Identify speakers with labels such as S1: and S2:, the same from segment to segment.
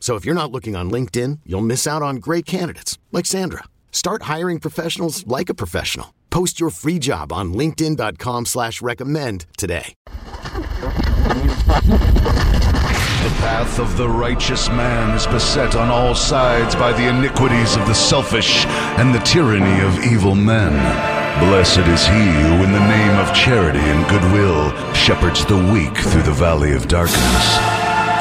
S1: So if you're not looking on LinkedIn, you'll miss out on great candidates like Sandra. Start hiring professionals like a professional. Post your free job on LinkedIn.com slash recommend today.
S2: The path of the righteous man is beset on all sides by the iniquities of the selfish and the tyranny of evil men. Blessed is he who, in the name of charity and goodwill, shepherds the weak through the valley of darkness.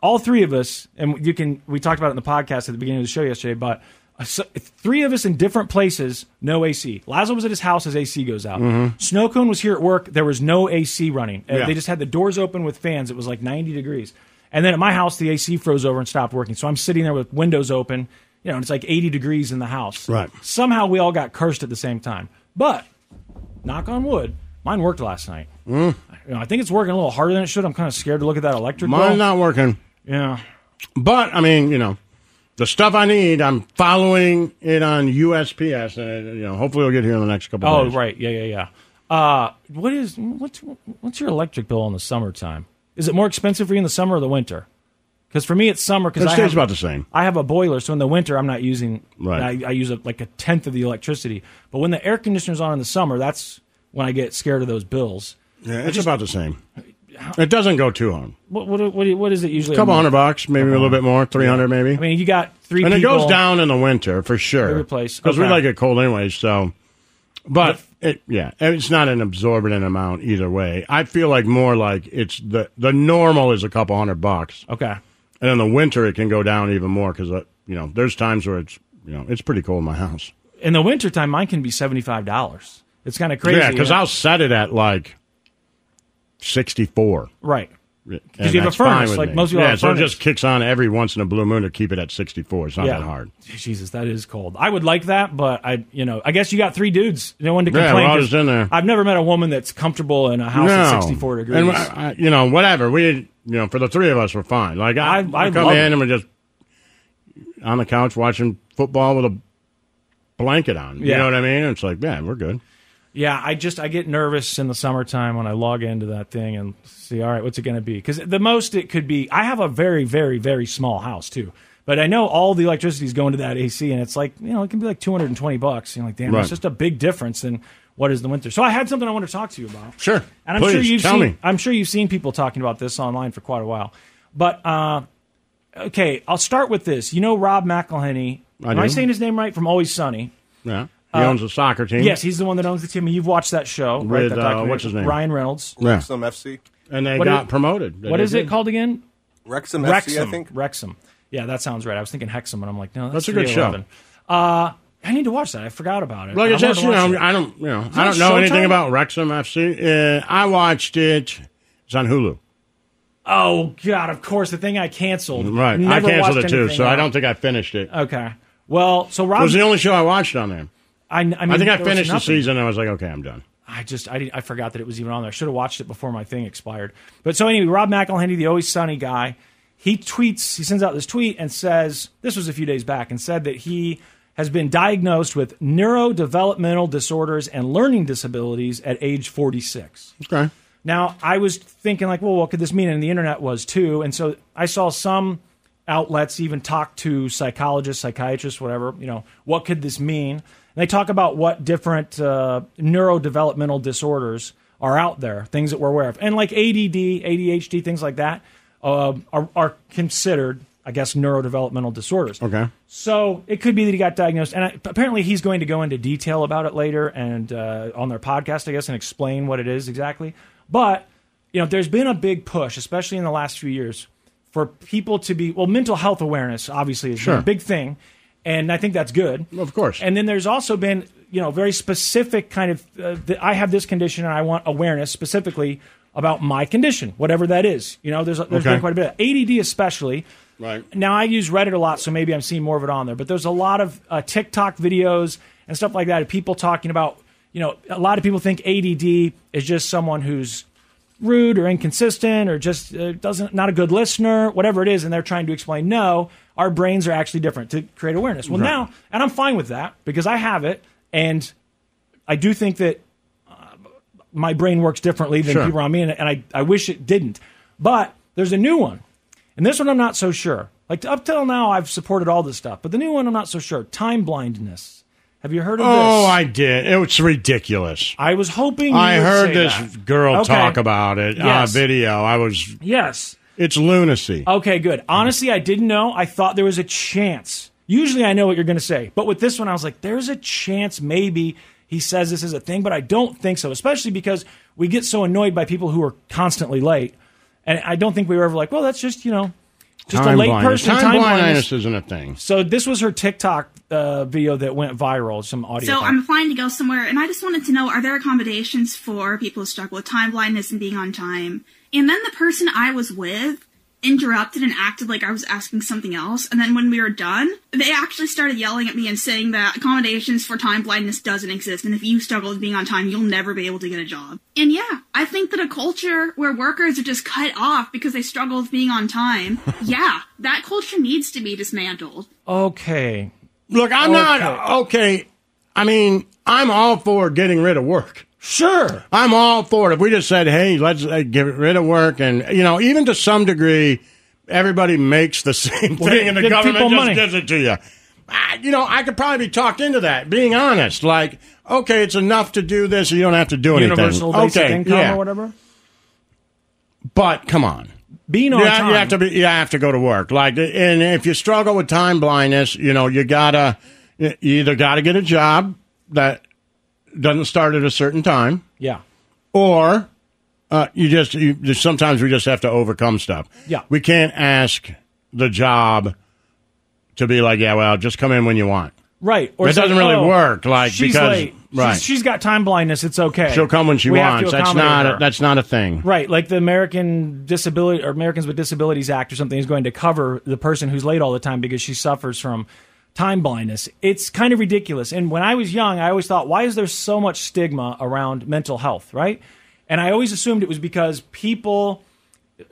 S3: all three of us, and you can we talked about it in the podcast at the beginning of the show yesterday, but. uh, so- Three of us in different places, no AC. Lazo was at his house, his AC goes out. Snow Cone was here at work, there was no AC running. Uh,
S4: Yeah.
S3: They just had the doors open with fans. It was like 90 degrees. And then at my house, the AC froze over and stopped working. So I'm sitting there with windows open, you know, and it's like 80 degrees in the house.
S4: Right.
S3: Somehow we all got cursed at the same time. But knock on wood, mine worked last night.
S4: Mm.
S3: You know, I think it's working a little harder than it should. I'm kind of scared to look at that electric bill.
S4: Mine's not working,
S3: Yeah.
S4: but I mean, you know, the stuff I need, I'm following it on USPS, and it, you know, hopefully it'll get here in the next couple.
S3: Oh,
S4: days.
S3: right. Yeah, yeah, yeah. Uh, what is what's what's your electric bill in the summertime? Is it more expensive for you in the summer or the winter? Because for me, it's summer.
S4: It
S3: Because I
S4: stays
S3: have,
S4: about the same.
S3: I have a boiler, so in the winter I'm not using.
S4: Right.
S3: I, I use a, like a tenth of the electricity. But when the air conditioner's on in the summer, that's when I get scared of those bills.
S4: Yeah, it's about the same. It doesn't go too hard.
S3: What what what, what is it usually?
S4: A couple
S3: a month?
S4: hundred bucks, maybe a little
S3: Uh-huh.
S4: bit more, three hundred maybe.
S3: I mean, you got three.
S4: and it
S3: people,
S4: goes down in the winter for sure.
S3: Every place.
S4: because we
S3: Okay.
S4: like it cold anyway. So, but it yeah, it's not an absorbent amount either way. I feel like more like it's the the normal is a couple hundred bucks,
S3: Okay.
S4: and in the winter it can go down even more because you know there's times where it's you know it's pretty cold in my house.
S3: in the wintertime, mine can be seventy five dollars. It's kind of crazy.
S4: Yeah, because
S3: you know?
S4: I'll set it at like sixty four.
S3: right.
S4: Because
S3: you have a furnace, like most people
S4: yeah,
S3: have a
S4: so it
S3: furnace.
S4: just kicks on every once in a blue moon to keep it at sixty four. It's not
S3: Yeah,
S4: that hard.
S3: Jesus, that is cold. I would like that, but I, you know, I guess you got three dudes. No one to
S4: Yeah, we're
S3: complain.
S4: all
S3: 'cause
S4: just in there.
S3: I've never met a woman that's comfortable in a house at sixty four degrees.
S4: And I, I- you know, whatever we, you know, for the three of us, we're fine. Like I,
S3: I-
S4: I,
S3: I
S4: come
S3: love
S4: in
S3: it.
S4: and we're just on the couch watching football with a blanket on. You
S3: Yeah.
S4: know what I mean? It's like, man, we're good.
S3: yeah, I just I get nervous in the summertime when I log into that thing and see, all right, what's it going to be? Because the most it could be, I have a very, very, very small house too. But I know all the electricity is going to that AC, and it's like you know it can be like two hundred and twenty bucks. You're like, damn,
S4: Right.
S3: that's just a big difference than what is in the winter. So I had something I want to talk to you about.
S4: Sure.
S3: and I'm
S4: Please,
S3: sure you've
S4: tell
S3: seen,
S4: me.
S3: I'm sure you've seen people talking about this online for quite a while. But uh, okay, I'll start with this. You know Rob McElhenney.
S4: I
S3: am I
S4: do.
S3: saying his name right? From Always Sunny.
S4: Yeah. He owns a soccer team.
S3: Uh, Yes, he's the one that owns the team. and You've watched that show, right?
S4: With,
S3: That
S4: uh,
S3: documentary.
S4: what's his name?
S3: Ryan Reynolds.
S4: Yeah.
S5: Wrexham FC.
S4: And they
S3: What
S4: got
S3: is-
S4: promoted. They
S3: What is
S4: did.
S3: it called again?
S5: Wrexham, FC, I
S3: Wrexham.
S5: think.
S3: Wrexham. Yeah, that sounds right. I was thinking Hexam, and I'm like, no, that's,
S4: That's a good show.
S3: 311. Uh, I need to watch that. I forgot about it.
S4: Like I
S3: I wanted
S4: said,
S3: to
S4: you
S3: watch
S4: know,
S3: it.
S4: I don't, you know, I
S3: that
S4: don't know anything
S3: Showtime?
S4: about Wrexham FC. Uh, I watched it. It's on Hulu.
S3: oh god, of course, the thing I canceled.
S4: Right, I
S3: Never
S4: canceled
S3: watched
S4: it too,
S3: anything
S4: so I
S3: else.
S4: don't think I finished it.
S3: Okay. Well, so
S4: it
S3: Rob,
S4: was the only show I watched on there.
S3: I, I, mean,
S4: I think I
S3: there was
S4: finished the
S3: nothing.
S4: season. and I was like, okay, I'm done.
S3: I just I, didn't, I forgot that it was even on there. I should have watched it before my thing expired. But so anyway, Rob McElhenney, the always sunny guy, he tweets, he sends out this tweet and says this was a few days back and said that he has been diagnosed with neurodevelopmental disorders and learning disabilities at age 46.
S4: Okay.
S3: Now, I was thinking like, well, what could this mean? And the internet was too. And so I saw some outlets even talk to psychologists, psychiatrists, whatever. You know, what could this mean? And they talk about what different uh, neurodevelopmental disorders are out there, things that we're aware of, and like ADD, ADHD, things like that uh, are, are considered, I guess, neurodevelopmental disorders.
S4: Okay.
S3: So it could be that he got diagnosed, and I, apparently he's going to go into detail about it later and uh, on their podcast, I guess, and explain what it is exactly. But you know, there's been a big push, especially in the last few years, for people to be well, mental health awareness obviously is
S4: Sure.
S3: a big thing, and I think that's good.
S4: Of course.
S3: And then there's also been you know very specific kind of uh, the, I have this condition and I want awareness specifically about my condition, whatever that is. You know, there's there's
S4: Okay.
S3: been quite a bit. Of, ADD especially.
S4: Right.
S3: Now I use Reddit a lot, so maybe I'm seeing more of it on there. But there's a lot of uh, TikTok videos and stuff like that of people talking about. You know, a lot of people think ADD is just someone who's rude or inconsistent or just uh, doesn't not a good listener, whatever it is, and they're trying to explain. No, our brains are actually different to create awareness. Well, now, and I'm fine with that because I have it, and I do think that uh, my brain works differently than
S4: Sure.
S3: people around me, and, and I, I wish it didn't. But there's a new one, and this one I'm not so sure. Like up till now, I've supported all this stuff, but the new one I'm not so sure. Time blindness. Have you heard of
S4: Oh,
S3: this?
S4: I did. It was ridiculous.
S3: I was hoping you
S4: I
S3: would
S4: heard
S3: say
S4: this
S3: that.
S4: girl
S3: Okay.
S4: talk about it on
S3: Yes.
S4: video. I was.
S3: Yes.
S4: It's lunacy.
S3: Okay, good. Honestly, I didn't know. I thought there was a chance. Usually I know what you're going to say, but with this one, I was like, there's a chance maybe he says this is a thing, but I don't think so, especially because we get so annoyed by people who are constantly late. And I don't think we were ever like, well, that's just, you know, just a late
S4: blindness.
S3: person.
S4: Time,
S3: blindness.
S4: blindness isn't a thing.
S3: So this was her TikTok uh, video that went viral, some audio.
S5: So
S3: thing.
S5: I'm applying to go somewhere, and I just wanted to know: are there accommodations for people who struggle with time blindness and being on time? And then the person I was with interrupted and acted like I was asking something else. And then when we were done, they actually started yelling at me and saying that accommodations for time blindness doesn't exist, and if you struggle with being on time, you'll never be able to get a job. And yeah, I think that a culture where workers are just cut off because they struggle with being on time, yeah, that culture needs to be dismantled.
S3: okay.
S4: Look, I'm not okay. I mean, I'm all for getting rid of work.
S3: Sure.
S4: I'm all for it. If we just said, hey, let's uh, get rid of work, and you know, even to some degree, everybody makes the same
S3: Well,
S4: thing,
S3: give-
S4: and the
S3: give
S4: government
S3: people
S4: just
S3: money.
S4: gives it to you. I, you know, I could probably be talked into that. Being honest, like, okay, it's enough to do this. You don't have to do anything.
S3: Universal basic
S4: okay,
S3: income
S4: yeah.
S3: or whatever.
S4: But come on,
S3: Being on
S4: you, have,
S3: time.
S4: you have to be. You have to go to work. Like, and if you struggle with time blindness, you know, you gotta, you either gotta get a job that doesn't start at a certain time
S3: yeah.
S4: or uh, you just you, just- sometimes we just have to overcome stuff.
S3: Yeah.
S4: we can't ask the job to be like, yeah, well, just come in when you want.
S3: Right. Or
S4: That
S3: say,
S4: doesn't really
S3: oh,
S4: work, like,
S3: she's
S4: because-
S3: late. She's-
S4: right.
S3: she's got time blindness. It's okay.
S4: She'll come when she
S3: We have to
S4: wants. That's
S3: accommodate
S4: not
S3: her.
S4: a, that's not a thing.
S3: right. Like the American Disability or Americans with Disabilities Act or something is going to cover the person who's late all the time because she suffers from time blindness. It's kind of ridiculous. And when I was young, I always thought, why is there so much stigma around mental health? Right. And I always assumed it was because people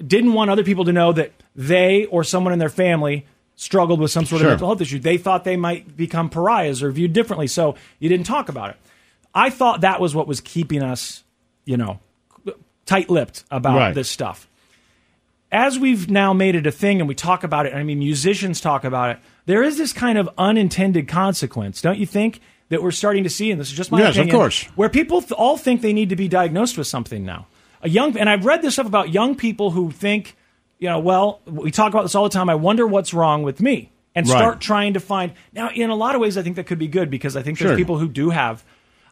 S3: didn't want other people to know that they or someone in their family struggled with some sort
S4: Sure.
S3: of mental health issue. They thought they might become pariahs or viewed differently, so you didn't talk about it. I thought that was what was keeping us, you know, tight-lipped about
S4: Right.
S3: this stuff. As we've now made it a thing and we talk about it, I mean musicians talk about it, there is this kind of unintended consequence, don't you think, that we're starting to see and this is just my
S4: Yes, of
S3: opinion,
S4: course.
S3: where people th- all think they need to be diagnosed with something now. A young, and I've read this stuff about young people who think, you know, well, we talk about this all the time. I wonder what's wrong with me, and
S4: Right.
S3: start trying to find. Now, in a lot of ways, I think that could be good because I think there's
S4: Sure.
S3: people who do have.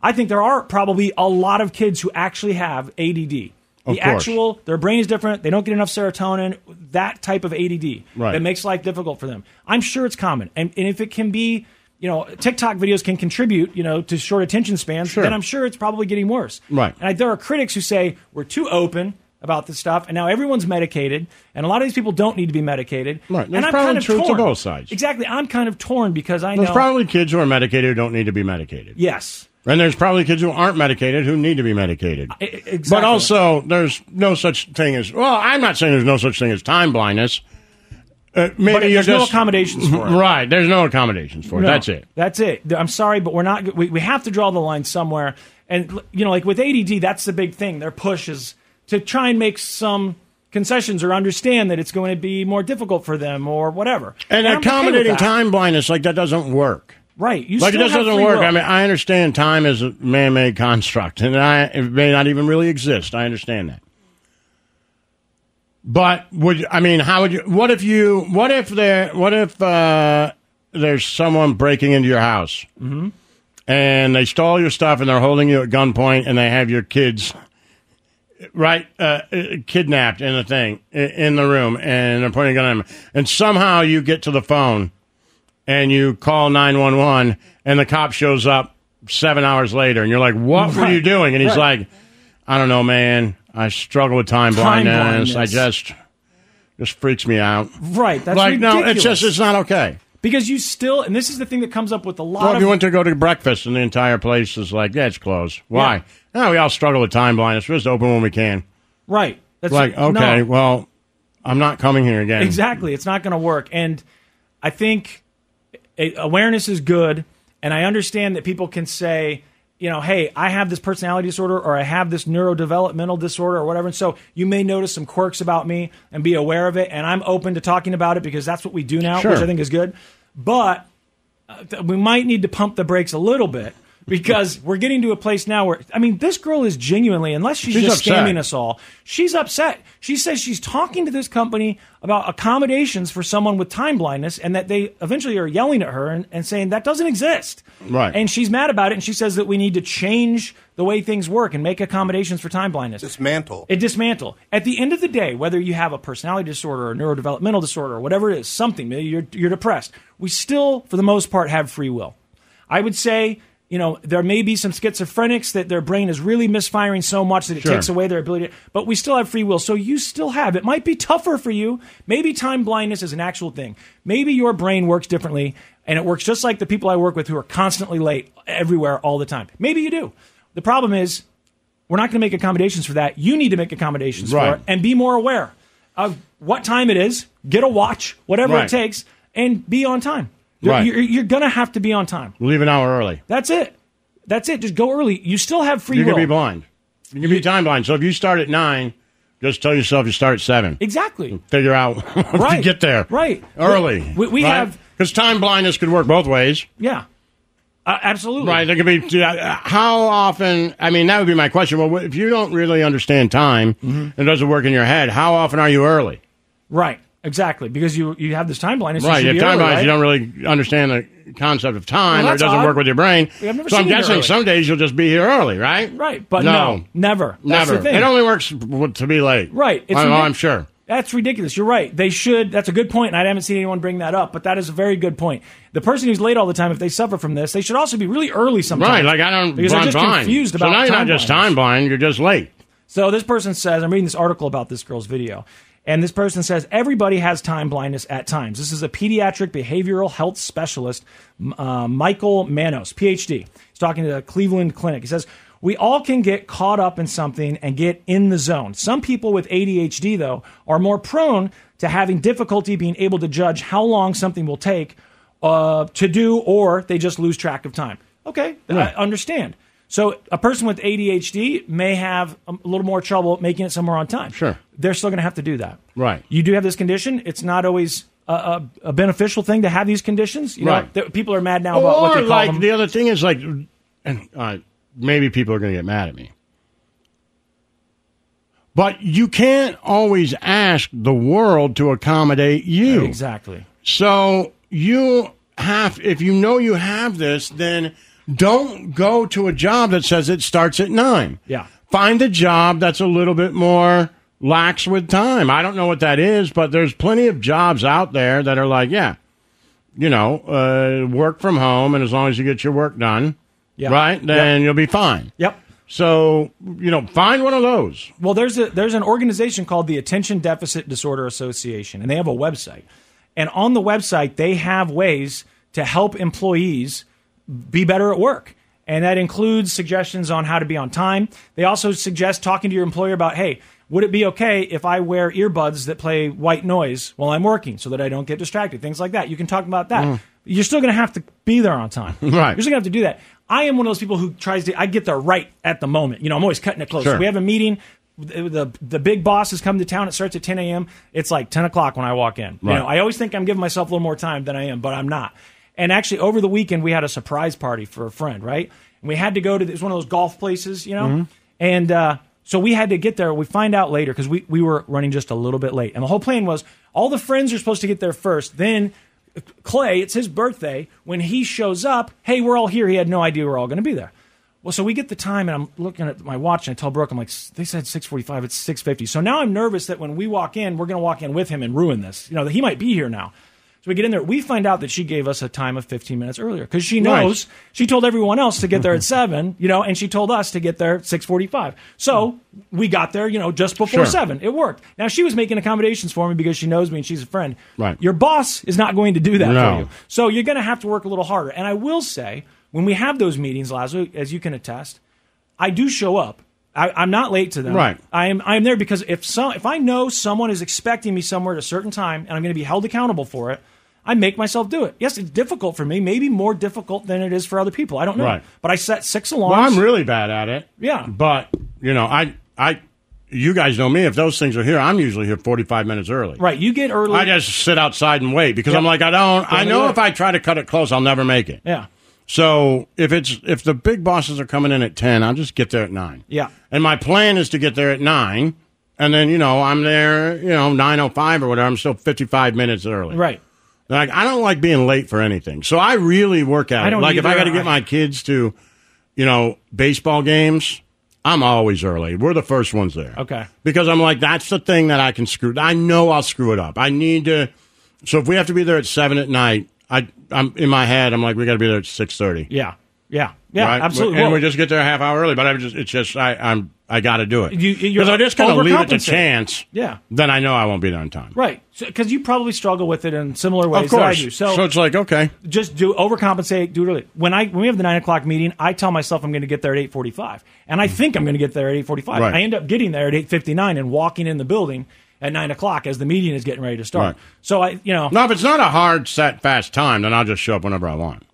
S3: I think there are probably a lot of kids who actually have ADD.
S4: Of
S3: the
S4: course.
S3: actual, their brain is different. They don't get enough serotonin. That type of ADD
S4: Right.
S3: that makes life difficult for them. I'm sure it's common, and, and if it can be you know, TikTok videos can contribute, you know, to short attention spans,
S4: Sure.
S3: then I'm sure it's probably getting worse.
S4: Right.
S3: And I, there are critics who say we're too open about this stuff, and now everyone's medicated, and a lot of these people don't need to be medicated.
S4: Right. There's
S3: and I'm
S4: probably
S3: kind of
S4: truth to
S3: torn.
S4: both sides.
S3: Exactly. I'm kind of torn because I
S4: There's
S3: know.
S4: probably kids who are medicated who don't need to be medicated.
S3: yes.
S4: And there's probably kids who aren't medicated who need to be medicated.
S3: E- exactly.
S4: But also, there's no such thing as, well, I'm not saying there's no such thing as time blindness. Uh, maybe
S3: But
S4: you're
S3: there's no
S4: just-
S3: accommodations for it.
S4: Right. There's no accommodations for it.
S3: No,
S4: That's it.
S3: That's it. Th- I'm sorry, but we're not. We, we have to draw the line somewhere. And l- you know, like with ADD, that's the big thing. Their push is to try and make some concessions or understand that it's going to be more difficult for them or whatever.
S4: And,
S3: I'm okay with
S4: accommodating
S3: that.
S4: time blindness, like, that doesn't work.
S3: right? You
S4: like it
S3: still
S4: just
S3: have
S4: doesn't
S3: free
S4: work.
S3: will.
S4: I mean, I understand time is a man-made construct, and I, it may not even really exist. I understand that. But would I mean? How would you? What if you? What if there? What if uh, there's someone breaking into your house,
S3: Mm-hmm.
S4: and they stole your stuff, and they're holding you at gunpoint, and they have your kids, right, uh, kidnapped in the thing i- in the room, and they're pointing a gun at them, and somehow you get to the phone and you call 911 and the cop shows up seven hours later and you're like what were you doing and he's like i don't know man i struggle with time
S3: Time
S4: blindness, i
S3: blindness.
S4: just just freaks me out
S3: right? That's
S4: like
S3: ridiculous.
S4: no it's just it's not okay
S3: because you still, and this is the thing that comes up with a lot
S4: well if
S3: of
S4: you went to go to breakfast and the entire place is like yeah it's closed why no we all struggle with time blindness we're just open when we can
S3: right. That's
S4: like
S3: no.
S4: okay well i'm not coming here again
S3: Exactly. It's not going to work. And I think a- awareness is good. And I understand that people can say, you know, hey, I have this personality disorder or I have this neurodevelopmental disorder or whatever. And so you may notice some quirks about me and be aware of it. And I'm open to talking about it because that's what we do now,
S4: Sure.
S3: which I think is good. But uh, th- we might need to pump the brakes a little bit because we're getting to a place now where, I mean, this girl is genuinely, unless she's,
S4: She's
S3: just
S4: upset.
S3: scamming us us all. She's upset. She says she's talking to this company about accommodations for someone with time blindness and that they eventually are yelling at her and, and saying that doesn't exist.
S4: Right.
S3: And she's mad about it and she says that we need to change the way things work and make accommodations for time blindness.
S6: Dismantle.
S3: It dismantle. At the end of the day, whether you have a personality disorder or neurodevelopmental disorder or whatever it is, something, maybe you're, you're depressed, we still, for the most part, have free will. I would say, you know, there may be some schizophrenics that their brain is really misfiring so much that it
S4: Sure.
S3: takes away their ability, to, but we still have free will. So you still have, it might be tougher for you. Maybe time blindness is an actual thing. Maybe your brain works differently and it works just like the people I work with who are constantly late everywhere all the time. Maybe you do. The problem is, we're not going to make accommodations for that. You need to make accommodations
S4: Right.
S3: for it and be more aware of what time it is. Get a watch, whatever
S4: Right.
S3: it takes, and be on time.
S4: Right.
S3: You're, you're going to have to be on time.
S4: leave an hour early
S3: That's it. That's it. Just go early. You still have free
S4: you
S3: will.
S4: can be blind you can be time blind so if you start at nine just tell yourself you start at seven
S3: Exactly.
S4: figure out right. to
S3: Right.
S4: get there
S3: Right.
S4: early.
S3: We- we have-
S4: because time blindness could work both ways.
S3: Yeah. Uh, absolutely.
S4: Right, there could be. yeah, How often? I mean, that would be my question. Well, if you don't really understand time and
S3: Mm-hmm.
S4: it doesn't work in your head, how often are you early?
S3: Right. Exactly. Because you you have this time blindness. you
S4: right,
S3: should
S4: you
S3: be
S4: have time
S3: early,
S4: blindness.
S3: right?
S4: You don't really understand the concept of
S3: Well,
S4: time, or it
S3: that's
S4: doesn't
S3: odd.
S4: work with your brain.
S3: Yeah, I've never
S4: so I'm
S3: seen you
S4: guessing
S3: early.
S4: some days you'll just be here early, right?
S3: Right. But
S4: no,
S3: no, never. That's the
S4: never.
S3: thing.
S4: It only works w- to be late.
S3: Right.
S4: I,
S3: ridic-
S4: am sure.
S3: That's ridiculous. You're right. They should. That's a good point, and I haven't seen anyone bring that up, but that is a very good point. The person who's late all the time, if they suffer from this, they should also be really early sometimes.
S4: Right, like I don't.
S3: Because
S4: I'm
S3: they're just
S4: blind.
S3: confused about
S4: So now you're not just
S3: blindness.
S4: time blind. You're just late.
S3: So this person says, I'm reading this article about this girl's video. And this person says, everybody has time blindness at times. This is a pediatric behavioral health specialist, m- uh, Michael Manos, PhD. He's talking to the Cleveland Clinic. He says, We all can get caught up in something and get in the zone. Some people with ADHD, though, are more prone to having difficulty being able to judge how long something will take uh, to do, or they just lose track of time. Okay, I understand. So a person with ADHD may have a little more trouble making it somewhere on time.
S4: Sure.
S3: They're still going to have to do that.
S4: Right.
S3: You do have this condition. It's not always a, a, a beneficial thing to have these conditions. You
S4: Right.
S3: know, th- people are mad now
S4: or
S3: about what they call
S4: like
S3: them.
S4: the other thing is like, and uh, maybe people are going to get mad at me, but you can't always ask the world to accommodate you.
S3: exactly.
S4: So you have, if you know you have this, then don't go to a job that says it starts at nine.
S3: Yeah.
S4: Find a job that's a little bit more lax with time. I don't know what that is, but there's plenty of jobs out there that are like, yeah, you know, uh, work from home, and as long as you get your work done,
S3: Yeah.
S4: right, then you'll be fine.
S3: Yep.
S4: So, you know, find one of those.
S3: Well, there's a there's an organization called the Attention Deficit Disorder Association, and they have a website. And on the website, they have ways to help employees be better at work. And that includes suggestions on how to be on time. They also suggest talking to your employer about, hey, would it be okay if I wear earbuds that play white noise while I'm working so that I don't get distracted? Things like that. You can talk about that. You're still going to have to be there on time.
S4: Mm. Right.
S3: You're still going to have to do that. I am one of those people who tries to, I get there right at the moment. You know, I'm always cutting it close.
S4: Sure.
S3: We have a meeting. The, the the big boss has come to town. It starts at 10 a.m. It's like 10 o'clock when I walk in. You
S4: Right.
S3: know, I always think I'm giving myself a little more time than I am, but I'm not. And actually, over the weekend we had a surprise party for a friend, right? And we had to go to it's one of those golf places, you know. And uh, so we had to get there. We find out later because we we were running just a little bit late. And the whole plan was all the friends are supposed to get there first, then Clay, it's his birthday. When he shows up, hey, we're all here. He had no idea we we're all going to be there. Well, so we get the time, and I'm looking at my watch, and I tell Brooke, I'm like, they said 6:45, it's 6:50. So now I'm nervous that when we walk in, we're going to walk in with him and ruin this. You know, that he might be here now. So we get in there. We find out that she gave us a time of 15 minutes earlier because she
S4: Nice.
S3: knows she told everyone else to get there at seven, you know, and she told us to get there at 6:45. So we got there, you know, just before
S4: Sure.
S3: seven. It worked. Now she was making accommodations for me because she knows me and she's a friend.
S4: Right.
S3: Your boss is not going to do that
S4: No.
S3: for you. So you're going to have to work a little harder. And I will say, when we have those meetings, Lazo, as you can attest, I do show up. I, I'm not late to them.
S4: Right.
S3: I am. I am there because if some, if I know someone is expecting me somewhere at a certain time and I'm going to be held accountable for it, I make myself do it. Yes, it's difficult for me. Maybe more difficult than it is for other people. I don't know.
S4: Right.
S3: But I set six alarms.
S4: Well, I'm really bad at it.
S3: Yeah.
S4: But, you know, I, I, you guys know me. If those things are here, I'm usually here 45 minutes early.
S3: right. You get early.
S4: I just sit outside and wait because
S3: Yep.
S4: I'm like, I don't, I
S3: Doesn't
S4: know
S3: work.
S4: if I try to cut it close, I'll never make it.
S3: yeah.
S4: So if it's if the big bosses are coming in at ten, I'll just get there at nine.
S3: Yeah.
S4: And my plan is to get there at nine, and then you know I'm there, you know nine oh five or whatever. I'm still fifty five minutes early.
S3: Right.
S4: Like I don't like being late for anything, so I really work at
S3: I
S4: it.
S3: don't
S4: like if I
S3: either.
S4: got to get
S3: I-
S4: my kids to, you know, baseball games, I'm always early. We're the first ones there.
S3: Okay.
S4: Because I'm like that's the thing that I can screw. I know I'll screw it up. I need to. So if we have to be there at seven at night, I I'm in my head. I'm like we got to be there at six thirty.
S3: Yeah. Yeah. Yeah.
S4: Right?
S3: Absolutely.
S4: And
S3: Well,
S4: we just get there a half hour early, but I'm just it's just I, I'm I got to do it
S3: You- you're
S4: because I just kind of leave it to
S3: overcompensating.
S4: chance.
S3: Yeah.
S4: Then I know I won't be there on time.
S3: right. Because you probably struggle with it in similar ways
S4: Of
S3: that I
S4: course.
S3: do.
S4: so it's like okay,
S3: just do overcompensate. Do it early. When I when we have the nine o'clock meeting, I tell myself I'm going to get there at eight forty five, and I think I'm going to get there at eight forty five.
S4: Mm. Right.
S3: I end up getting there at eight fifty nine and walking in the building at nine o'clock as the meeting is getting ready to start.
S4: Right.
S3: So I, you know,
S4: No, if it's not a hard, set, fast time, then I'll just show up whenever I want.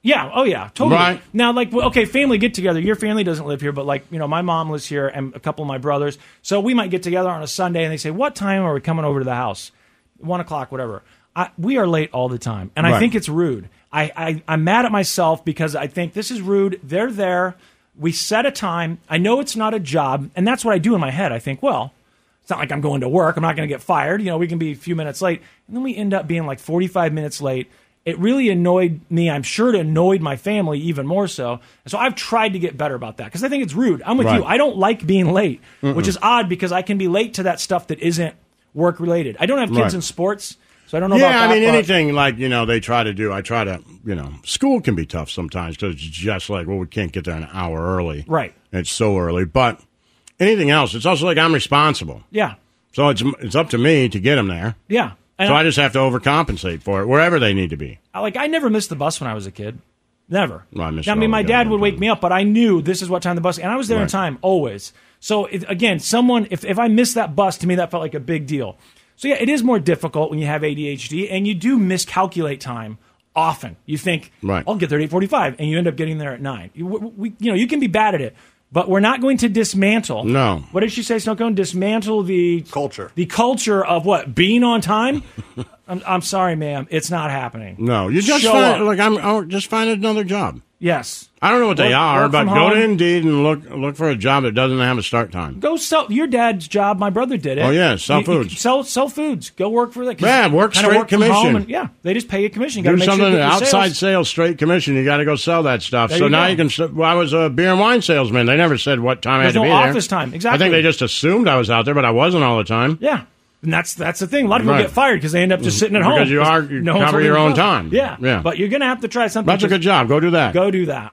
S3: yeah, oh yeah, totally.
S4: Right.
S3: Now, like, well, okay, family get together. Your family doesn't live here, but like, you know, my mom lives here and a couple of my brothers. So we might get together on a Sunday, and they say, "What time are we coming over to the house? One o'clock, whatever." I, we are late all the time, and
S4: Right.
S3: I think it's rude. I, I I'm mad at myself because I think this is rude. They're there. We set a time. I know it's not a job, and that's what I do in my head. I think, well, it's not like I'm going to work. I'm not going to get fired. You know, we can be a few minutes late. And then we end up being like 45 minutes late. It really annoyed me. I'm sure it annoyed my family even more so. And so I've tried to get better about that because I think it's rude. I'm with
S4: Right.
S3: you. I don't like being late, which is odd because I can be late to that stuff that isn't work related. I don't have kids
S4: Right.
S3: in sports, so I don't know
S4: yeah,
S3: about that.
S4: I mean
S3: but-
S4: anything like you know they try to do. I try to you know school can be tough sometimes because it's just like well we can't get there an hour early.
S3: Right.
S4: It's so early, but anything else, it's also like I'm responsible,
S3: Yeah.
S4: so it's it's up to me to get them there.
S3: Yeah. And
S4: So
S3: I-
S4: I just have to overcompensate for it wherever they need to be.
S3: I- like I never missed the bus when I was a kid. Never.
S4: Well, I missed
S3: Now, I
S4: it
S3: mean,
S4: all
S3: my
S4: the
S3: dad
S4: goddamn
S3: would wake
S4: time.
S3: me up, but I knew this is what time the bus, and I was there in
S4: Right.
S3: time always. So it, again, someone if if I missed that bus, to me that felt like a big deal. So yeah, it is more difficult when you have ADHD and you do miscalculate time often. You think
S4: Right.
S3: I'll get there at eight forty five, and you end up getting there at nine. You, we- we, you know, you can be bad at it, but we're not going to dismantle.
S4: No.
S3: What did she say, Snow Cone? Dismantle the
S6: Culture.
S3: The culture of what being on time. I'm, I'm sorry, ma'am. It's not happening.
S4: No, you just
S3: Show
S4: find,
S3: up.
S4: like I'm I'll just find another job.
S3: Yes.
S4: I don't know what they
S3: Work-
S4: are,
S3: work
S4: but
S3: from
S4: go
S3: home.
S4: to Indeed and look look for a job that doesn't have a start time.
S3: Go sell your dad's job. My brother did it.
S4: Oh, yeah, sell
S3: You- you
S4: foods.
S3: can sell sell foods. Go work for that. 'cause
S4: Yeah, work
S3: kinda
S4: straight
S3: from home
S4: commission.
S3: and- yeah, they just pay you commission. You gotta
S4: Do
S3: make sure
S4: something
S3: you get your
S4: outside sales.
S3: sales.
S4: straight commission. You got to go sell that stuff.
S3: There
S4: so
S3: you
S4: now
S3: go.
S4: you can. st- Well, I was a beer and wine salesman. They never said what time I
S3: There's
S4: had
S3: no
S4: to be there.
S3: office time.
S4: I
S3: Exactly.
S4: think they just assumed I was out there, but I wasn't all the time.
S3: Yeah, And that's that's the thing. A lot of people
S4: Right.
S3: get fired because they end up just sitting at home.
S4: Because you are- you
S3: one's
S4: cover your
S3: holding
S4: own
S3: them up.
S4: time.
S3: Yeah,
S4: Yeah.
S3: But you're gonna have to try something.
S4: That's a good
S3: Just
S4: job. Go do that.
S3: Go do that.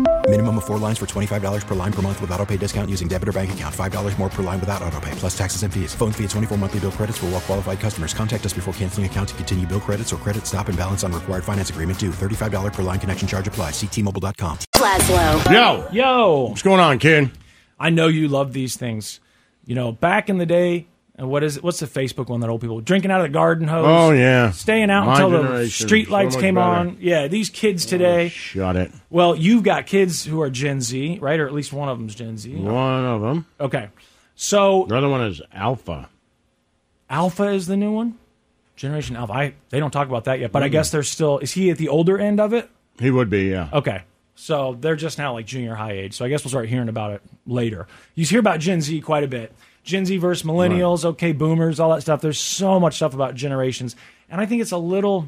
S7: Minimum of four lines for $25 per line per month with auto pay discount using debit or bank account. $5 more per line without auto pay, plus taxes and fees. Phone fee at 24 monthly bill credits for all qualified customers. Contact us before canceling account to continue bill credits or credit stop and balance on required finance agreement due. $35 per line connection charge applies. Ctmobile.com.
S6: Laszlo.
S4: Yo,
S3: Yo,
S4: what's going on, kid?
S3: I know you love these things. You know, back in the day, and what is what's the Facebook one that old people drinking out of the garden hose?
S4: Oh, yeah.
S3: staying out
S4: My
S3: until the
S4: generation,
S3: street
S4: so
S3: lights
S4: much
S3: came
S4: better. Oh,
S3: on. Yeah, these kids today.
S4: Shut it.
S3: Well, you've got kids who are Gen Z, right? Or at least one of them's Gen Z.
S4: One of them.
S3: Okay, so
S4: The other one is Alpha.
S3: Alpha is the new one. Generation Alpha. I, they don't talk about that yet, but I guess they're still. Is he at the older end of it?
S4: He would be, yeah.
S3: Okay. So they're just now like junior high age. So I guess we'll start hearing about it later. You hear about Gen Z quite a bit. Gen Z versus millennials, okay, boomers, all that stuff. There's so much stuff about generations. And I think it's a little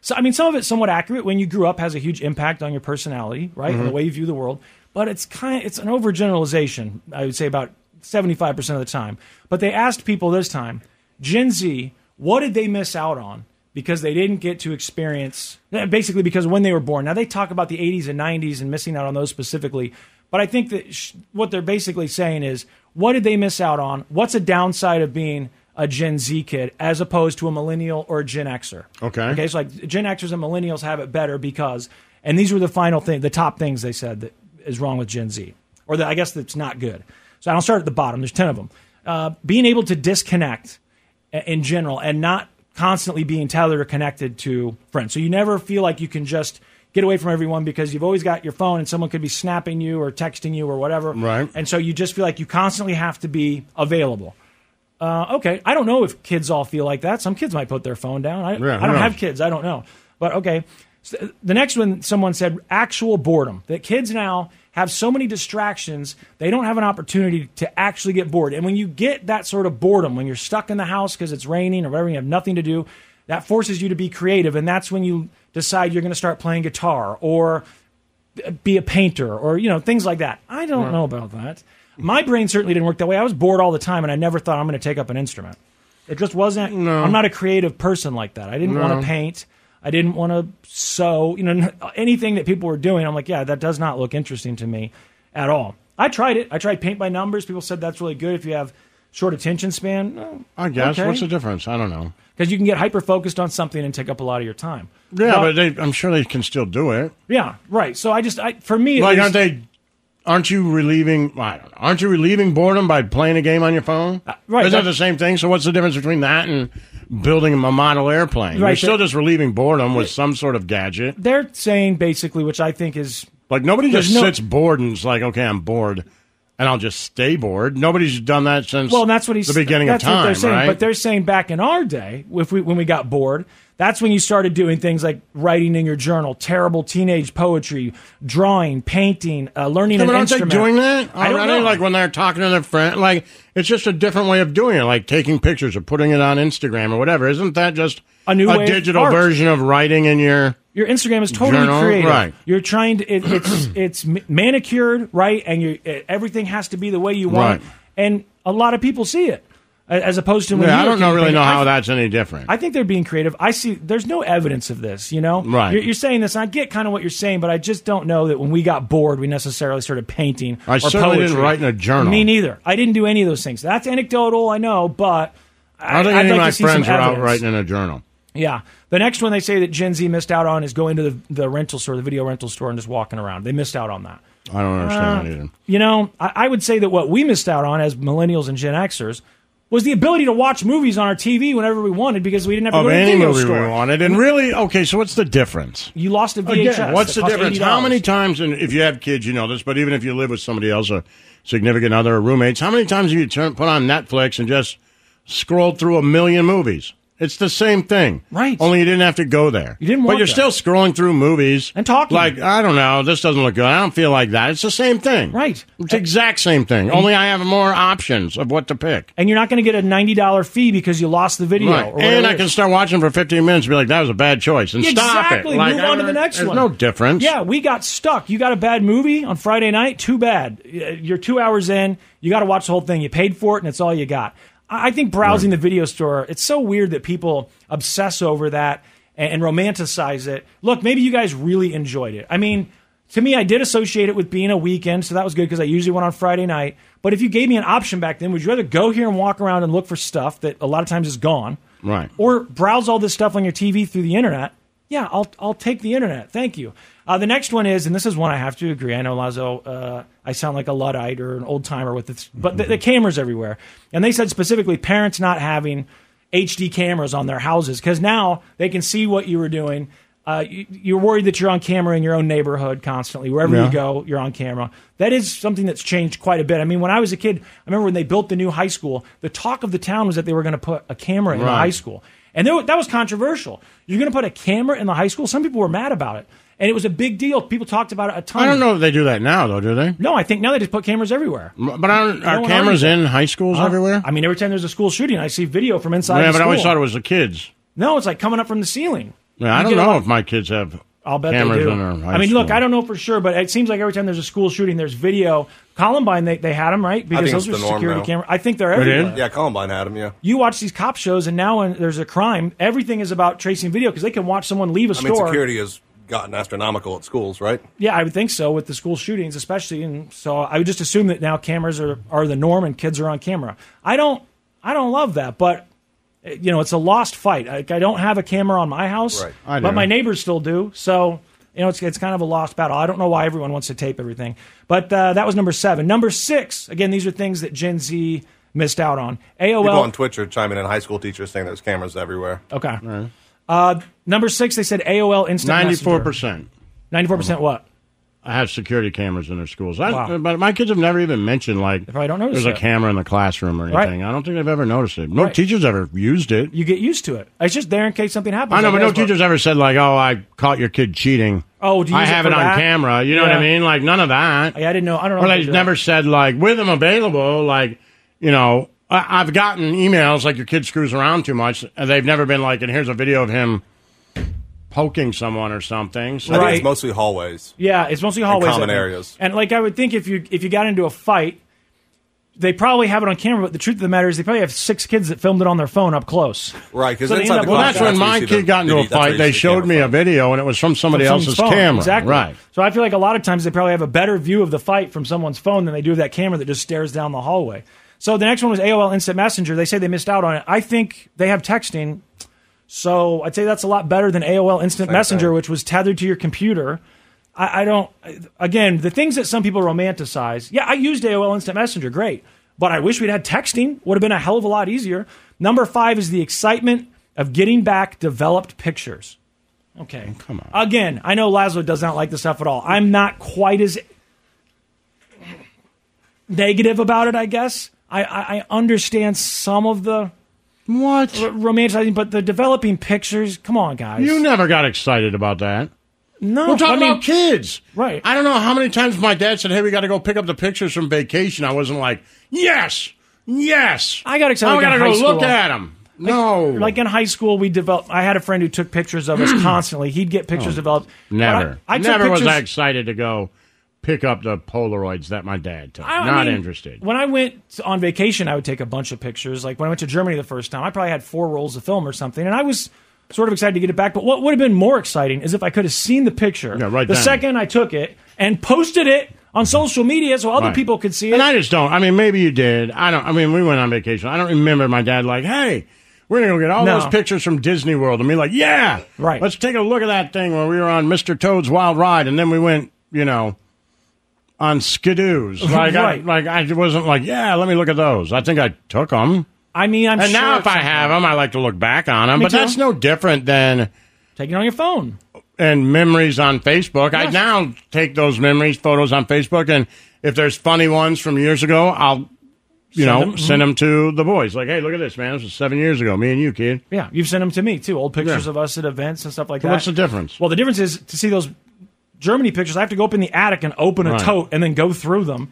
S3: so I mean some of it's somewhat accurate when you grew up has a huge impact on your personality, right? And the way you view the world. But it's kind of, it's an overgeneralization, I would say about 75% of the time. But they asked people this time, Gen Z, what did they miss out on? because they didn't get to experience eh, basically because when they were born. Now they talk about the 80s and 90s and missing out on those specifically, but I think that sh- what they're basically saying is what did they miss out on? What's a downside of being a Gen Z kid as opposed to a millennial or a Gen Xer?
S4: Okay.
S3: Okay, so like Gen Xers and millennials have it better because and these were the final thing, the top things they said that is wrong with Gen Z or that I guess that's not good. So I'll start at the bottom. There's 10 of them. Uh, being able to disconnect a- in general and not constantly being tethered or connected to friends. So you never feel like you can just get away from everyone because you've always got your phone and someone could be snapping you or texting you or whatever.
S4: Right.
S3: And so you just feel like you constantly have to be available. Uh, okay. I don't know if kids all feel like that. Some kids might put their phone down. I,
S4: Yeah,
S3: I don't
S4: who
S3: have
S4: knows?
S3: kids. I don't know. But okay. So the next one, someone said actual boredom. That kids now have so many distractions, they don't have an opportunity to actually get bored. And when you get that sort of boredom, when you're stuck in the house because it's raining or whatever, you have nothing to do, that forces you to be creative. And that's when you decide you're going to start playing guitar or be a painter or you know things like that. I don't know about that. My brain certainly didn't work that way. I was bored all the time, and I never thought I'm going to take up an instrument. It just wasn't. I'm not a creative person like that. I didn't want to paint. I didn't want to sew. You know, n- anything that people were doing, I'm like, yeah, that does not look interesting to me at all. I tried it. I tried paint by numbers. People said that's really good if you have short attention span. Oh,
S4: I guess.
S3: okay.
S4: What's the difference? I don't know.
S3: because you can get hyper focused on something and take up a lot of your time.
S4: Yeah, but they, I'm sure they can still do it.
S3: yeah, right. So I just, I for me, at
S4: Like,
S3: least-
S4: aren't they? Aren't you relieving? I don't know. Aren't you relieving boredom by playing a game on your phone?
S3: Uh, right,
S4: Isn't that
S3: that-
S4: the same thing? So what's the difference between that and building a model airplane?
S3: Right,
S4: You're still
S3: that-
S4: just relieving boredom with some sort of gadget.
S3: they're saying basically, which I think is
S4: Like nobody
S3: There's
S4: just
S3: no-
S4: sits bored and is like, okay, I'm bored, and I'll just stay bored. Nobody's done that since.
S3: well, and that's what he's
S4: the beginning
S3: that's
S4: of time,
S3: What they're saying,
S4: right?
S3: But they're saying back in our day, if we when we got bored, That's when you started doing things like writing in your journal, terrible teenage poetry, drawing, painting, uh, learning
S4: Yeah,
S3: an
S4: but aren't
S3: instrument.
S4: they doing that
S3: I don't
S4: already?
S3: know.
S4: Like when they're talking to their friend, like it's just a different way of doing it, like taking pictures or putting it on Instagram or whatever. Isn't that just
S3: A new way of
S4: digital
S3: art.
S4: version of writing in your?
S3: Your Instagram is totally
S4: Journal,
S3: creative.
S4: right.
S3: You're trying to it, it's it's ma- manicured, right? And you it, everything has to be the way you want.
S4: Right.
S3: And a lot of people see it A- as opposed to when you
S4: Yeah, I
S3: were
S4: don't know
S3: kid,
S4: really
S3: thinking,
S4: know
S3: I-
S4: how that's any different.
S3: I think they're being creative. I see. There's no evidence of this. You know,
S4: Right.
S3: You're, you're saying this, and I get kind of what you're saying, but I just don't know that when we got bored, we necessarily started painting.
S4: I
S3: or
S4: certainly
S3: poetry.
S4: didn't write in a journal.
S3: Me neither. I didn't do any of those things. That's anecdotal, I know, but
S4: I don't think
S3: I'd like
S4: any of
S3: to
S4: my
S3: see some
S4: friends were out
S3: evidence.
S4: writing in a journal.
S3: Yeah. The next one they say that Gen Z missed out on is going to the, the rental store, the video rental store, and just walking around. They missed out on that.
S4: I don't understand
S3: Uh,
S4: that either.
S3: You know, I, I would say that what we missed out on as millennials and Gen Xers was the ability to watch movies on our TV whenever we wanted because we didn't have to
S4: Of
S3: go to the
S4: any
S3: video
S4: movie
S3: store.
S4: we wanted, and really, okay. So what's the difference?
S3: You lost a VHS.
S4: Again, what's
S3: that
S4: the
S3: cost
S4: difference?
S3: $80.
S4: How many times, and if you have kids, you know this, but even if you live with somebody else, a significant other or roommates, how many times have you turn, put on Netflix and just scrolled through a million movies? It's the same thing. Right. Only you didn't have to go there. You didn't
S3: want
S4: But you're
S3: that.
S4: still scrolling through movies. And
S3: talking.
S4: Like, I don't know, this doesn't look good. I don't feel like that. It's the same thing.
S3: Right.
S4: It's the exact same thing. Only I have more options of what to pick.
S3: And you're not going to get a ninety dollar fee because you lost the video.
S4: Right.
S3: Or
S4: And
S3: whatever
S4: I
S3: it
S4: can
S3: is.
S4: start watching for 15 minutes and be like, that was a bad choice. And stop it.
S3: exactly.
S4: Like,
S3: Move on to the next
S4: there's
S3: one.
S4: no difference.
S3: Yeah, we got stuck. You got a bad movie on Friday night. Too bad. Uh, You're two hours in. You got to watch the whole thing. You paid for it, and it's all you got. I I think browsing the video store. It's so weird that people obsess over that and, and romanticize it. Look, maybe you guys really enjoyed it. I mean. To me, I did associate it with being a weekend, so that was good because I usually went on Friday night. But if you gave me an option back then, would you rather go here and walk around and look for stuff that a lot of times is gone,
S4: Right.
S3: or browse all this stuff on your TV through the internet. Yeah, I'll I'll take the internet. Thank you. Uh, the next one is, and this is one I have to agree. I know Lazo, uh, I sound like a luddite or an old timer with this, but
S8: Mm-hmm.
S3: the, the cameras everywhere. And they said specifically, parents not having HD cameras on their houses because now they can see what you were doing. Uh, you, you're worried that you're on camera in your own neighborhood constantly, wherever
S8: Yeah.
S3: you go, you're on camera. That is something that's changed quite a bit. I mean, when I was a kid, I remember when they built the new high school. The talk of the town was that they were going to put a camera in the
S8: Right.
S3: high school. And there, that was controversial. You're going to put a camera in the high school? Some people were mad about it. And it was a big deal. People talked about it a ton.
S4: I don't know if they do that now, though, do they?
S3: No, I think now they just put cameras everywhere.
S4: But aren't, are
S3: No one argues
S4: cameras
S3: it.
S4: in high schools
S3: Uh,
S4: everywhere?
S3: I mean, every time there's a school shooting, I see video from inside
S4: yeah,
S3: the
S4: but I always
S3: school.
S4: thought it was the kids.
S3: no, it's like coming up from the ceiling.
S4: Yeah, I
S3: You
S4: don't
S3: get a
S4: know
S3: lot-
S4: if my kids have
S3: I'll bet
S4: cameras
S3: they do.
S4: in their high
S3: I mean, look,
S4: school.
S3: I don't know for sure, but it seems like every time there's a school shooting, there's video. Columbine, they, they had them right because
S9: think
S3: those
S9: it's
S3: are
S9: the norm
S3: security
S9: now.
S3: cameras. I think they're everywhere.
S9: Yeah, Columbine had him. Yeah.
S3: You watch these cop shows, and now when there's a crime, everything is about tracing video because they can watch someone leave a
S9: I mean,
S3: store.
S9: security has gotten astronomical at schools, right?
S3: Yeah, I would think so with the school shootings, especially. And so I would just assume that now cameras are, are the norm and kids are on camera. I don't I don't love that, but eh, you know it's a lost fight. Like I don't have a camera on my house,
S4: Right. I
S3: but
S4: do.
S3: my neighbors still do. So you know it's it's kind of a lost battle. I don't know why everyone wants to tape everything, but uh, that was number seven. Number six, again, these are things that Gen Z missed out on. AOL
S9: People on Twitch are chiming in. High school teachers saying there's cameras everywhere.
S3: Okay. Uh, number six, they said AOL Instant
S4: 94%.
S3: Ninety-four percent. What?
S4: I have security cameras in their schools. I,
S3: Wow.
S4: But my kids have never even mentioned, like,
S3: I don't notice
S4: there's
S3: that.
S4: a camera in the classroom or
S3: Right.
S4: anything. I don't think they've ever noticed it. No teacher's ever used it.
S3: You get used to it. It's just there in case something happens.
S4: I know,
S3: I
S4: but no
S3: guess,
S4: teacher's ever said, like, oh, I caught your kid cheating.
S3: Oh, do you
S4: I
S3: use it
S4: have
S3: for
S4: it on
S3: that?
S4: camera. You know
S3: Yeah.
S4: what I mean? Like, none of that.
S3: Yeah, I didn't know. I don't know.
S4: Or
S3: if
S4: they
S3: do
S4: never said like with them available, like you know. I, I've gotten emails like your kid screws around too much, and they've never been like, and here's a video of him poking someone or something. So
S9: I think it's mostly hallways.
S3: that. Yeah, it's mostly
S9: And
S3: hallways,
S9: common
S3: I think.
S9: areas.
S3: And like I would think, if you if you got into a fight, they probably have it on camera. But the truth of the matter is, they probably have six kids that filmed it on their phone up close.
S9: Right, because
S3: So they end
S9: inside
S3: up-
S9: the
S4: well,
S9: class,
S4: that's when
S9: where you
S4: my
S9: see
S4: kid
S9: the-
S4: got into a
S9: that's where
S4: fight.
S9: you
S4: They
S9: see the
S4: showed
S9: camera.
S4: me a video, and it was from somebody
S3: from
S4: else's
S3: someone's phone.
S4: camera.
S3: Exactly.
S4: Right.
S3: So I feel like a lot of times they probably have a better view of the fight from someone's phone than they do of that camera that just stares down the hallway. So the next one was AOL Instant Messenger. They say they missed out on it. I think they have texting. So I'd say that's a lot better than AOL Instant Messenger, which was tethered to your computer. I, I don't, again, the things that some people romanticize. Yeah, I used AOL Instant Messenger. Great. But I wish we'd had texting. Would have been a hell of a lot easier. Number five is the excitement of getting back developed pictures.
S4: Oh,
S3: Okay. Come on. Again, I know Lazlo does not like this stuff at all. I'm not quite as negative about it, I guess. I, I, I understand some of the
S4: What?
S3: romanticizing, but the developing pictures. Come on, guys.
S4: You never got excited about that.
S3: No,
S4: We're talking
S3: I mean-
S4: about kids.
S3: Right.
S4: I don't know how many times my dad said, hey, we got to go pick up the pictures from vacation. I wasn't like, yes, yes.
S3: I got excited.
S4: I got to
S3: in
S4: go
S3: high school.
S4: look at them. No.
S3: Like, like in high school, we developed. I had a friend who took pictures of us constantly. He'd get pictures
S4: Oh,
S3: developed. But
S4: Never.
S3: I, I took
S4: never was
S3: pictures-
S4: I excited to go pick up the Polaroids that my dad took.
S3: I- I
S4: Not
S3: mean,
S4: interested.
S3: When I went on vacation, I would take a bunch of pictures. Like when I went to Germany the first time, I probably had four rolls of film or something, and I was sort of excited to get it back. But what would have been more exciting is if I could have seen the picture
S4: Yeah, right
S3: the
S4: down.
S3: second I took it and posted it on social media so other
S4: Right.
S3: people could see it.
S4: And I just don't. I mean, maybe you did. I don't. I mean, we went on vacation. I don't remember my dad like, hey, we're going to go get all
S3: No.
S4: those pictures from Disney World. And me like, yeah.
S3: Right.
S4: Let's take a look at that thing when we were on Mr. Toad's Wild Ride. And then we went, you know, on skidoos. Like,
S3: Right.
S4: I, like I wasn't like, yeah, let me look at those. I think I took them.
S3: I mean, I'm
S4: and
S3: sure
S4: now if
S3: it's
S4: I have them, I like to look back on them.
S3: Me
S4: but
S3: too.
S4: that's no different than
S3: taking it on your phone.
S4: and memories on Facebook. I now take those memories, photos on Facebook, and if there's funny ones from years ago, I'll you
S3: Send
S4: know
S3: them. Mm-hmm.
S4: send them to the boys. Like, hey, look at this, man. This was seven years ago. Me and you, kid.
S3: Yeah, you've sent them to me too. Old pictures
S4: Yeah.
S3: of us at events and stuff like
S4: So
S3: that.
S4: what's the difference?
S3: Well, the difference is to see those Germany pictures. I have to go up in the attic and open a
S4: Right.
S3: tote and then go through them.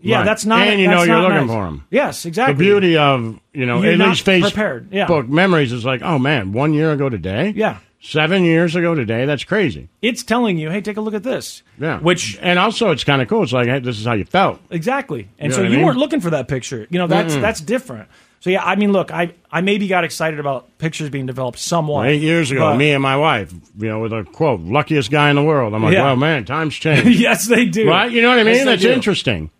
S3: Yeah,
S4: Right.
S3: that's not.
S4: And you know
S3: that's
S4: you're
S3: not
S4: looking
S3: nice.
S4: for 'em.
S3: Yes, exactly.
S4: The beauty of you know
S3: You're
S4: at
S3: not
S4: least Facebook
S3: prepared. Yeah.
S4: memories is like, oh man, one year ago today.
S3: Yeah.
S4: Seven years ago today. That's crazy.
S3: It's telling you, hey, take a look at this.
S4: Yeah.
S3: Which
S4: and also it's kind of cool. It's like, hey, this is how you felt.
S3: Exactly. And
S4: You know
S3: so
S4: what I
S3: you
S4: mean?
S3: weren't looking for that picture. You know, that's
S4: Mm-mm.
S3: that's different. So yeah, I mean, look, I I maybe got excited about pictures being developed somewhat.
S4: Eight years ago,
S3: but-
S4: me and my wife, you know, with a quote, luckiest guy in the world. I'm like,
S3: Yeah.
S4: well, man, times change.
S3: yes, they do.
S4: Right? You know what I
S3: Yes,
S4: mean?
S3: they
S4: That's
S3: do.
S4: interesting.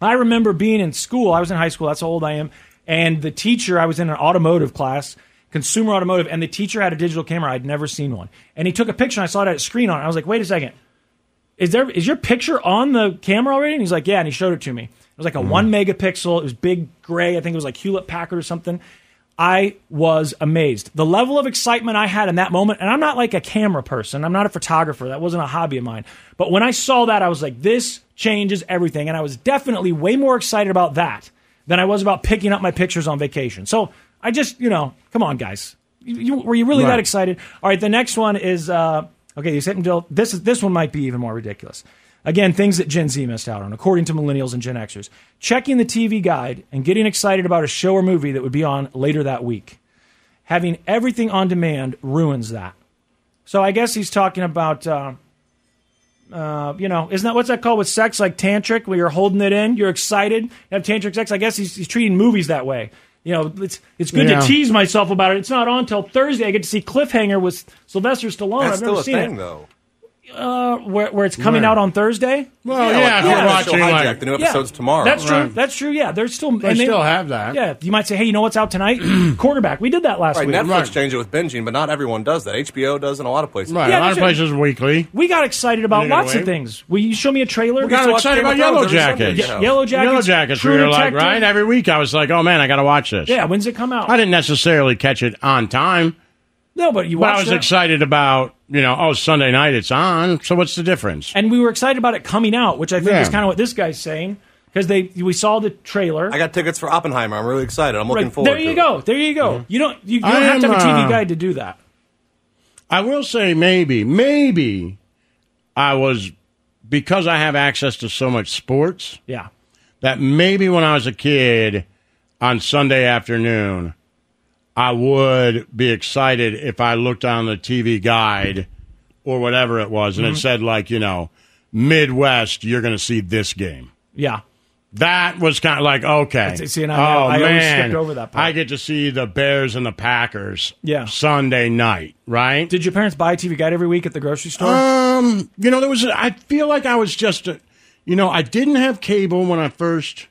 S3: I remember being in school. I was in high school. That's how old I am. And the teacher, I was in an automotive class, consumer automotive, and the teacher had a digital camera. I'd never seen one. And he took a picture, and I saw it had a screen on it. I was like, wait a second. Is there is your picture on the camera already? And he's like, yeah. And he showed it to me. It was like a one megapixel. It was big gray. I think it was like Hewlett Packard or something. I was amazed. The level of excitement I had in that moment, and I'm not like a camera person, I'm not a photographer, that wasn't a hobby of mine. But when I saw that, I was like, this changes everything. And I was definitely way more excited about that than I was about picking up my pictures on vacation. So I just, you know, come on, guys. You, you- were you really that
S4: Right.
S3: excited? All right, the next one is uh, okay, you said until this, is, this one might be even more ridiculous. Again, things that Gen Z missed out on, according to millennials and Gen Xers. Checking the TV guide and getting excited about a show or movie that would be on later that week. Having everything on demand ruins that. So I guess he's talking about, uh, uh, you know, isn't that what's that called with sex? Like tantric, where you're holding it in, you're excited, you have tantric sex. I guess he's, he's treating movies that way. You know, it's it's good
S4: Yeah.
S3: to tease myself about it. It's not on till Thursday. I get to see Cliffhanger with Sylvester Stallone.
S9: That's
S3: I've
S9: still
S3: never
S9: a
S3: seen
S9: thing,
S3: it.
S9: though.
S3: Uh, where, where it's coming
S4: Right.
S3: out on Thursday.
S4: Well, Oh, yeah, if you're
S9: like,
S4: watching,
S9: Hijack,
S4: like,
S9: the new
S3: Yeah.
S9: episode's tomorrow.
S3: That's true.
S4: Right.
S3: That's true. Yeah, there's still
S4: They still have that.
S3: Yeah, you might say, hey, you know what's out tonight? Quarterback. We did that last
S9: Right,
S3: week.
S9: Netflix changed it with binging, but not everyone does that. HBO does in a lot of places.
S4: Right.
S3: Yeah,
S4: a lot
S3: that's
S4: of
S3: it.
S4: places weekly.
S3: We got excited about
S4: You're gonna
S3: lots
S4: wait?
S3: of things. Will you show me a trailer?
S4: We got excited about Yellow Jackets.
S3: Yeah, Yellow Jackets.
S4: Yellow Jackets,
S3: True
S4: we were like,
S3: Detective.
S4: right? Every week I was like, oh man, I got to watch this.
S3: Yeah, when's it come out?
S4: I didn't necessarily catch it on time,
S3: No, but you
S4: but I
S3: watched
S4: was
S3: it.
S4: excited about, you know, oh, Sunday night it's on. So what's the difference?
S3: and we were excited about it coming out, which I think
S4: Yeah.
S3: is kind of what this guy's saying because they we saw the trailer.
S9: I got tickets for Oppenheimer. I'm really excited. I'm looking
S3: Right,
S9: forward
S3: there
S9: to
S3: you
S9: it.
S3: go. There you go. You don't you, you don't
S4: Mm-hmm. I
S3: have to
S4: am,
S3: have a TV
S4: uh,
S3: guide to do that.
S4: I will say maybe, maybe I was, because I have access to so much sports,
S3: Yeah.
S4: that maybe when I was a kid on Sunday afternoon, I would be excited if I looked on the TV guide or whatever it was and
S3: Mm-hmm.
S4: it said, like, you know, Midwest, you're going to see this game.
S3: Yeah.
S4: That was kind of like, okay.
S3: That's- see, and I-
S4: oh,
S3: I always
S4: man.
S3: skipped over that part.
S4: I get to see the Bears and the Packers
S3: Yeah.
S4: Sunday night, right?
S3: Did your parents buy a TV guide every week at the grocery store?
S4: Um, you know, there was. I feel like I was just, a, you know, I didn't have cable when I first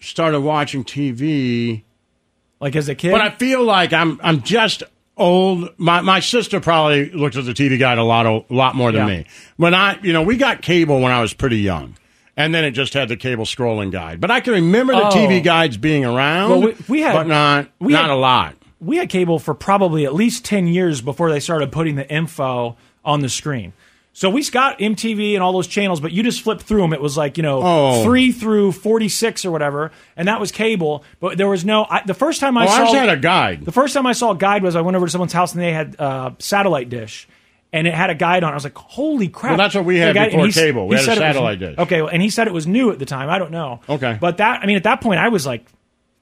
S4: started watching TV,
S3: like as a kid?
S4: but I feel like I'm I'm just old. My my sister probably looked at the TV guide a lot a lot more than
S3: Yeah.
S4: me. When I, you know, we got cable when I was pretty young. And then it just had the cable scrolling guide, but I can remember the
S3: Oh.
S4: TV guides being around.
S3: Well, we- we had-
S4: but not
S3: we
S4: not
S3: had-
S4: a lot.
S3: we had cable for probably at least 10 years before they started putting the info on the screen. So we got MTV and all those channels, but you just flipped through them. It was like you know
S4: Oh.
S3: three through forty six or whatever, and that was cable. But there was no. I, the first time I
S4: Oh,
S3: saw
S4: ours had a guide.
S3: The first time I saw a guide was I went over to someone's house and they had uh, satellite dish, and it had a guide on. it. I was like, holy crap!
S4: Well, that's what we
S3: The
S4: had
S3: guide- and
S4: before
S3: he s-
S4: cable. We
S3: he
S4: had a
S3: said it was-
S4: satellite dish.
S3: Okay, well, and he said it was new at the time. I don't know. Okay, but that I mean, at that point, I was like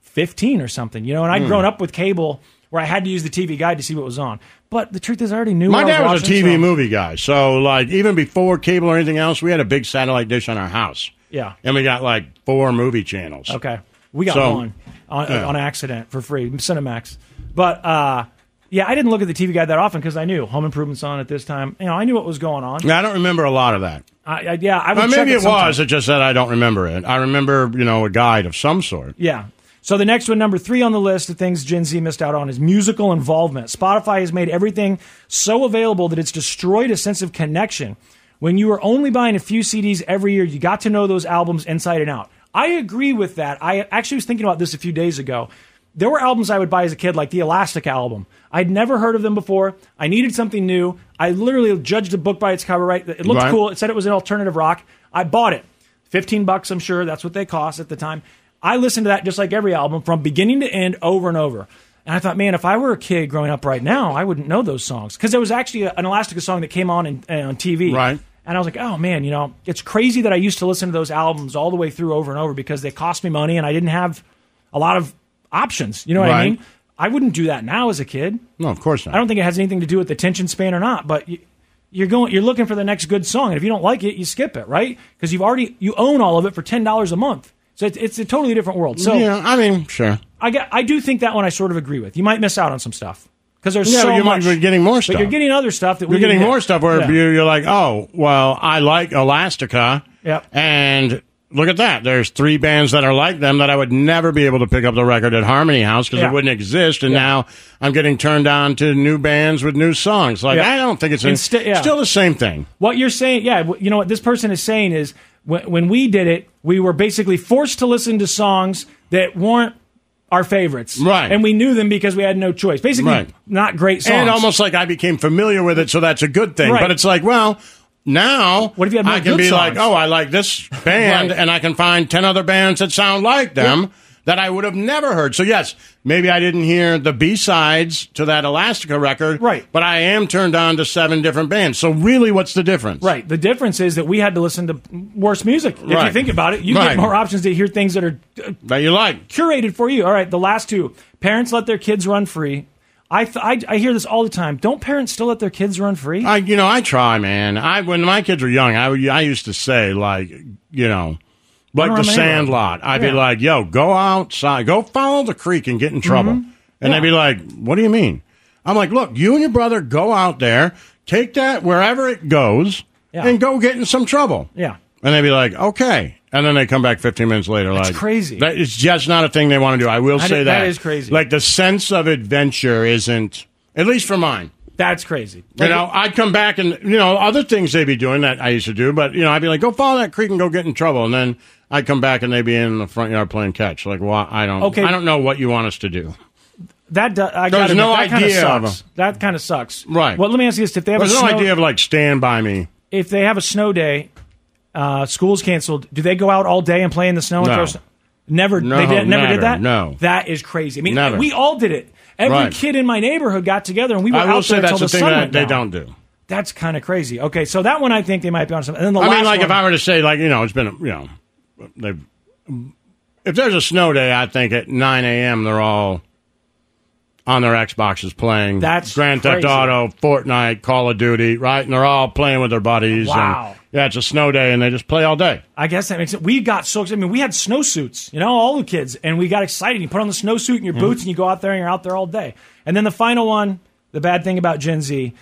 S3: fifteen or something, you know, and I'd
S4: Hmm.
S3: grown up with cable where I had to use the TV guide to see what was on. But the truth is, I already knew.
S4: My
S3: what
S4: dad
S3: I was,
S4: was, a
S3: watching,
S4: TV
S3: so-
S4: movie guy, so like even before cable or anything else, we had a big satellite dish on our house,
S3: Yeah.
S4: and we got like four movie channels.
S3: Okay. We got
S4: So-
S3: one on,
S4: Yeah.
S3: on accident for free, Cinemax. But uh, yeah, I didn't look at the TV guide that often because I knew Home Improvement's on at this time. You know, I knew what was going on.
S4: Now, I don't remember a lot of that.
S3: I, I, yeah, I would
S4: Well,
S3: check
S4: maybe it
S3: sometime.
S4: was. It just that I don't remember it. I remember, you know, a guide of some sort.
S3: Yeah. So the next one, number three on the list of things Gen Z missed out on is musical involvement. Spotify has made everything so available that it's destroyed a sense of connection. When you were only buying a few CDs every year, you got to know those albums inside and out. I agree with that. I actually was thinking about this a few days ago. There were albums I would buy as a kid, like the Elastic album. I'd never heard of them before. I needed something new. I literally judged a book by its cover. Right, it looked
S8: Right.
S3: cool. It said it was an alternative rock. I bought it. 15 bucks, I'm sure. That's what they cost at the time. I listened to that just like every album from beginning to end over and over. And I thought, man, if I were a kid growing up right now, I wouldn't know those songs. Because there was actually a- an Elastica song that came on in, uh, on TV. Right. And I was like, oh, man, you know, it's crazy that I used to listen to those albums all the way through over and over because they cost me money and I didn't have a lot of options. You know what I
S4: Right.
S3: mean? I wouldn't do that now as a kid.
S4: No, of course not.
S3: I don't think it has anything to do with the attention span or not, but you, you're going, you're looking for the next good song, and if you don't like it, you skip it, right? Because you've already you own all of it for ten dollars a month, so it's, it's a totally different world. So
S4: yeah, I mean, sure.
S3: I get, I do think that one I sort of agree with. You might miss out on some stuff because there's
S4: Yeah,
S3: so
S4: but you might
S3: much.
S4: be getting more
S3: But
S4: stuff.
S3: you're getting other stuff that we
S4: You're getting
S3: didn't
S4: more
S3: hit.
S4: stuff where
S3: Yeah.
S4: you- you're like, oh, well, I like Elastica.
S3: Yep.
S4: And look at that. There's three bands that are like them that I would never be able to pick up the record at Harmony House because
S3: Yeah.
S4: it wouldn't exist. And
S3: Yeah.
S4: now I'm getting turned on to new bands with new songs. Like,
S3: Yeah.
S4: I don't think it's
S3: And sti- yeah.
S4: still the same thing.
S3: What you're saying, yeah, wh- you know what this person is saying is when, when we did it, we were basically forced to listen to songs that weren't our favorites. Right. And we knew them because we had no choice. Basically,
S4: Right.
S3: not great songs.
S4: And almost like I became familiar with it, so that's a good thing.
S3: Right.
S4: But it's like, well, now what if you
S3: had more
S4: I can
S3: good
S4: be
S3: songs?
S4: like, oh, I like this band,
S3: Right.
S4: and I can find 10 other bands that sound like them that I would have never heard. So, yes, maybe I didn't hear the B sides to that Elastica record, right. but I am turned on to seven different bands. So, really, what's the difference?
S3: Right. The difference is that we had to listen to worse music. If you
S4: Right.
S3: think about it, you get
S4: Right.
S3: more options to hear things that are uh,
S4: That you like.
S3: curated for you. All right, the last two. Parents let their kids run free. I, th- I I hear this all the time. Don't parents still let their kids run free?
S4: I, you know, I try, man. I when my kids were young, I would- I used to say like, you know,
S3: Run around the
S4: like the
S3: neighborhood.
S4: Sandlot. I'd
S3: Yeah. Mm-hmm.
S4: be like, yo, go outside, go follow the creek and get in trouble. And they'd be like, what do you mean? I'm like, look, you and your brother go out there, take that wherever it goes, and go get in some trouble.
S3: yeah.
S4: And they'd be like, okay. And then they come back 15 minutes later. That's like,
S3: crazy.
S4: That is just not a thing they want to do. I will
S3: That
S4: say
S3: is-
S4: that.
S3: that is crazy.
S4: Like the sense of adventure isn't, at least for mine.
S3: That's crazy.
S4: You know, I'd come back and, you know, other things they'd be doing that I used to do, but, you know, I'd be like, go follow that creek and go get in trouble. And then I'd come back and they'd be in the front yard playing catch. Like, why? I don't,
S3: Okay.
S4: I don't know what you want us to do.
S3: That do- I
S4: There's
S3: got
S4: no
S3: that
S4: idea
S3: Kind
S4: of
S3: of sucks. That kind of sucks.
S4: Right.
S3: Well, let me ask you this: if they have
S4: There's
S3: a
S4: no
S3: snow,
S4: idea of like, stand by me.
S3: if they have a snow day, uh, school's canceled. Do they go out all day and play in the snow and
S4: No.
S3: throw? Snow? Never.
S4: No,
S3: they did, never,
S4: never,
S3: did that.
S4: no.
S3: That is crazy. I mean,
S4: Never.
S3: we all did it. Every
S4: Right.
S3: kid in my neighborhood got together and we were
S4: I will
S3: out
S4: say
S3: there until
S4: that's
S3: the
S4: the thing
S3: sun
S4: that
S3: went
S4: they
S3: down.
S4: don't do.
S3: That's kind of crazy. Okay, so that one I think they might be on something. And then the
S4: I
S3: last
S4: mean, like,
S3: one,
S4: if I were to say, like, you know, it's been, a- you know, they've, if there's a snow day, I think at 9 a.m., they're all on their Xboxes playing
S3: That's
S4: Grand Theft
S3: crazy.
S4: Auto, Fortnite, Call of Duty, right? And they're all playing with their buddies.
S3: Wow.
S4: And, yeah, it's a snow day, and they just play all day.
S3: I guess that makes it. We got so excited. I mean, we had snowsuits, you know, all the kids, and we got excited. You put on the snowsuit
S4: Mm-hmm.
S3: and your boots, and you go out there and you're out there all day. And then the final one, the bad thing about Gen Z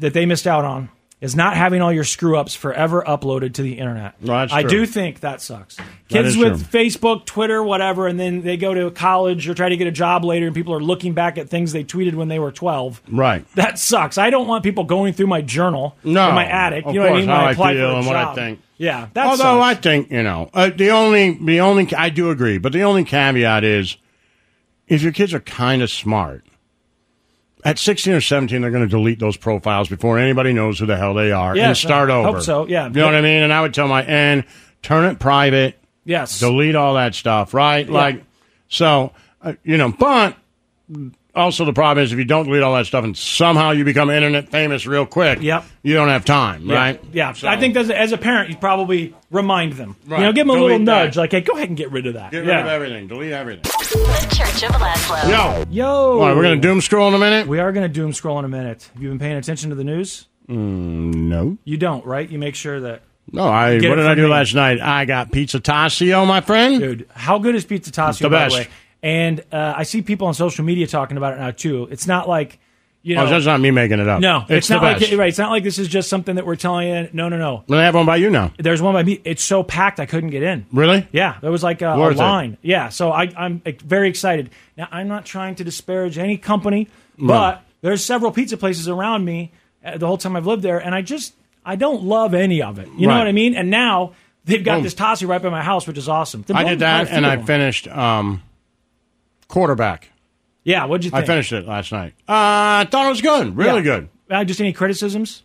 S3: that they missed out on is not having all your screw ups forever uploaded to the internet.
S4: that's
S3: I
S4: true.
S3: do think that sucks.
S4: That
S3: Kids
S4: is
S3: with Facebook, Twitter, whatever, and then they go to college or try to get a job later, and people are looking back at things they tweeted when they were 12.
S4: Right.
S3: That sucks. I don't want people going through my journal,
S4: No,
S3: or my attic.
S4: of
S3: you know what I
S4: course,
S3: mean? When
S4: how
S3: I
S4: I
S3: apply
S4: feel
S3: for a
S4: and what I
S3: job.
S4: think.
S3: Yeah, that
S4: Although
S3: sucks.
S4: I think you know uh, the only the only I do agree, but the only caveat is if your kids are kind of smart, At 16 or 17, they're going to delete those profiles before anybody knows who the hell they are
S3: Yes,
S4: and start
S3: I
S4: over.
S3: hope so, yeah.
S4: You know what I mean? And I would tell my, and turn it private.
S3: Yes.
S4: Delete all that stuff, right?
S3: Yeah.
S4: Like, so, uh, you know, but also the problem is if you don't delete all that stuff and somehow you become internet famous real quick, yep. you don't have time,
S3: Yeah.
S4: right?
S3: Yeah. I think that's, as a parent, you probably remind them.
S4: Right.
S3: You know, give them a
S4: Delete
S3: little
S4: that.
S3: nudge, like, hey, go ahead and get rid of that.
S4: Get
S3: yeah.
S4: rid of everything. Delete everything.
S6: The Church of Laszlo.
S4: Yo.
S3: Yo.
S4: All right, we're going to doom scroll in a minute?
S3: We are going to doom scroll in a minute. Have you been paying attention to the news?
S4: Mm, no.
S3: You don't, right? You make sure that.
S4: No, I.
S3: Get
S4: what
S3: it
S4: did I
S3: from
S4: do
S3: me.
S4: last night? I got pizza Tasio, my friend.
S3: Dude, how good is pizza Tasio,
S4: the
S3: by
S4: best.
S3: the way? And uh, I see people on social media talking about it now, too. It's not like, you know.
S4: oh, that's not me making it up.
S3: No,
S4: it's, the
S3: not
S4: best.
S3: like right. It's not like this is just something that we're telling you. No, no, no.
S4: Well, they have one by you now.
S3: There's one by me. It's so packed, I couldn't get in.
S4: Really?
S3: Yeah, there was like a, a
S4: Worth it.
S3: line. Yeah, so I, I'm like, very excited. Now, I'm not trying to disparage any company, but there's several pizza places around me uh, the whole time I've lived there, and I just I don't love any of it. You know
S4: Right.
S3: what I mean? And now they've got
S4: Boom.
S3: this Tassi right by my house, which is awesome.
S4: I did that, and I finished um, quarterback.
S3: yeah. What'd you think?
S4: I finished it last night. Uh, I thought it was good. Really
S3: Yeah.
S4: good.
S3: Uh, just any criticisms?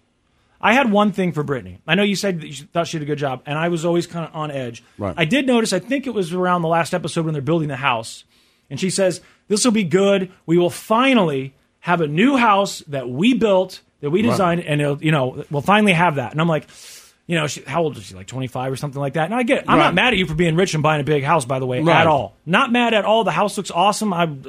S3: I had one thing for Brittany. I know you said that you thought she did a good job, and I was always kind of on edge.
S4: Right.
S3: I did notice, I think it was around the last episode when they're building the house, and she says, This will be good. We will finally have a new house that we built, that we
S4: Right.
S3: designed, and it'll, you know, we'll finally have that. And I'm like, you know, she, how old is she? Like 25 or something like that. And I get it. I'm
S4: Right.
S3: not mad at you for being rich and buying a big house, by the way,
S4: Right.
S3: at all. Not mad at all. The house looks awesome. I
S4: They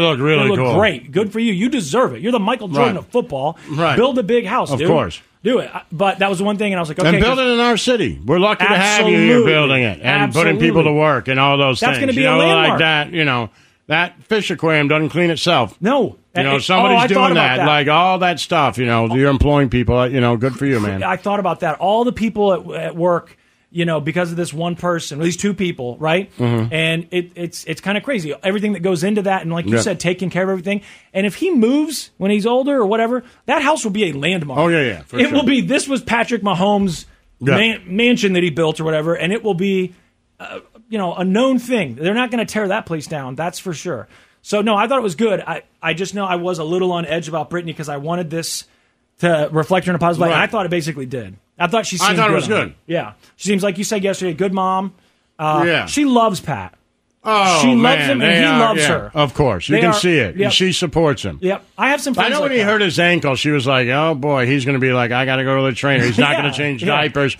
S4: looked really
S3: look
S4: cool.
S3: great. Good for you. You deserve it. You're the Michael Jordan
S4: Right.
S3: of football.
S4: Right.
S3: Build a big house.
S4: Of
S3: dude.
S4: course.
S3: Do it. I- But that was the one thing, and I was like, okay,
S4: and build
S3: 'cause
S4: it in our city. We're lucky to have you here
S3: Absolutely.
S4: building it and putting
S3: Absolutely.
S4: people to work and all those
S3: That's
S4: things.
S3: gonna be
S4: you
S3: a
S4: know, like
S3: landmark.
S4: that. You know, that fish aquarium doesn't clean itself.
S3: No,
S4: You
S3: And-
S4: know,
S3: and-
S4: somebody's
S3: oh, I thought
S4: doing
S3: about
S4: that, like all that stuff. You know, you're employing
S3: uh,
S4: people. You know, good for you, man.
S3: I thought about that. All the people at, at work, you know, because of this one person, or these two people, right?
S4: Mhm.
S3: And it, it's it's kind of crazy. Everything that goes into that, and like you
S4: Yeah.
S3: said, taking care of everything. And if he moves when he's older or whatever, that house will be a landmark.
S4: Oh, yeah, yeah, for
S3: it
S4: sure.
S3: will be. This was Patrick Mahomes'
S4: Yeah.
S3: man, mansion that he built or whatever, and it will be, uh, you know, a known thing. They're not going to tear that place down. That's for sure. So no, I thought it was good. I, I just know I was a little on edge about Brittany because I wanted this to reflect her in a positive light.
S4: Right.
S3: And I thought it basically did. I thought she.
S4: I
S3: Seemed
S4: thought it was
S3: on
S4: good.
S3: Yeah, she seems like you said yesterday. Good mom. Uh,
S4: Yeah.
S3: she loves Pat.
S4: Oh,
S3: she loves
S4: man,
S3: him
S4: they
S3: and he
S4: are-
S3: loves
S4: yeah,
S3: her.
S4: Of course, you
S3: They
S4: can
S3: are-
S4: see it.
S3: Yep.
S4: She supports him.
S3: yep. I have some. Friends
S4: I know
S3: like
S4: when he
S3: that.
S4: hurt his ankle, she was like, "Oh boy, he's going to be like, I got to go to the trainer. He's not
S3: Yeah,
S4: going to change
S3: yeah.
S4: diapers."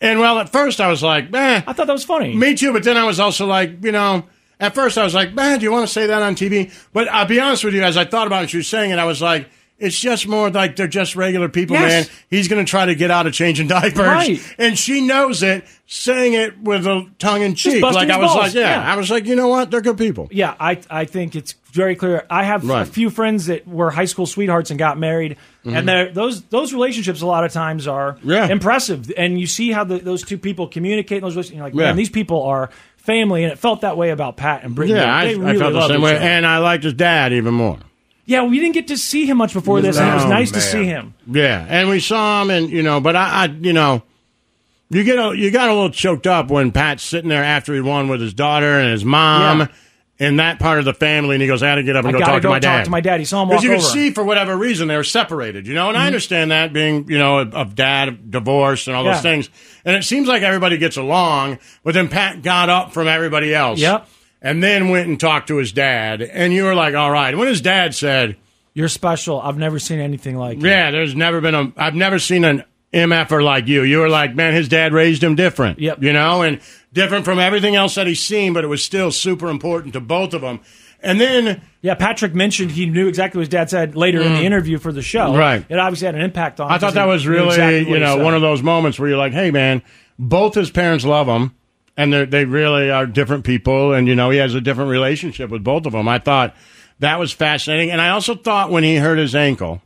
S4: And well, at first I was like, "Man,"
S3: I thought that was funny.
S4: me too. But then I was also like, you know, at first I was like, "Man, do you want to say that on TV?" But I'll be honest with you, as I thought about it, she was saying it, I was like. It's just more like they're just regular people,
S3: Yes.
S4: man. He's going to try to get out of changing diapers,
S3: Right.
S4: and she knows it, saying it with a tongue in cheek.
S3: busting
S4: Like
S3: his
S4: I was
S3: balls,
S4: like, yeah.
S3: yeah.
S4: I was like, you know what? They're good people.
S3: Yeah, I I think it's very clear. I have
S4: Right.
S3: a few friends that were high school sweethearts and got married,
S4: Mhm.
S3: and they're- those those relationships a lot of times are
S4: Yeah.
S3: impressive. And you see how the, those two people communicate. in Those relationships, you're like,
S4: Yeah.
S3: man, these people are family, and it felt that way about Pat and Brittany.
S4: Yeah, I,
S3: They
S4: I
S3: really
S4: felt the
S3: love
S4: same
S3: each
S4: way,
S3: other.
S4: and I liked his dad even more.
S3: yeah, we didn't get to see him much before this, and it was
S4: No,
S3: nice to
S4: man.
S3: see him.
S4: Yeah, and we saw him, and you know, but I, I you know, you get a, you got a little choked up when Pat's sitting there after he won with his daughter and his mom.
S3: Yeah.
S4: And that part of the family, and he goes, "I got to get up and
S3: I
S4: go
S3: gotta
S4: talk to
S3: go
S4: my
S3: talk
S4: dad."
S3: to my dad. He saw him
S4: because
S3: walk
S4: you could
S3: over. Mm-hmm.
S4: see for whatever reason they were separated, you know. And I understand that being, you know, of- of dad divorce and all
S3: Yeah.
S4: those things. And it seems like everybody gets along, but then Pat got up from everybody else.
S3: Yep.
S4: And then went and talked to his dad, and you were like, "All right." When his dad said,
S3: You're special. I've never seen anything like.
S4: yeah, there's never been a. I've never seen an mf'er like you. You were like, man, his dad raised him different. Yep. You know, and different from everything else that he's seen, but it was still super important to both of them. And then,
S3: Yeah, Patrick mentioned he knew exactly what his dad said later in
S4: Mm.
S3: the interview for the show.
S4: Right.
S3: It obviously had an impact on. him
S4: I
S3: because
S4: thought that
S3: he
S4: was
S3: knew
S4: really,
S3: exactly what
S4: you
S3: he
S4: know,
S3: said.
S4: one of those moments where you're like, hey, man, both his parents love him, and they they really are different people, and you know, he has a different relationship with both of them. I thought that was fascinating, and I also thought when he hurt his ankle.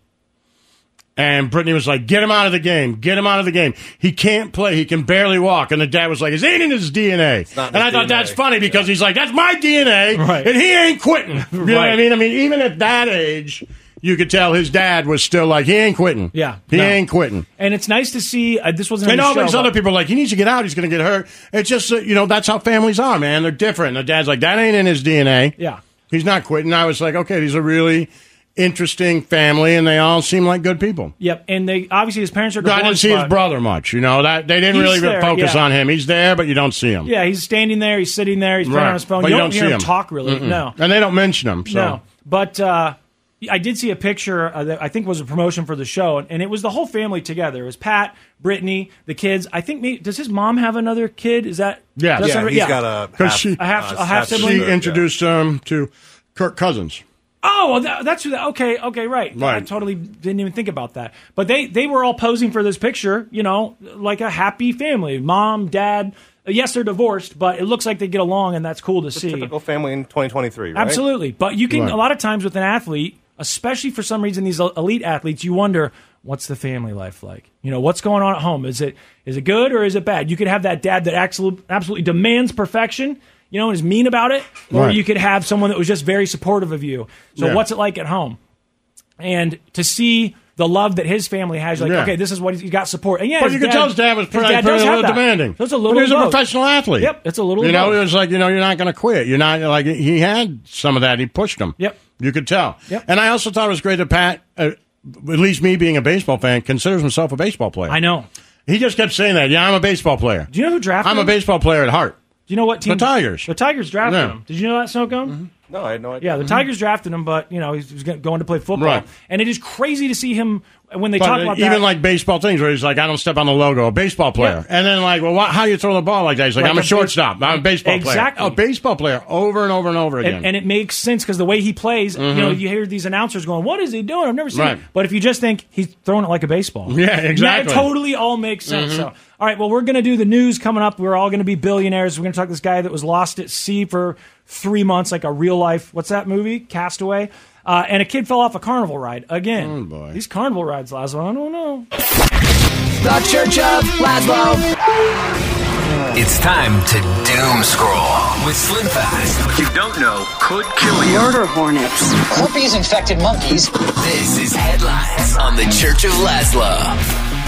S4: And Brittany was like, "Get him out of the game! Get him out of the game! He can't play. He can barely walk." And the dad was like, "He's eating his DNA." And I thought that's funny because he's like, "That's my DNA,
S3: Right.
S4: and he ain't quitting." You know what I
S3: Right.
S4: mean? I mean, even at that age, you could tell his dad was still like, "He ain't quitting."
S3: Yeah,
S4: He
S3: no.
S4: ain't quitting.
S3: And it's nice to see. Uh, this wasn't. in
S4: And
S3: the
S4: all
S3: show,
S4: these
S3: but-
S4: other people are like, he needs to get out. He's going to get hurt. It's just, that, you know, that's how families are, man. They're different. The dad's like, that ain't in his DNA.
S3: Yeah.
S4: He's not quitting. I was like, okay, these are really interesting family, and they all seem like good people.
S3: Yep, and they obviously his parents are.
S4: I
S3: gone
S4: didn't see his
S3: spot.
S4: brother much. You know that they didn't
S3: He's
S4: really
S3: there,
S4: focus
S3: yeah.
S4: on him. He's there, but you don't see him.
S3: Yeah, he's standing there. He's sitting there. He's playing
S4: Right.
S3: on his phone.
S4: But
S3: you don't hear him, talk really.
S4: Mm-mm.
S3: No,
S4: and they don't mention him. So.
S3: no. But uh, I did see a picture uh, that I think was a promotion for the show, and, and it was the whole family together. It was Pat, Brittany, the kids. I think me. Does his mom have another kid? Is that
S4: Yeah,
S3: does
S4: yeah,
S3: that-
S4: he's got a 'Cause half- she-
S3: a half,
S4: uh,
S3: a half sibling.
S4: She introduced him to Kirk Cousins.
S3: Oh, well, that, that's who. That, okay, okay, right. I
S4: Right.
S3: totally didn't even think about that. But they they were all posing for this picture, you know, like a happy family. Mom, dad. Yes, they're divorced, but it looks like they get along, and that's cool to see.
S9: Typical family in 2023, right?
S3: Absolutely. But you can,
S9: Right.
S3: a lot of times with an athlete, especially for some reason, these el- elite athletes, you wonder, what's the family life like? You know, what's going on at home? Is it, is it good or is it bad? You could have that dad that absolutely, absolutely demands perfection, you know, and is mean about it. Or
S8: Right.
S3: you could have someone that was just very supportive of you. So
S8: Yeah.
S3: what's it like at home? And to see the love that his family has, you're like,
S4: Yeah.
S3: okay, this is what he's got support. And yeah,
S4: but
S3: his
S4: you could tell his dad was pretty,
S3: dad
S4: pretty
S3: does
S4: a
S3: have that.
S4: little demanding.
S3: So it's a
S4: But
S3: little.
S4: he was a
S3: of both.
S4: professional athlete.
S3: Yep, it's a little.
S4: You
S3: of
S4: know,
S3: both.
S4: it was like you know, you're not going to quit. You're not like he had some of that. He pushed him. Yep, you could tell. Yep. and I also thought it was great that Pat, uh, at least me being a baseball fan, considers himself a baseball player. I
S3: know.
S4: He just kept saying that. Yeah, I'm a baseball player.
S3: Do you know who drafted?
S4: I'm a
S3: him?
S4: baseball player at heart.
S3: Do you know what team?
S4: The Tigers.
S3: The Tigers drafted
S4: Yeah.
S3: him. Did you know that, Snow Cone?
S9: Mm-hmm. No, I had no idea.
S3: Yeah, the
S9: Mhm.
S3: Tigers drafted him, but you know he's, he's going to play football,
S4: Right.
S3: and it is crazy to see him when they
S4: But uh,
S3: talk about
S4: even
S3: that.
S4: like baseball things where he's like, I don't step on the logo, a baseball player. And then like, well, why, how you throw the ball like that? He's like,
S3: Like
S4: I'm a,
S3: a bas-
S4: shortstop. I'm a baseball
S3: Exactly.
S4: player. A baseball player over and over and over again.
S3: and, and it makes sense because the way he plays,
S4: Mhm.
S3: you know, you hear these announcers going, "What is he doing? I've never seen."
S4: Right.
S3: It. But if you just think he's throwing it like a baseball,
S4: Yeah,
S3: That
S4: exactly.
S3: totally all makes sense.
S4: Mhm.
S3: So, all right, well, we're going to do the news coming up. We're all going to be billionaires. We're going to talk to this guy that was lost at sea for three months, like a real life. What's that movie? Castaway. Uh, and a kid fell off a carnival ride again. Oh boy! These carnival rides, Laszlo. I don't know.
S10: The Church of Laszlo.
S11: It's time to doom scroll with Slim Fast. What you don't know could kill you. Murder hornets. Herpes infected monkeys. This is Headlines on the Church of Laszlo.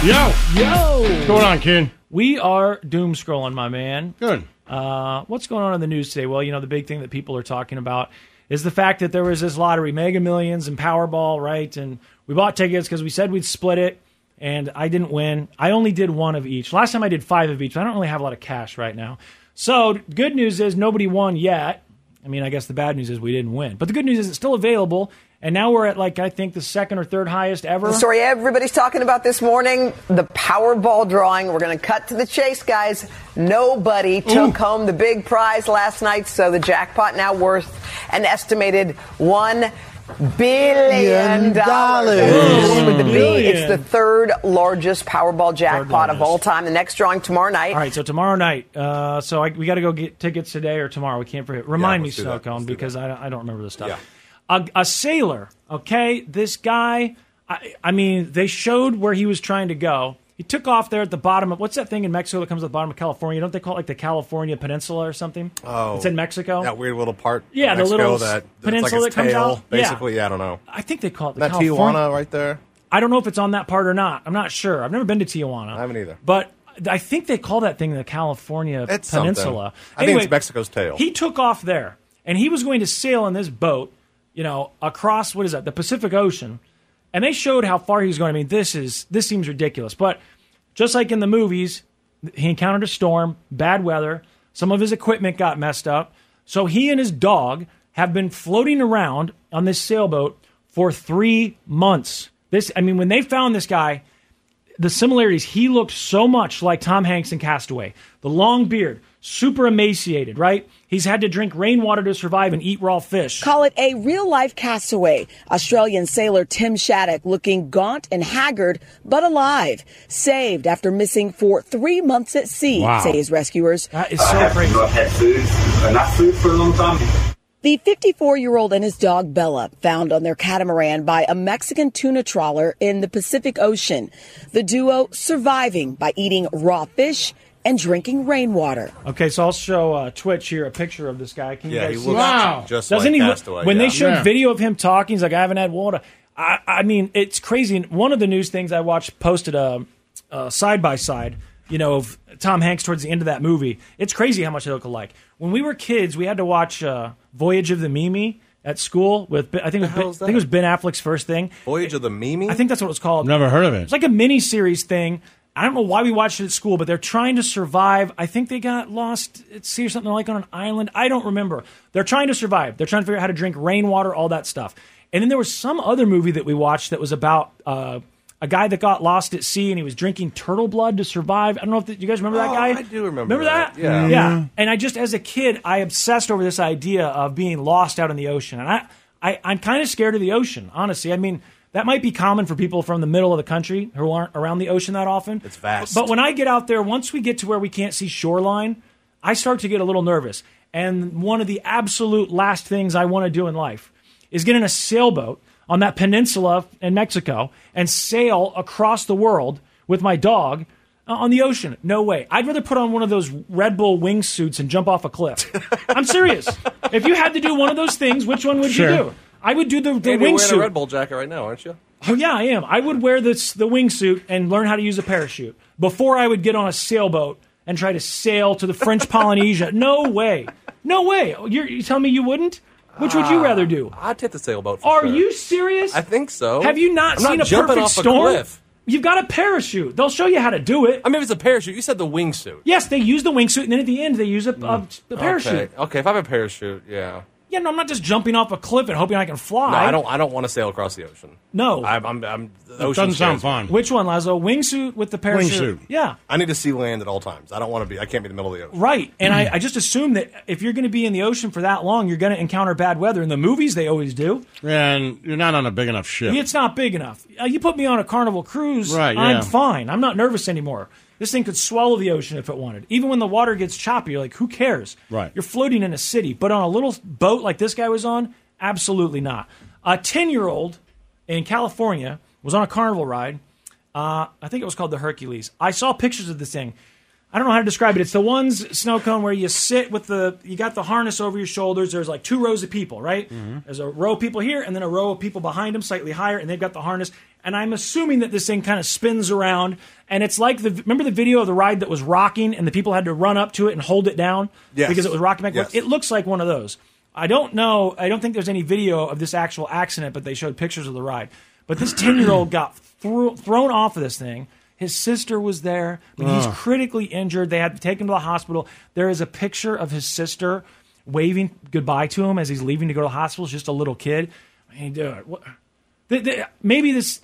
S4: Yo,
S3: yo, what's
S4: going on, kid?
S3: We are doom scrolling, my man.
S4: Good.
S3: Uh, what's going on in the news today? Well, you know, the big thing that people are talking about is the fact that there was this lottery, Mega Millions and Powerball, right? And we bought tickets because we said we'd split it, and I didn't win. I only did one of each. Last time I did five of each. But I don't really have a lot of cash right now. So, good news is nobody won yet. I mean, I guess the bad news is we didn't win, but the good news is it's still available. And now we're at like I think the second or third highest ever.
S12: The story everybody's talking about this morning the Powerball drawing. We're going to cut to the chase, guys. Nobody took home the big prize last night, so the jackpot now worth an estimated one billion dollars. With the B, it's the third largest Powerball jackpot of all time. The next drawing tomorrow night.
S3: All right, so tomorrow night. Uh, so I, we got to go get tickets today or tomorrow. We can't forget. Remind me,
S13: let's do that. Let's
S3: Snowcone,
S13: do
S3: because I, don't- I don't remember this stuff. A, a sailor, okay? This guy, I, I mean, they showed where he was trying to go. He took off there at the bottom of what's that thing in Mexico that comes at the bottom of California? Don't they call it like the California Peninsula or something?
S9: Oh,
S3: it's in Mexico.
S9: That weird little part.
S3: Yeah,
S9: of
S3: the
S9: Mexico
S3: little
S9: that, that's
S3: peninsula
S9: like its
S3: that comes
S9: tail,
S3: out. Yeah.
S9: Basically, yeah, I don't know.
S3: I think they call it the
S9: That
S3: California.
S9: Tijuana right there.
S3: I don't know if it's on that part or not. I'm not sure. I've never been to Tijuana. I haven't
S9: either.
S3: But I think they call that thing the California
S9: It's something.
S3: Peninsula.
S9: I think it's Mexico's tail.
S3: He took off there, and he was going to sail in this boat, you know, across what is that, the Pacific Ocean, and they showed how far he was going. I mean, this is this seems ridiculous, but just like in the movies, he encountered a storm, bad weather, some of his equipment got messed up, so he and his dog have been floating around on this sailboat for three months. This, I mean, when they found this guy, the similarities. He looked so much like Tom Hanks in Castaway. The long beard, super emaciated, right? He's had to drink rainwater to survive and eat raw fish.
S14: Call it a real life castaway. Australian sailor Tim Shattuck looking gaunt and haggard, but alive. Saved after missing for three months at sea,
S15: Wow.
S14: say his rescuers.
S3: That
S15: I have, I've had food, enough food for a long time.
S14: The 54 year old and his dog Bella found on their catamaran by a Mexican tuna trawler in the Pacific Ocean. The duo surviving by eating raw fish and drinking rainwater.
S3: Okay, so I'll show uh, Twitch here a picture of this guy. Can you
S9: Yeah,
S3: guys
S9: he
S3: see
S9: looks
S3: that?
S9: ju- just
S3: Doesn't
S9: like
S3: he look-
S9: Castaway,
S3: when they
S9: yeah.
S3: showed
S9: Yeah.
S3: video of him talking, he's like, "I haven't had water." I, I mean, it's crazy. And one of the news things I watched posted a side by side, you know, of Tom Hanks towards the end of that movie. It's crazy how much they look alike. When we were kids, we had to watch uh, Voyage of the Mimi. at school with Ben- I think it was Ben- I think it was Ben Affleck's first thing.
S9: Voyage of the Mimi.
S3: I think that's what it's called.
S4: Never heard of it.
S3: It's like a mini series thing. I don't know why we watched it at school, but they're trying to survive. I think they got lost at sea or something like on an island. I don't remember. They're trying to survive. They're trying to figure out how to drink rainwater, all that stuff. And then there was some other movie that we watched that was about uh, a guy that got lost at sea and he was drinking turtle blood to survive. I don't know if the, you guys remember that
S9: Oh,
S3: guy.
S9: I do remember
S3: that.
S9: that. Yeah.
S3: yeah. And I just, as a kid, I obsessed over this idea of being lost out in the ocean. And I, I I'm kind of scared of the ocean, honestly. I mean, that might be common for people from the middle of the country who aren't around the ocean that often. It's
S9: vast.
S3: But when I get out there, once we get to where we can't see shoreline, I start to get a little nervous. And one of the absolute last things I want to do in life is get in a sailboat on that peninsula in Mexico and sail across the world with my dog uh, on the ocean. No way. I'd rather put on one of those Red Bull wingsuits and jump off a cliff. I'm serious. If you had to do one of those things, which one would
S9: Sure.
S3: you do? I would do the, the
S9: Andy, you're wearing a
S3: wingsuit.
S9: Red Bull jacket right now, aren't you?
S3: Oh yeah, I am. I would wear this the wingsuit and learn how to use a parachute before I would get on a sailboat and try to sail to the French Polynesia. No way, no way. You're, you tell me you wouldn't? Which would you rather do?
S9: I'd hit the sailboat. For
S3: Are
S9: sure.
S3: you serious?
S9: I think so.
S3: Have you not
S9: I'm
S3: seen a
S9: jumping
S3: perfect
S9: off
S3: storm?
S9: A cliff.
S3: You've got a parachute. They'll show you how to do it.
S9: I mean, if it's a parachute, you said the wingsuit. Mm.
S3: Yes, they use the wingsuit, and then at the end they use a, a, a parachute.
S9: Okay. okay, if I have a parachute, yeah.
S3: Yeah, no, I'm not just jumping off a cliff and hoping I can fly.
S9: No, I don't. I don't want to sail across the ocean.
S3: No.
S9: I'm. I'm, I'm the ocean scares me.
S3: Which one, Lazo? Wingsuit with the parachute? Yeah.
S9: I need to see land at all times. I don't want to be. I can't be in the middle of the ocean.
S3: Right. And I, I just assume that if you're going to be in the ocean for that long, you're going to encounter bad weather. In the movies, they always do.
S4: And you're not on a big enough ship.
S3: It's not big enough. Uh, you put me on a carnival cruise,
S4: Right, yeah.
S3: I'm fine. I'm not nervous anymore. This thing could swallow the ocean if it wanted. Even when the water gets choppy, you're like, who cares?
S4: Right.
S3: You're floating in a city. But on a little boat like this guy was on, absolutely not. A 10 year old in California was on a carnival ride. Uh, I think it was called the Hercules. I saw pictures of this thing. I don't know how to describe it. It's the ones snow cone where you sit with the you got the harness over your shoulders. There's like two rows of people, right?
S9: Mm-hmm.
S3: There's a row of people here and then a row of people behind them, slightly higher, and they've got the harness. And I'm assuming that this thing kind of spins around, and it's like the remember the video of the ride that was rocking, and the people had to run up to it and hold it down
S9: Yes.
S3: because it was rocking back. and forth?
S9: Yes.
S3: It looks like one of those. I don't know. I don't think there's any video of this actual accident, but they showed pictures of the ride. But this ten year old got thro- thrown off of this thing. His sister was there. I mean, he's
S4: Ugh.
S3: critically injured. They had to take him to the hospital. There is a picture of his sister waving goodbye to him as he's leaving to go to the hospital. It's just a little kid. I mean, dude, what? th- th- maybe this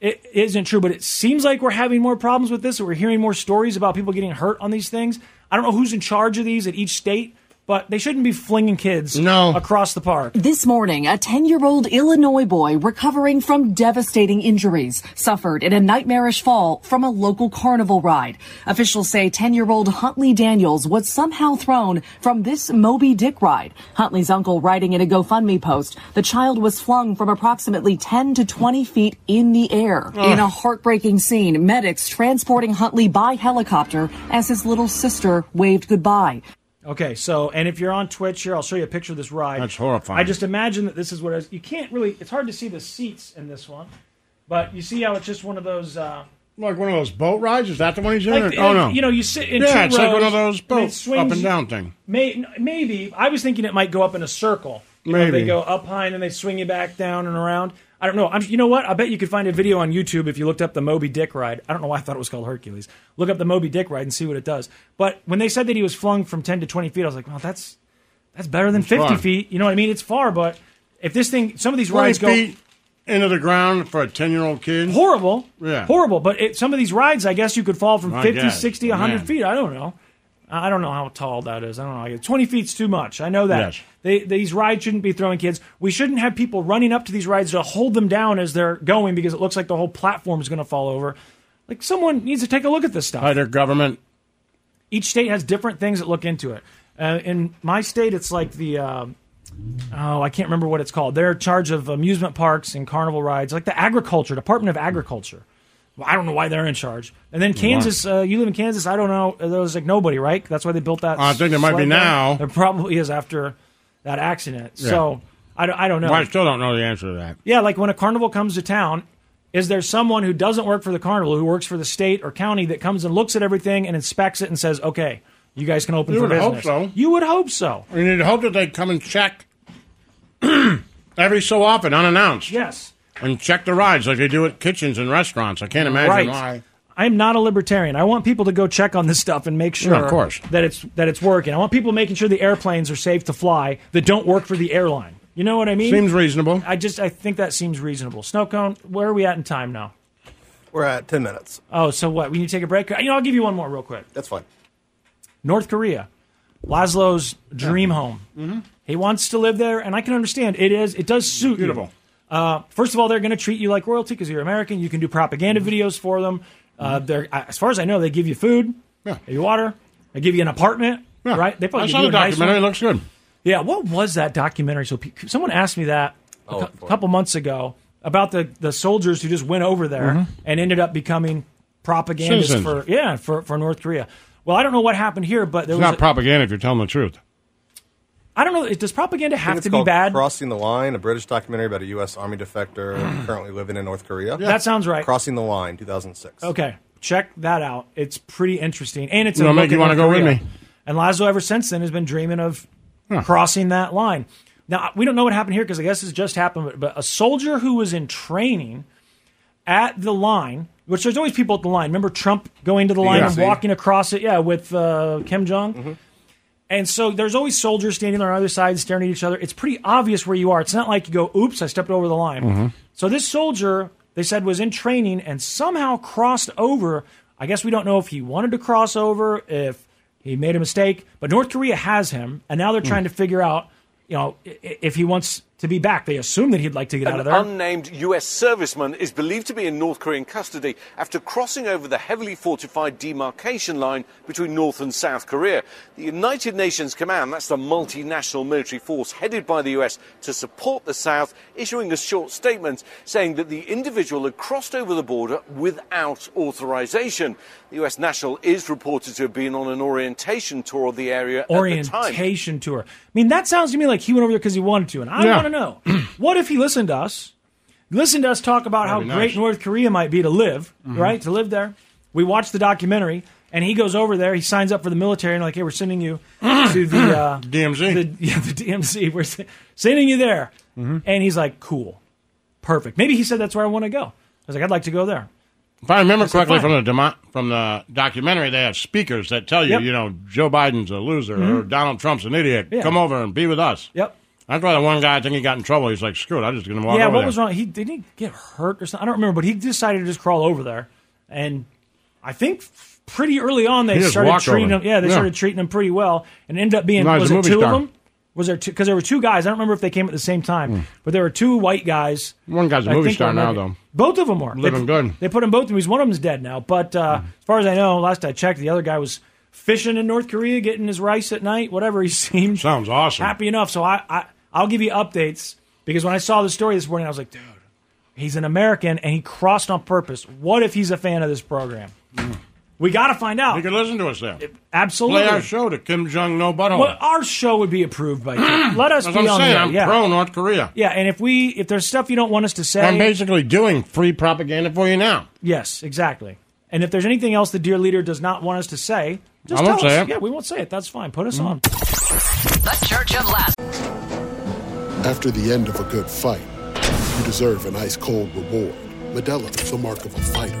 S3: it isn't true, but it seems like we're having more problems with this. Or we're hearing more stories about people getting hurt on these things. I don't know who's in charge of these at each state, but they shouldn't be flinging kids no. across the park.
S8: This morning, a 10 year old Illinois boy recovering from devastating injuries suffered in a nightmarish fall from a local carnival ride. Officials say 10 year old Huntley Daniels was somehow thrown from this Moby Dick ride. Huntley's uncle writing in a GoFundMe post, the child was flung from approximately 10 to 20 feet in the air. In a heartbreaking scene, medics transporting Huntley by helicopter as his little sister waved goodbye.
S3: Okay, so and if you're on Twitch here, I'll show you a picture of this ride.
S4: That's horrifying.
S3: I just imagine that this is what it is. you can't really. It's hard to see the seats in this one, but you see how it's just one of those. Uh,
S4: Like one of those boat rides? Is that the one he's in?
S3: Like,
S4: Or- oh, no.
S3: you know, you sit in
S4: Yeah,
S3: two
S4: it's like one
S3: rows,
S4: of those
S3: and it
S4: boats
S3: swings
S4: up and
S3: you-
S4: down thing.
S3: May, maybe I was thinking it might go up in a circle. You know,
S4: Maybe.
S3: they go up high and then they swing you back down and around. I don't know. I'm, you know what? I bet you could find a video on YouTube if you looked up the Moby Dick ride. I don't know why I thought it was called Hercules. Look up the Moby Dick ride and see what it does. But when they said that he was flung from 10 to 20 feet, I was like, well, that's that's better than
S4: It's
S3: 50
S4: far.
S3: feet. You know what I mean? It's far, but if this thing, some of these
S4: 20
S3: rides go
S4: feet into the ground for a 10 year old kid?
S3: Horrible.
S4: Yeah.
S3: horrible. But it, some of these rides, I guess you could fall from
S4: My
S3: 50,
S4: God. Oh,
S3: 60, 100
S4: Man.
S3: feet. I don't know. I I don't know how tall that is. I don't know. I guess 20 feet's too much. I know that.
S4: Yes.
S3: They, these rides shouldn't be throwing kids. We shouldn't have people running up to these rides to hold them down as they're going because it looks like the whole platform is going to fall over. Like someone needs to take a look at this stuff.
S4: By their government.
S3: Each state has different things that look into it. Uh, in my state, it's like the uh, oh, I can't remember what it's called. They're in charge of amusement parks and carnival rides, like the agriculture Department of Agriculture. Well, I don't know why they're in charge. And then Kansas, uh, you live in Kansas. I don't know. There was like nobody, right? That's why they built that.
S4: I think there might be
S3: sled down.
S4: now.
S3: There probably is after that accident.
S4: Yeah.
S3: So I don't, I don't know.
S4: Well, I still don't know the answer to that.
S3: Yeah, like when a carnival comes to town, is there someone who doesn't work for the carnival, who works for the state or county, that comes and looks at everything and inspects it and says, "Okay, you guys can open
S4: You
S3: for
S4: would hope
S3: business."
S4: so.
S3: You would hope so.
S4: And you'd hope that they'd come and check every so often, unannounced.
S3: Yes.
S4: And check the rides like they do at kitchens and restaurants. I can't imagine
S3: right.
S4: why.
S3: I'm not a libertarian. I want people to go check on this stuff and make sure
S4: No, of course.
S3: that it's that it's working. I want people making sure the airplanes are safe to fly that don't work for the airline. You know what I mean?
S4: Seems reasonable.
S3: I just I think that seems reasonable. Snowcone, where are we at in time now?
S9: We're at 10 minutes.
S3: Oh, so what? We need to take a break. You know, I'll give you one more real quick.
S9: That's fine.
S3: North Korea, Laszlo's dream home.
S4: Mm-hmm.
S3: He wants to live there, and I can understand. It is. It does suit
S4: Beautiful.
S3: you. Uh, first of all, they're going to treat you like royalty because you're American. You can do propaganda
S4: Mm-hmm.
S3: videos for them. Uh, they're, as far as I know, they give you food, they give you water, they give you an apartment, right? They
S4: I
S3: probably
S4: saw
S3: give you
S4: the
S3: a nice
S4: documentary.
S3: one.
S4: It looks good.
S3: Yeah, what was that documentary? So pe- someone asked me that a
S4: I'll
S3: cou-
S4: look for it.
S3: couple months ago about the, the soldiers who just went over there
S4: Mhm.
S3: and ended up becoming propagandists
S4: Citizens.
S3: for yeah for, for North Korea. Well, I don't know what happened here, but there
S4: It's
S3: was
S4: not
S3: a-
S4: propaganda if you're telling the truth.
S3: I don't know. Does propaganda
S9: I think
S3: have
S9: it's
S3: to be
S9: called
S3: bad?
S9: Crossing the Line, a British documentary about a U.S. Army defector currently living in North Korea.
S3: Mm. That sounds right.
S9: Crossing the Line, 2006.
S3: Okay, check that out. It's pretty interesting, and it's.
S9: You
S3: a
S9: wanna
S3: look
S9: make- you
S3: at
S9: wanna
S3: North
S9: go with
S3: Korea.
S9: me?
S3: And Lazo, ever since then, has been dreaming of crossing that line. Now we don't know what happened here because I guess this just happened. But, but a soldier who was in training at the line, which there's always people at the line. Remember Trump going to the line and
S4: UFC?
S3: walking across it? Yeah, with uh, Kim Jong. And so there's always soldiers standing on either side, staring at each other. It's pretty obvious where you are. It's not like you go, "Oops, I stepped over the line."
S11: Mm-hmm.
S3: So this soldier, they said, was in training and somehow crossed over. I guess we don't know if he wanted to cross over, if he made a mistake, but North Korea has him, and now they're trying to figure out, you know, i- i- if he wants to be back. They assume that he'd like to get out
S13: An
S3: of there.
S13: unnamed US serviceman is believed to be in North Korean custody after crossing over the heavily fortified demarcation line between North and South Korea. The United Nations Command, that's the multinational military force headed by the US to support the South, issuing a short statement saying that the individual had crossed over the border without authorization. The US national is reported to have been on an orientation tour of the area at the time.
S3: Orientation tour. I mean, that sounds to me like he went over there because he wanted to, and I
S13: Yeah.
S3: want to know what if he listened to us, listened to us talk about
S4: That'd be
S3: how
S4: nice.
S3: great North Korea might be to live,
S4: Mhm.
S3: right? To live there. We watched the documentary, and he goes over there. He signs up for the military, and like, hey, we're sending you to the uh, DMZ. The, yeah, the DMZ. We're se- sending you there,
S4: Mm-hmm.
S3: and he's like, cool, perfect. Maybe he said that's where I want to go. I was like, I'd like to go there.
S4: If I remember
S3: That's the
S4: correctly
S3: plan.
S4: from the demo- from the documentary, they have speakers that tell you,
S3: Yep.
S4: you know, Joe Biden's a loser or
S3: Mhm.
S4: Donald Trump's an idiot.
S3: Yeah.
S4: Come over and be with us.
S3: Yep.
S4: That's why the one guy I think he got in trouble. He's like, screw it, I'm just going to walk
S3: yeah,
S4: over
S3: what
S4: there.
S3: was wrong? He didn't he get hurt or something. I don't remember, but he decided to just crawl over there, and I think f- pretty early on
S4: He
S3: they
S4: just
S3: started
S4: walked
S3: treating
S4: over.
S3: him. Yeah, they
S4: Yeah.
S3: started treating him pretty well, and ended up being
S4: No, he's
S3: was
S4: a
S3: it
S4: movie
S3: two
S4: star.
S3: of them? Was there two? Because there were two guys. I don't remember if they came at the same time, but there were two white guys.
S4: Hmm. One guy's a
S3: I
S4: movie
S3: think
S4: star
S3: were
S4: now,
S3: American.
S4: though.
S3: Both of them were they,
S4: Living good.
S3: They put them both in movies. One of them's dead now, but uh,
S4: Mm-hmm.
S3: as far as I know, last I checked, the other guy was fishing in North Korea, getting his rice at night, whatever he seemed.
S4: Sounds awesome.
S3: Happy enough. So I, I I'll give you updates because when I saw the story this morning, I was like, dude, he's an American and he crossed on purpose. What if he's a fan of this program? We got to find out.
S4: You can listen to us there.
S3: Absolutely.
S4: Play our show to Kim Jong No Butthole.
S3: Well, our show would be approved by. Kim. Let us
S4: That's
S3: be
S4: what I'm
S3: on
S4: saying.
S3: there,
S4: I'm
S3: yeah.
S4: pro North Korea.
S3: Yeah, and if we if there's stuff you don't want us to say,
S4: I'm basically doing free propaganda for you now.
S3: Yes, exactly. And if there's anything else the dear leader does not want us to say, just
S4: I won't
S3: tell
S4: say
S3: us.
S4: it.
S3: Yeah, we won't say it. That's fine. Put us on.
S11: The Church of Laszlo.
S16: After the end of a good fight, you deserve an ice cold reward. Medella is the mark of a fighter.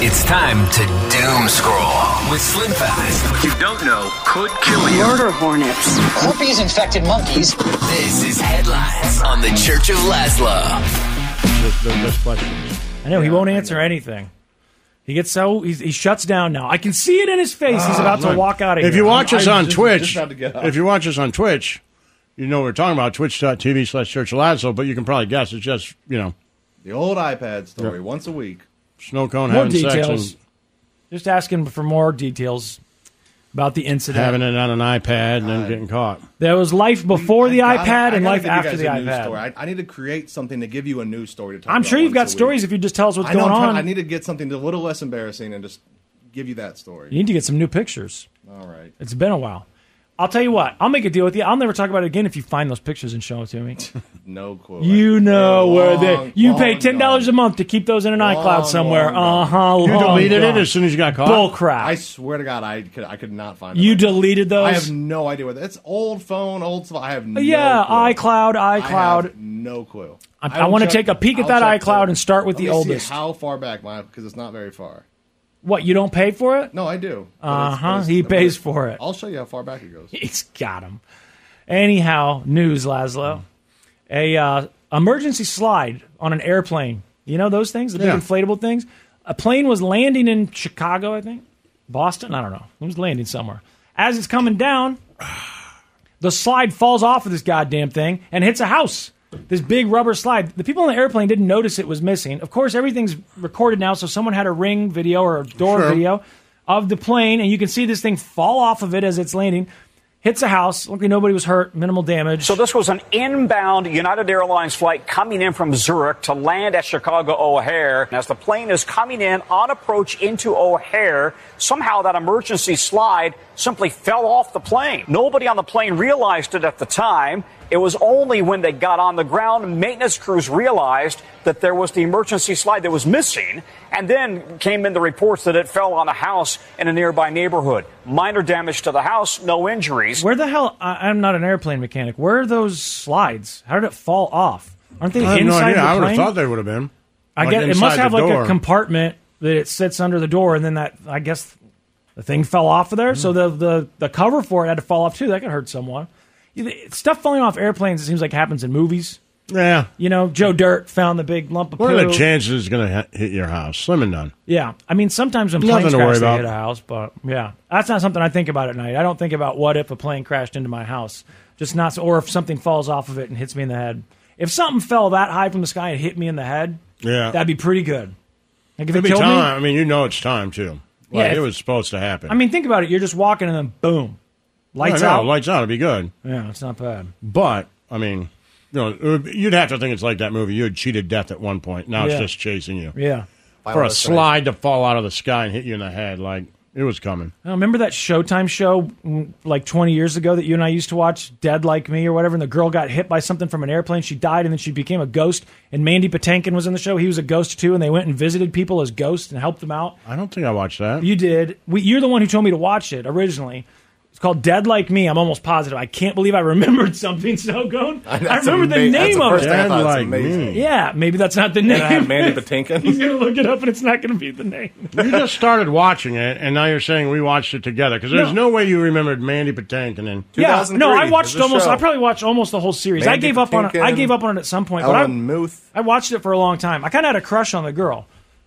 S11: It's time to doom scroll with Slim Fast. What you don't know could kill you. Murder hornets, herpes infected monkeys. This is headlines on the Church of Laszlo.
S4: Just, they're just questions.
S3: I know he won't answer anything. He gets so he's, he shuts down now. I can see it in his face. he's
S4: Ah,
S3: about
S4: look.
S3: to walk out of here.
S4: If you watch
S3: I'm-
S4: us
S3: I'm
S4: on
S3: just-
S4: Twitch,
S3: just about to get up.
S4: if you watch us on Twitch, you know what we're talking about. Twitch.tv slash Church of Laszlo, but you can probably guess it's just, you know,
S2: The old iPad story, once a week.
S4: snow cone
S3: more
S4: having
S3: details.
S4: sex
S3: Just asking for more details about the
S4: and
S3: incident.
S4: having it on an iPad and then getting caught.
S3: There was life before the
S2: I
S3: iPad
S2: gotta- I
S3: and
S2: gotta
S3: life
S2: give you
S3: after
S2: guys
S3: the
S2: a news Story.
S3: iPad.
S2: I, I need to create something to give you a news story to talk
S3: I'm
S2: about
S3: sure you've
S2: once a
S3: got
S2: week.
S3: stories if you just tell us what's
S2: I know,
S3: going
S2: I'm trying-
S3: on.
S2: I need to get something a little less embarrassing and just give you that story.
S3: You need to get some new pictures.
S2: All right.
S3: It's been a while. I'll tell you what. I'll make a deal with you. I'll never talk about it again if you find those pictures and show it to me.
S2: No quote.
S3: you know where they.
S2: long,
S3: You
S2: long
S3: pay ten dollars a month to keep those in an iCloud somewhere. Uh huh.
S4: soon as you got
S3: caught? Bull crap.
S2: I swear to God, I could I could not find it.
S3: You deleted those?
S2: I have no idea what that. It's old phone, old stuff. I have no.
S3: Yeah, iCloud,
S2: I have
S3: iCloud.
S2: no clue.
S3: I- I
S2: will
S3: wanna
S2: check-
S3: take a peek at
S2: I'll
S3: that
S2: check
S3: iCloud
S2: later.
S3: and start with
S2: Let
S3: the
S2: me see
S3: oldest.
S2: how far back my because it's not very far.
S3: What? You don't pay for it?
S2: No, I do. But it's-
S3: Uh
S2: but
S3: huh.
S2: it's-
S3: He
S2: but it's-
S3: pays for it.
S2: I'll show you how far back it goes.
S3: He's got him. Anyhow, news, Laszlo. A uh, emergency slide on an airplane. You know those things, the big
S4: Yeah.
S3: inflatable things. A plane was landing in Chicago, I think, Boston. I don't know. It was landing somewhere. As it's coming down, the slide falls off of this goddamn thing and hits a house. This big rubber slide. The people on the airplane didn't notice it was missing. Of course, everything's recorded now, so someone had a ring video or a door
S4: Sure.
S3: video of the plane, and you can see this thing fall off of it as it's landing. Hits a house. Luckily, nobody was hurt. Minimal damage.
S5: So this was an inbound United Airlines flight coming in from Zurich to land at Chicago O'Hare. As the plane is coming in on approach into O'Hare, somehow that emergency slide simply fell off the plane. Nobody on the plane realized it at the time. It was only when they got on the ground, maintenance crews realized that there was the emergency slide that was missing, and then came in the reports that it fell on a house in a nearby neighborhood. Minor damage to the house, no injuries.
S3: Where the hell? I, I'm not an airplane mechanic. Where are those slides? How did it fall off? Aren't they
S4: I have no
S3: inside
S4: idea.
S3: the
S4: I would have
S3: plane?
S4: thought they would have been.
S3: I
S4: Like,
S3: guess it
S4: inside
S3: must
S4: the
S3: have like
S4: door.
S3: a compartment that it sits under the door, and then that I guess the thing fell off of there. So the, the the cover for it had to fall off too. That could hurt someone. You- the- Stuff falling off airplanes. It seems like happens in movies.
S4: Yeah.
S3: You know, Joe Dirt found the big lump of
S4: What are
S3: poo.
S4: the chances it's going to ha- hit your house? Slim and none.
S3: Yeah, I mean sometimes when
S4: Nothing
S3: planes
S4: to
S3: crash,
S4: worry
S3: they
S4: about.
S3: hit a house, but yeah, that's not something I think about at night. I don't think about what if a plane crashed into my house, just not, so, or if something falls off of it and hits me in the head. If something fell that high from the sky and hit me in the head,
S4: Yeah.
S3: that'd be pretty good. Like if
S4: Could
S3: it
S4: be
S3: killed me,
S4: time. I mean, you know it's time, too.
S3: Yeah,
S4: Like,
S3: if-
S4: it was supposed to happen.
S3: I mean, think about it. You're just walking and then boom, lights
S4: I know,
S3: out.
S4: Lights out. It'd be good.
S3: yeah, it's not bad.
S4: But I mean, you know, it would be- you'd have to think it's like that movie. You had cheated death at one point. Now
S3: Yeah.
S4: it's just chasing you.
S3: Yeah.
S4: For a slide to fall out of the sky and hit you in the head, like it was coming.
S3: I Oh, remember that Showtime show mm, like 20 years ago that you and I used to watch, Dead Like Me or whatever, and the girl got hit by something from an airplane. She died, and then she became a ghost. And Mandy Patinkin was in the show. He was a ghost too, and they went and visited people as ghosts and helped them out.
S4: I don't think I watched that.
S3: You did. We, you're the one who told me to watch it originally. It's called Dead Like Me. I'm almost positive. I can't believe I remembered something so good. I,
S4: That's
S3: remember the
S4: ama- that's
S3: name
S4: the
S3: of
S4: first
S3: it.
S4: thing I thought. It's Dead Like amazing. Me.
S3: Yeah, maybe that's not the
S4: And
S3: name.
S4: it had Mandy
S3: Patinkin. He's gonna look it up, and it's not gonna be the name.
S4: you just started watching it, and now you're saying we watched it together because there's no. way you remembered Mandy Patinkin. And
S3: Yeah, no, I watched almost. I probably watched almost the whole series. I
S4: Mandy
S3: gave up on it. I
S4: Patinkin,
S3: gave up on it at some point.
S4: Ellen
S3: but I, I watched it for a long time. I kind of had a crush on the girl,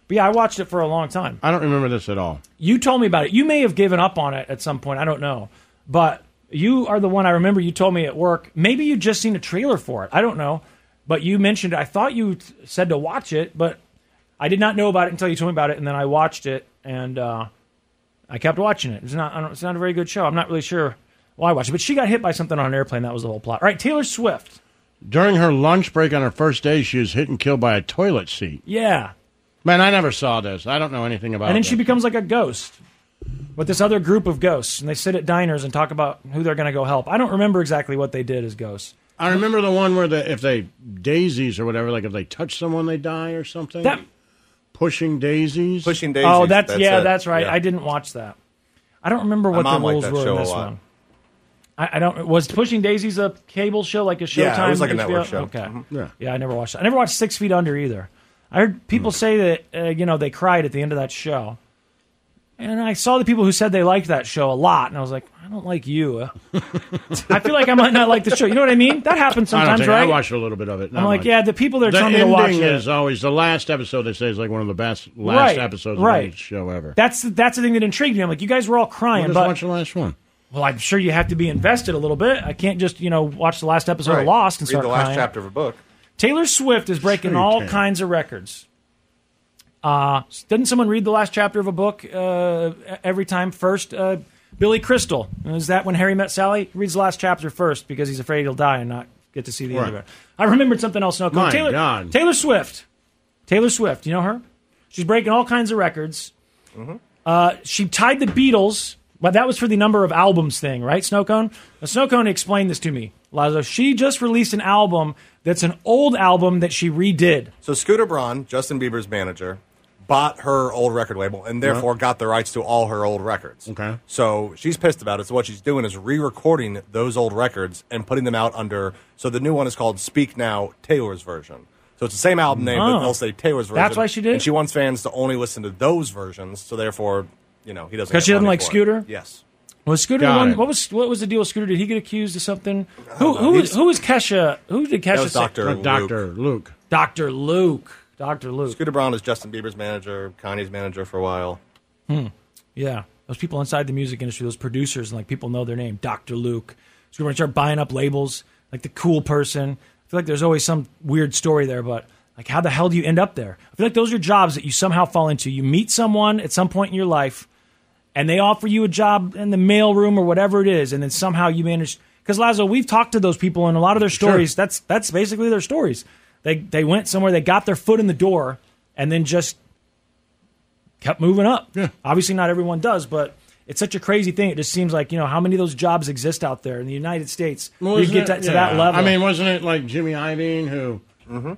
S3: but yeah, I watched it for a long time.
S4: I don't remember this at all.
S3: You told me about it. You may have given up on it at some point. I don't know, but you are the one I remember. You told me at work. Maybe you just seen a trailer for it. I don't know, but you mentioned. it. I thought you t- said to watch it, but I did not know about it until you told me about it, and then I watched it and. uh I kept watching it. It's not. I don't, it's not a very good show. I'm not really sure why I watched it. But she got hit by something on an airplane. That was the whole plot. All right, Taylor Swift.
S4: During her lunch break on her first day, she was hit and killed by a toilet seat.
S3: Yeah,
S4: Man, I never saw this. I don't know anything about
S3: and then
S4: it.
S3: she becomes like a ghost with this other group of ghosts, and they sit at diners and talk about who they're going to go help. I don't remember exactly what they did as ghosts.
S4: I remember the one where the, if they daisies or whatever, like if they touch someone, they die or something.
S3: That-
S4: pushing daisies. Pushing
S3: oh, that's, yeah, that's right. I didn't watch that. I don't remember
S4: My
S3: what the
S4: mom liked
S3: rules
S4: that
S3: were in
S4: show a
S3: this
S4: lot.
S3: one. I, I don't. Was Pushing Daisies a cable show like a Showtime?
S4: Yeah, it was like a
S3: HBO?
S4: network show.
S3: Okay.
S4: Mhm. Yeah.
S3: I never watched. That. I never watched Six
S4: Mm.
S3: Feet Under either. I heard people say that uh, you know they cried at the end of that show. And I saw the people who said they liked that show a lot, and I was like, I don't like you. I feel like I might not like the show. You know what I mean? That happens
S4: I don't
S3: sometimes,
S4: think- I
S3: right?
S4: watched a little bit of it.
S3: I'm like, yeah, the people that are
S4: the
S3: telling me
S4: ending
S3: to watch it.
S4: is always the last episode. They say is like one of the best last
S3: Right,
S4: episodes
S3: right.
S4: of any show ever.
S3: That's that's the thing that intrigued me. I'm like, you guys were all crying,
S4: Well, just
S3: but
S4: watch the last one.
S3: Well, I'm sure you have to be invested a little bit. I can't just you know watch the last episode
S9: Right.
S3: of Lost and
S9: Read
S3: start
S9: the last
S3: crying.
S9: chapter of a book.
S3: Taylor Swift is breaking
S9: Sure you
S3: all
S9: can.
S3: kinds of records. Uh, didn't someone read the last chapter of a book uh, every time first? Uh, Billy Crystal is that when Harry met Sally? He reads the last chapter first because he's afraid he'll die and not get to see the end of
S4: Right.
S3: it. I remembered something else. No,
S4: My
S3: Taylor,
S4: God.
S3: Taylor Swift. Taylor Swift. You know her? She's breaking all kinds of records. Uh, she tied the Beatles, but that was for the number of albums thing, right, Snowcone? Now, Snowcone explained this to me, Lazo. She just released an album that's an old album that she redid.
S9: So Scooter Braun, Justin Bieber's manager, bought her old record label and
S3: Yeah.
S9: therefore got the rights to all her old records. Okay. So she's pissed about it. So what she's doing is re-recording those old records and putting them out under. So the new one is called Speak Now Taylor's version. So it's the same album name,
S3: Oh.
S9: but they'll say Taylor's version.
S3: That's why she did
S9: And she wants fans to only listen to those versions. So therefore, you know, he doesn't.
S3: Because
S9: get
S3: she doesn't
S9: money
S3: like
S9: for it.
S3: Scooter?
S9: Yes.
S3: Was Scooter
S9: Got
S3: the one?
S9: it.
S3: What was what was the deal with Scooter? Did he get accused of something? Who who was, who was Kesha? Who did Kesha?
S9: That was
S3: say-
S9: Doctor Doctor
S4: Luke.
S3: Doctor Luke. Doctor Luke.
S9: Scooter Braun is Justin Bieber's manager, Kanye's manager for a while.
S3: Hmm. Yeah, those people inside the music industry, those producers, and like people know their name, Doctor Luke. So we're gonna start buying up labels, like the cool person. I feel like there's always some weird story there, but like, how the hell do you end up there? I feel like those are jobs that you somehow fall into. You meet someone at some point in your life, and they offer you a job in the mailroom or whatever it is, and then somehow you manage. Because Lazo, we've talked to those people, and a lot of their stories. That's that's basically their stories. They they went somewhere, they got their foot in the door, and then just kept moving up. Yeah. Obviously, not everyone does, but it's such a crazy thing. It just seems like you know how many of those jobs exist out there in the United States.
S4: Well,
S3: you
S4: isn't
S3: get
S4: it-
S3: that, to that
S4: yeah.
S3: level.
S4: I mean, wasn't it like Jimmy Iovine who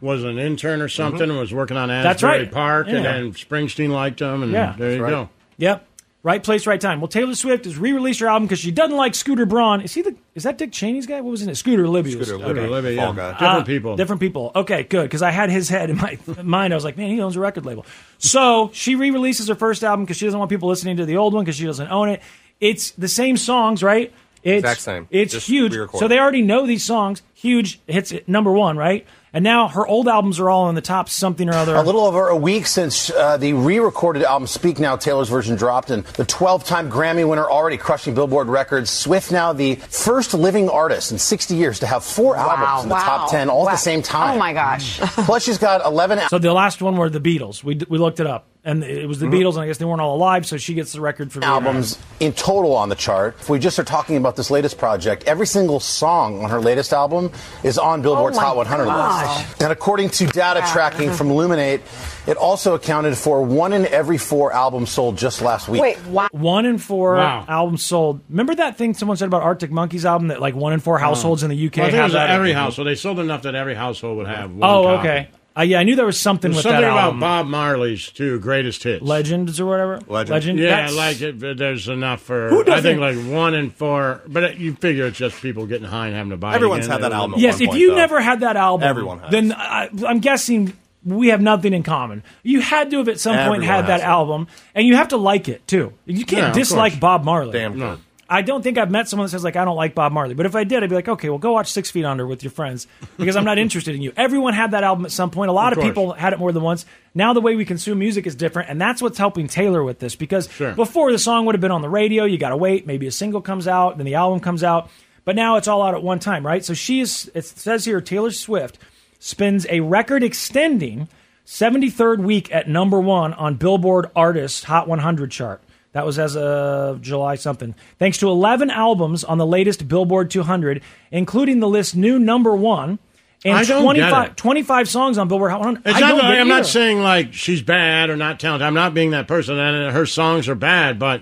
S4: was an intern or something and was working on Asbury
S3: Mm-hmm. That's right.
S4: Park, and
S3: Yeah.
S4: then Springsteen liked him, and
S3: yeah,
S4: there you go.
S3: Yep, right place, right time. Well, Taylor Swift has re-released her album because she doesn't like Scooter Braun. Is he the? Is that Dick Cheney's guy? What was in it? Scooter Libby. was-
S4: Scooter Libby,
S3: okay.
S4: Libby, yeah.
S3: Uh,
S4: Different people.
S3: Different people. Okay, good. Because I had his head in my mind. I was like, man, he owns a record label. So she re-releases her first album because she doesn't want people listening to the old one because she doesn't own it. It's the same songs, right? It's,
S9: Exact same.
S3: It's
S9: Just
S3: huge.
S9: re-recorded.
S3: So they already know these songs. Huge hits at number one, right? And now her old albums are all in the top something or other.
S17: A little over a week since uh, the re-recorded album "Speak Now" Taylor's version dropped, and the 12-time Grammy winner already crushing Billboard records. Swift now the first living artist in 60 years to have four albums in the
S12: Wow.
S17: top 10 all at
S12: Wow.
S17: the same time.
S12: Oh, my
S17: gosh! Plus, she's got 11.
S3: So the last one were the Beatles. We, d- we looked it up, and it was the
S17: Mhm.
S3: Beatles, and I guess they weren't all alive, so she gets the record for
S17: albums in total on the chart. If we just are talking about this latest project, every single song on her latest album is on Billboard's Oh my Hot 100 gosh. list. And according to data tracking from Luminate, it also accounted for one in every four albums sold just last week.
S3: wow. One in four
S17: Wow.
S3: albums sold. Remember that thing someone said about Arctic Monkeys album that like one in four households in the UK
S4: Oh. Well, I think it
S3: have
S4: was
S3: that?
S4: every household. They sold enough that every household would have. one
S3: Oh,
S4: copy.
S3: okay. Uh, yeah, I knew there was something
S4: There's
S3: with
S4: something
S3: that
S4: about
S3: album.
S4: Bob Marley's two greatest hits,
S3: Legends or whatever. Legend. Legend?
S4: Yeah,
S3: That's-
S4: like it, but there's enough for
S3: Who
S4: I
S3: doesn't-
S4: think like one in four. But it, you figure it's just people getting high and having to buy.
S9: Everyone's
S4: it
S9: had
S4: again.
S9: that album
S3: Yes, if you never had that album,
S4: Everyone has.
S3: then I, I'm guessing we have nothing in common. You had to have at some point
S4: Everyone
S3: had that
S4: has it.
S3: album, and you have to like it too. You
S4: Yeah,
S3: can't
S4: of
S3: dislike
S4: course.
S3: Bob Marley.
S4: Damn No. good.
S3: I don't think I've met someone that says like I don't like Bob Marley, but if I did, I'd be like, okay, well, go watch Six Feet Under with your friends because I'm not interested in you. Everyone had that album at some point. A lot
S4: Of
S3: of,
S4: course.
S3: people had it more than once. Now the way we consume music is different, and that's what's helping Taylor with this because before the song would have been on the radio, you got to wait. Maybe a single comes out, then the album comes out, but now it's all out at one time, right? So she is. It says here Taylor Swift spends a record extending 73rd week at number one on Billboard Artist Hot 100 chart. That was as of July something. Thanks to 11 albums on the latest Billboard 200, including the list's new number one and
S4: I don't get
S3: 25,
S4: it.
S3: 25 songs on Billboard Hot 100.
S4: It's
S3: I
S4: not,
S3: don't get
S4: I'm not
S3: either.
S4: saying like she's bad or not talented. I'm not being that person, and her songs are bad, but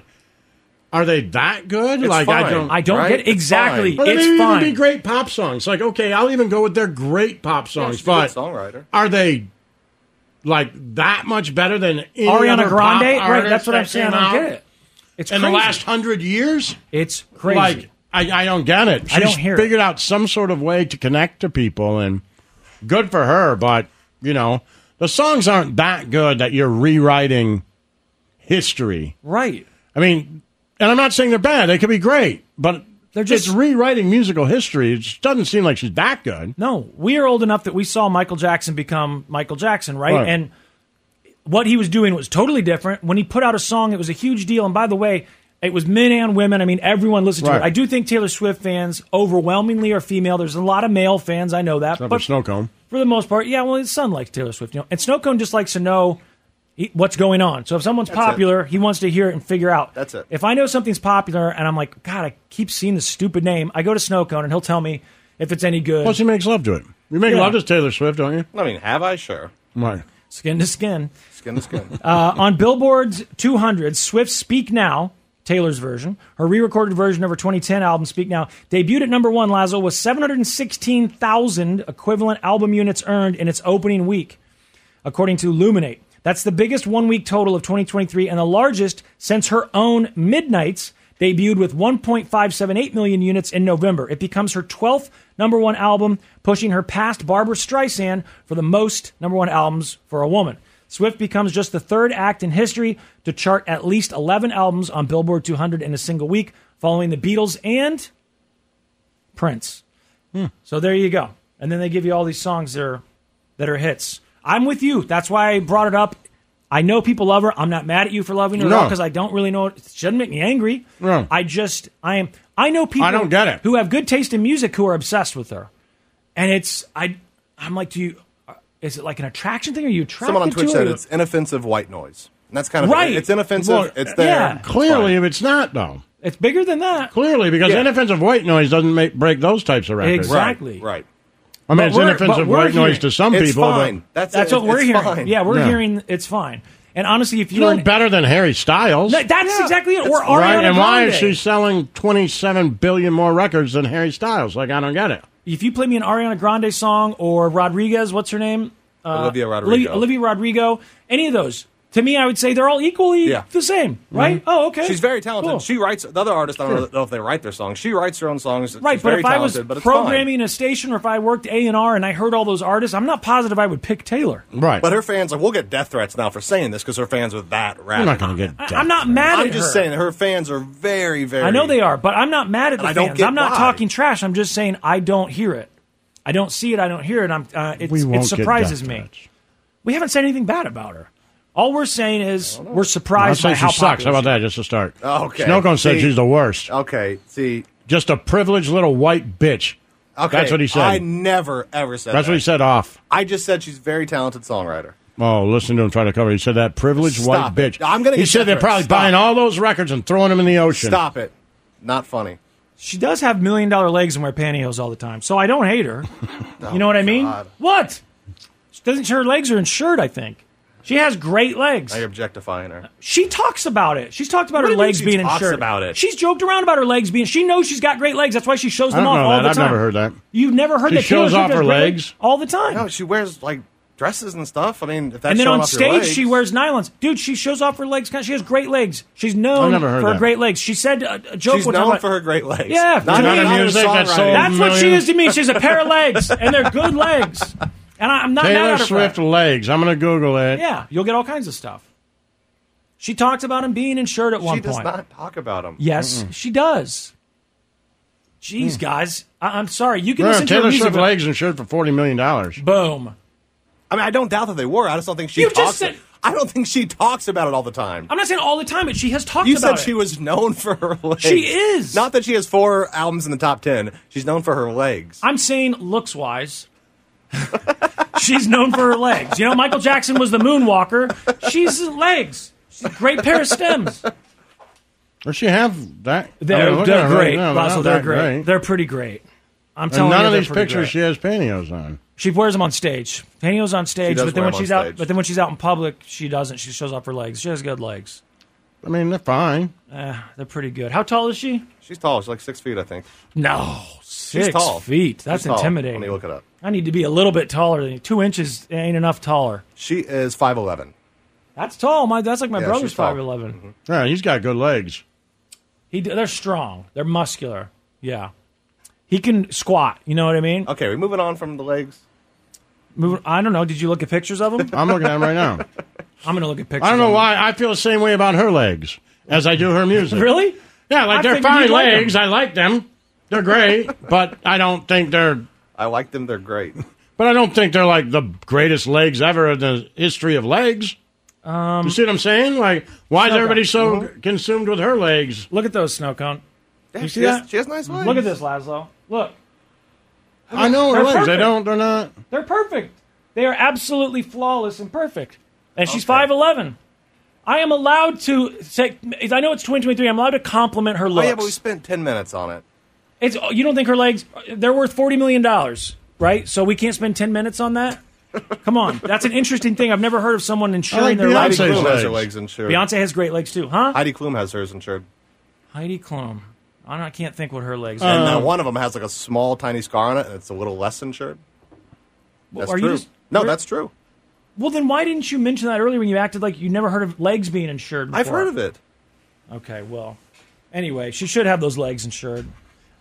S4: are they that good?
S3: It's
S4: like I
S3: fine,
S4: don't,
S3: I don't get-
S4: It's fine.
S3: exactly,
S4: Well, they
S3: it's
S4: may
S3: fine.
S4: Even be great pop songs. Like okay, I'll even go with their great pop songs,
S9: she's a
S4: but
S9: good songwriter.
S4: are they like that much better than any
S3: Ariana
S4: other pop
S3: Grande? Right,
S4: artist
S3: that's what
S4: that
S3: I'm saying. I
S4: came
S3: don't
S4: out?
S3: get it. It's
S4: in the
S3: crazy.
S4: last hundred years.
S3: It's crazy.
S4: Like I, I don't get it. She's
S3: I don't hear it.
S4: figured out some sort of way to connect to people, and good for her. But you know, the songs aren't that good that you're rewriting history.
S3: Right.
S4: I mean, and I'm not saying they're bad; they could be great, but they're just rewriting musical history. It just doesn't seem like she's that good.
S3: No, we are old enough that we saw Michael Jackson become Michael Jackson, right?
S4: Right.
S3: And what he was doing was totally different. When he put out a song, it was a huge deal. And by the way, it was men and women. I mean, everyone listened to
S4: Right.
S3: it. I do think Taylor Swift fans overwhelmingly are female. There's a lot of male fans. I know that.
S4: Except for
S3: but
S4: Snowcone.
S3: for the most part, yeah. Well, his son likes Taylor Swift, you know, and Snowcone just likes to know he- what's going on. So if someone's
S9: That's it.
S3: popular, he wants to hear it and figure out. That's
S9: it.
S3: If I know something's popular and I'm like, God, I keep seeing this stupid name, I go to Snowcone and he'll tell me if it's any good.
S4: Plus, he makes love to it. You make
S3: Yeah.
S4: love to Taylor Swift, don't you?
S9: I mean, have I? Sure.
S4: Right.
S3: Skin to skin.
S9: Skin to skin.
S3: Uh, on Billboard's 200, Swift's Speak Now, Taylor's version, her re recorded version of her 2010 album Speak Now, debuted at number one, Lazo, with 716,000 equivalent album units earned in its opening week, according to Luminate. That's the biggest one week total of 2023 and the largest since her own Midnights debuted with 1.578 million units in November. It becomes her 12th number one album, pushing her past Barbara Streisand for the most number one albums for a woman. Swift becomes just the third act in history to chart at least 11 albums on Billboard 200 in a single week, following the Beatles and Prince.
S4: Hmm.
S3: So there you go. And then they give you all these songs that are, that are hits. I'm with you. That's why I brought it up. I know people love her. I'm not mad at you for loving her
S4: No.
S3: because I don't really know. It shouldn't make me angry.
S4: No.
S3: I just I am. I know people.
S4: I don't get it.
S3: Who have good taste in music who are obsessed with her, and it's I. I'm like, do you? uh, Is it like an attraction thing? Are you attracted
S9: Someone on Twitch
S3: to
S9: said
S3: her?
S9: it's inoffensive white noise. And that's kind of
S3: Right.
S9: It. It's inoffensive.
S3: Well,
S9: it's there.
S3: yeah.
S4: Clearly, if it's not though,
S3: it's bigger than that.
S4: Clearly, because
S3: Yeah.
S4: inoffensive white noise doesn't make break those types of records.
S3: Exactly.
S9: Right.
S4: I mean,
S3: But
S4: it's
S3: we're-
S4: inoffensive
S3: but we're
S4: white noise
S3: hearing-
S4: to some people. but-
S3: That's, what we're hearing. Yeah, we're hearing it's fine. And honestly, if
S4: You
S3: you're
S4: know
S3: an-
S4: better than Harry Styles.
S3: No, that's exactly it. Or Ariana
S4: right, and why
S3: Grande.
S4: is she selling 27 billion more records than Harry Styles? Like, I don't get it.
S3: if you play me an Ariana Grande song or Rodriguez, what's her name? Uh,
S4: Olivia
S3: Oli-
S4: Rodrigo.
S3: Olivia Rodrigo. Any of those. To me, I would say they're all equally
S9: Yeah. Mm-hmm.
S3: the same, right? Oh, okay.
S9: She's very talented.
S3: Cool.
S9: She writes. The other artists, I don't
S3: Sure.
S9: know if they write their songs. She writes her own songs.
S3: Right,
S9: She's
S3: but
S9: very
S3: if
S9: talented,
S3: I
S9: but
S3: was
S9: it's fine.
S3: programming a station or if I worked A and R and I heard all those artists, I'm not positive I would pick Taylor.
S4: Right.
S9: But her fans, like, we'll get death threats now for saying this because her fans are that rad.
S4: not gonna get
S3: I- I'm not mad
S9: I'm
S3: at
S9: just
S3: her.
S9: saying that her fans are very, very.
S3: I know they are, but I'm not mad at the
S9: And I
S3: fans.
S9: don't get
S3: I'm not
S9: why.
S3: talking trash. I'm just saying I don't hear it. I don't see it. I don't hear it. I'm. Uh, it's,
S4: We won't
S3: it
S4: get
S3: surprises
S4: death
S3: me. We haven't said anything bad about her. All we're saying is we're
S4: I'll
S3: surprised
S4: say
S3: by
S4: she
S3: how
S4: sucks. How
S3: popular
S4: about that, just to start?
S9: Okay.
S4: Snowcone said
S9: See-
S4: she's the worst.
S9: Okay. See.
S4: Just a privileged little white bitch.
S9: Okay.
S4: That's what he said.
S9: I never ever said.
S4: That's
S9: that.
S4: what he said off.
S9: I just said she's a very talented songwriter.
S4: Oh, listen to him try to cover. it. He said that privileged
S9: Stop
S4: white
S9: it.
S4: bitch.
S9: I'm gonna
S4: He
S9: get
S4: said they're
S9: different.
S4: probably
S9: Stop.
S4: buying all those records and throwing them in the ocean.
S9: Stop it. Not funny.
S3: She does have million dollar legs and wear pantyhose all the time, so I don't hate her. you know what
S9: Oh,
S3: I mean? What? She doesn't her legs are insured? I think she has great legs.
S9: Now you're objectifying her.
S3: She talks about it. She's talked about
S9: What
S3: her
S9: do you mean
S3: legs
S9: she
S3: being
S9: talks
S3: insured.
S9: about it?
S3: She's joked around about her legs being. She knows she's got great legs. That's why she shows
S4: I
S3: them
S4: don't
S3: off
S4: know
S3: all
S4: that.
S3: the
S4: I've
S3: time.
S4: never heard that.
S3: You've never heard
S4: She
S3: that Taylor
S4: shows
S3: Swift
S4: off
S3: has
S4: her
S3: great
S4: legs?
S3: all the time.
S9: No, she wears like dresses and stuff. I mean, if that's
S3: and then
S9: showing
S3: on
S9: off your
S3: stage,
S9: legs-
S3: she wears nylons. Dude, she shows off her legs. She has great legs. She's known
S9: never heard
S3: for her
S9: that.
S3: great legs. She said uh, a joke.
S9: She's
S3: one
S9: known
S3: time about-
S9: for her great legs.
S3: Yeah,
S9: Not
S3: to
S9: in
S3: me,
S9: her music that
S3: that's
S9: sold
S3: what she
S9: millions.
S3: is to me. She's a pair of legs, and they're good legs. And I, I'm not mad
S4: Taylor
S3: at her. for
S4: Swift legs. I'm going to Google
S3: that.
S4: it.
S3: Yeah, you'll get all kinds of stuff. She talks about him being insured at one
S9: She does
S3: point.
S9: not talk about them.
S3: Yes, she does. Jeez,
S9: Mm.
S3: guys, I- I'm sorry. You can
S4: Yeah,
S3: listen to her
S4: Taylor
S3: music.
S4: Swift
S3: but-
S4: legs insured for forty million dollars.
S3: Boom.
S9: I mean, I don't doubt that they were. I just don't think she
S3: You just
S9: talks.
S3: said-
S9: I don't think she talks about it all the time.
S3: I'm not saying all the time, but she has talked
S9: You
S3: about
S9: said
S3: it.
S9: she was known for her legs.
S3: She is.
S9: Not that she has four albums in the top ten. She's known for her legs.
S3: I'm saying looks wise. She's known for her legs. You know, Michael Jackson was the moonwalker. She's legs. She's a great pair of stems.
S4: Does she have that? I
S3: They're,
S4: mean, look
S3: they're
S4: at her right
S3: great,
S4: now,
S3: Russell.
S4: not
S3: They're
S4: that
S3: great. They're pretty great. I'm
S4: And
S3: telling
S4: none
S3: you,
S4: of
S3: they're
S4: these
S3: pretty great.
S4: pictures she has pantyhose on.
S3: She wears them on stage. Pantyhose on stage,
S4: does
S3: but then
S4: wear
S3: when
S4: 'em
S3: she's
S4: on
S3: out,
S4: stage.
S3: but then when she's out in public, she doesn't. She shows off her legs. She has good legs.
S4: I mean, they're fine.
S3: Eh, they're pretty good. How tall is she?
S9: She's tall. She's like six feet, I think.
S3: No,
S9: She's
S3: six
S9: tall.
S3: feet. That's
S9: She's tall.
S3: intimidating.
S9: Let me look it up.
S3: I need to be a little bit taller than you. Two inches ain't enough taller.
S9: She is five eleven.
S3: That's tall. My that's like my
S9: Yeah,
S3: brother's
S9: she's tall.
S3: five
S9: Mm-hmm.
S3: eleven.
S4: Yeah, he's got good legs.
S3: He they're strong. They're muscular. Yeah, he can squat. You know what I mean?
S9: Okay, we're moving on from the legs.
S3: Moving, I don't know. Did you look at pictures of him?
S4: I'm looking at 'em right now.
S3: I'm gonna look at pictures.
S4: I don't know
S3: of 'em.
S4: why I feel the same way about her legs. as I do her music.
S3: Really?
S4: Yeah, like
S3: I
S4: they're
S3: figured
S4: fine
S3: you'd like them.
S4: legs. I like them. They're great, but I don't think they're.
S9: I like them. They're great.
S4: But I don't think they're like the greatest legs ever in the history of legs.
S3: Um,
S4: you see what I'm saying? Like, why is
S3: Snow
S4: everybody
S3: cone.
S4: so
S3: Mhm.
S4: consumed with her legs?
S3: Look at those snow cone.
S9: Yeah,
S3: you see
S9: she has-
S3: that?
S9: she has nice legs.
S3: Look at this, Laszlo. Look.
S4: I know her
S3: They're
S4: legs. They
S3: perfect.
S4: don't. They're not.
S3: They're perfect. They are absolutely flawless and perfect. And she's five eleven. I am allowed to say. I know it's twenty twenty three. I'm allowed to compliment her
S9: Oh,
S3: looks.
S9: yeah, but we spent 10 minutes on it.
S3: It's you don't think her legs they're worth forty million dollars, right? So we can't spend ten minutes on that. Come on, that's an interesting thing. I've never heard of someone insuring
S9: like
S3: their legs.
S9: Beyonce's Heidi Klum has her legs. legs insured.
S3: Beyonce has great legs too, huh?
S9: Heidi Klum has hers insured.
S3: Heidi Klum. I, don't, I can't think what her legs.
S9: and
S3: are.
S9: uh, one of them has like a small, tiny scar on it, and it's a little less insured.
S3: Well,
S9: That's
S3: are you
S9: true.
S3: just-
S9: no,
S3: you're-
S9: that's true.
S3: Well, then why didn't you mention that earlier when you acted like you never heard of legs being insured? Before?
S9: I've heard of it.
S3: Okay, well, anyway, she should have those legs insured.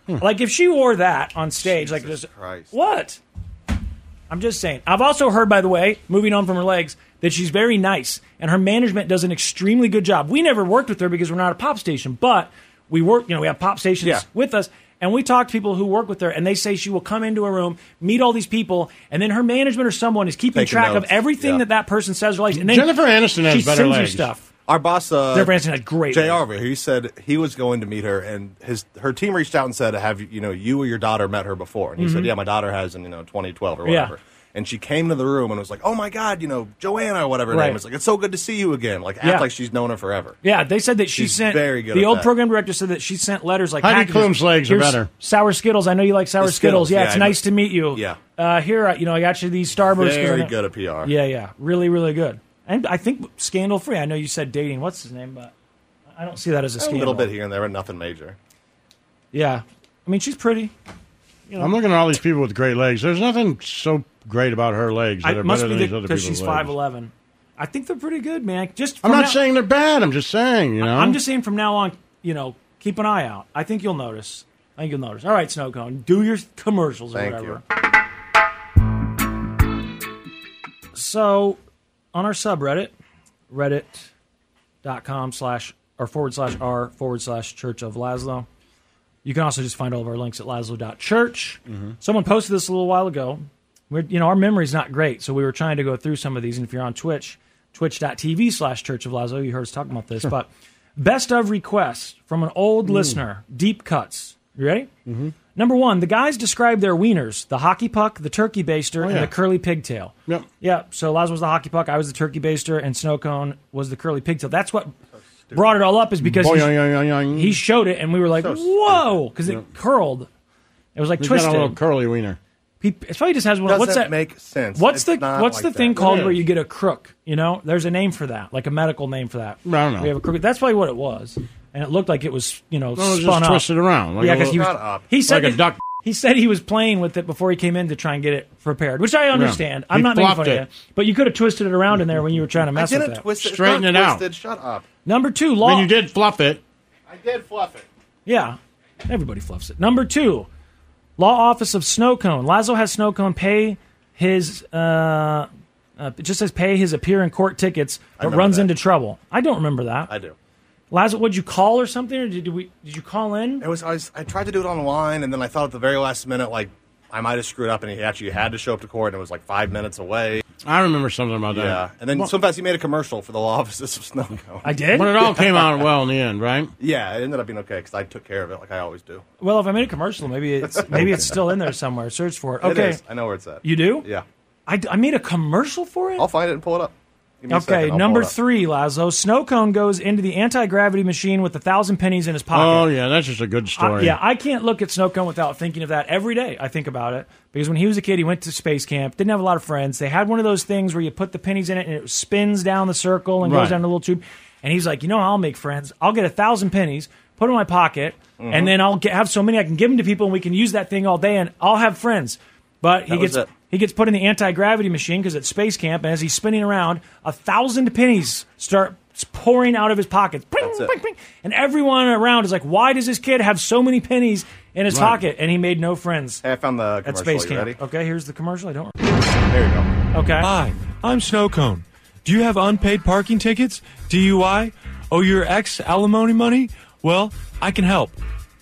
S3: Like if she wore that on stage, like this. What? I'm just saying. I've also heard, by the way, moving on from her legs, that she's very nice and her management does an extremely good job. We never worked with her because we're not a pop station, but we work. You know, we have pop stations
S9: Yeah.
S3: with us. And we talk to people who work with her, and they say she will come into a room, meet all these people, and then her management or someone is keeping
S9: Taking
S3: track of
S9: notes.
S3: everything
S9: Yeah.
S3: that that person says or likes. And then she sends You stuff.
S9: Our boss, uh,
S3: Jennifer Aniston had great
S9: Jr.
S3: legs.
S9: Over here, he said he was going to meet her, and his her team reached out and said, "Have you, you know you or your daughter met her before?" And he said,
S3: Mhm.
S9: "Yeah, my daughter has in you know 2012 or
S3: Yeah.
S9: whatever." And she came to the room and was like, "Oh my God, you know Joanna or whatever her
S3: Right.
S9: name is. Like it's so good to see you again. Like act
S3: Yeah.
S9: like she's known her forever."
S3: Yeah, they said that she
S9: She's
S3: sent
S9: very good
S3: The
S9: at
S3: old
S9: that.
S3: program director said that she sent letters like
S4: Heidi
S3: packages.
S4: Klum's legs are
S3: Here's
S4: better.
S3: Sour Skittles. I know you like sour
S9: The
S3: Skittles.
S9: Skittles,
S3: Yeah,
S9: yeah,
S3: it's
S9: I know.
S3: nice to meet you.
S9: Yeah.
S3: Uh, here, uh, you know, I got you these Starbursts.
S9: Very
S3: Uh,
S9: good at PR.
S3: Yeah, yeah, really, really good. And I think scandal free. I know you said dating. What's his name? But I don't see that as a
S9: a
S3: scandal.
S9: little bit here and there, but nothing major.
S3: Yeah, I mean she's pretty. You know,
S4: I'm looking at all these people with great legs. There's nothing so great about her legs
S3: I-
S4: that are
S3: must
S4: better
S3: be
S4: than these other
S3: because
S4: people's
S3: she's
S4: legs.
S3: five eleven. I think they're pretty good, man. Just
S4: I'm
S3: from
S4: not
S3: now-
S4: saying they're bad. I'm just saying, you know.
S3: I'm just saying from now on, you know, keep an eye out. I think you'll notice. I think you'll notice. All right, Snow Cone, do your commercials or
S9: Thank
S3: whatever. So, on our subreddit, reddit.com slash or forward slash r forward slash church of Laszlo. You can also just find all of our links at laszlo.church. Someone posted this a little while ago. We're, you know, our memory's not great, so we were trying to go through some of these. And if you're on Twitch, twitch.tv slash Church of Lazo, you heard us talking about this. But best of requests from an old
S4: Hmm.
S18: Mm.
S3: listener, deep cuts. You ready? Mm-hmm. Number one, the guys describe their wieners, the hockey puck, the turkey baster, and
S4: Oh, yeah.
S3: the curly pigtail.
S4: Yep.
S3: Yeah, so Lazo was the hockey puck, I was the turkey baster, and Snow Cone was the curly pigtail. That's what brought it all up
S4: Mm-hmm.
S3: is
S4: Oh,
S3: because he's-
S4: Boing-oing-oing-oing.
S3: he showed it, and we were like,
S4: So stupid.
S3: "Whoa!" Because
S4: Yeah.
S3: it curled. It was like
S4: He's got
S3: twisted.
S4: a little curly wiener.
S3: He it probably just has one.
S4: Doesn't
S3: what's that
S4: make sense.
S3: What's
S4: It's
S3: the
S4: not
S3: What's
S4: like
S3: the
S4: that.
S3: thing
S4: It
S3: called where
S4: is.
S3: you get a crook? You know, there's a name for that, like a medical name for that. I
S4: don't know.
S3: We have a crook. That's probably what it was, and it looked like it was you know
S4: No, it was
S3: spun
S4: just
S3: up.
S4: twisted around, like
S3: yeah,
S4: a
S3: because he
S4: little-
S3: was.
S4: Shut up.
S3: He said
S4: Like
S3: that-
S4: a duck.
S3: He said he was playing with it before he came in to try and get it prepared, which I
S4: Yeah.
S3: understand.
S4: He
S3: I'm not making fun
S4: flopped
S3: of
S4: it.
S3: you, but you could have twisted it around in there when you were trying to
S9: I
S3: mess
S9: didn't
S3: with that.
S9: twist it. It's
S4: Straighten
S9: not
S4: it out.
S9: twisted. Shut up.
S3: Number two, law.
S4: you did fluff it.
S9: I did fluff it.
S3: Yeah. Everybody fluffs it. Number two, law office of snow cone. Lazo has snow cone pay his. Uh, uh, it just says pay his appear in court tickets,
S9: I
S3: but
S9: remember
S3: runs
S9: that.
S3: into trouble. I don't remember that.
S9: I do.
S3: Lazo, would you call or something, or did we? Did you call in?
S9: It was I, was I tried to do it online, and then I thought at the very last minute, like I might have screwed up, and he actually had to show up to court, and it was like five minutes away.
S4: I remember something about that.
S9: Yeah, and then
S4: Well-
S9: sometimes he made a commercial for the law offices of Snow Cone.
S4: But it all came out well in the end, right?
S9: Yeah, it ended up being okay because I took care of it like I always do.
S3: Well, if I made a commercial, maybe it's maybe it's still in there somewhere. Search for it.
S9: It
S3: Okay,
S9: is. I know where it's at.
S3: You do?
S9: Yeah.
S3: I, d- I made a commercial for it. I'll
S9: find it and pull it up. Give me a second, I'll
S3: Okay,
S9: pull
S3: number
S9: it up.
S3: three, Lazo. Snow cone goes into the anti gravity machine with a thousand pennies in his pocket.
S4: Oh yeah, that's just a good story.
S3: I- yeah, I can't look at snow cone without thinking of that every day. I think about it because when he was a kid, he went to space camp, didn't have a lot of friends. They had one of those things where you put the pennies in it and it spins down the circle and
S18: Right.
S3: goes down the little tube. And he's like, you know, I'll make friends. I'll get a thousand pennies, put them in my pocket,
S18: Mhm.
S9: Mm-hmm.
S3: and then I'll get, have so many I can give them to people, and we can use that thing all day, and I'll have friends. But he
S9: That was
S3: gets
S9: it.
S3: he gets put in the anti gravity machine because it's space camp, and as he's spinning around, a thousand pennies start pouring out of his pockets. Pring, pring, pring. And everyone around is like, "Why does this kid have so many pennies in his
S9: Right.
S3: pocket?" And he made no friends.
S9: Hey, I found the
S3: at
S9: commercial.
S3: space
S9: You
S3: camp.
S9: ready?
S3: Okay, here's the commercial. I don't.
S9: There you go.
S3: Okay.
S1: Hi, I'm Snowcone. Do you have unpaid parking tickets? DUI?
S18: Oh, you're ex alimony money? Well, I can help.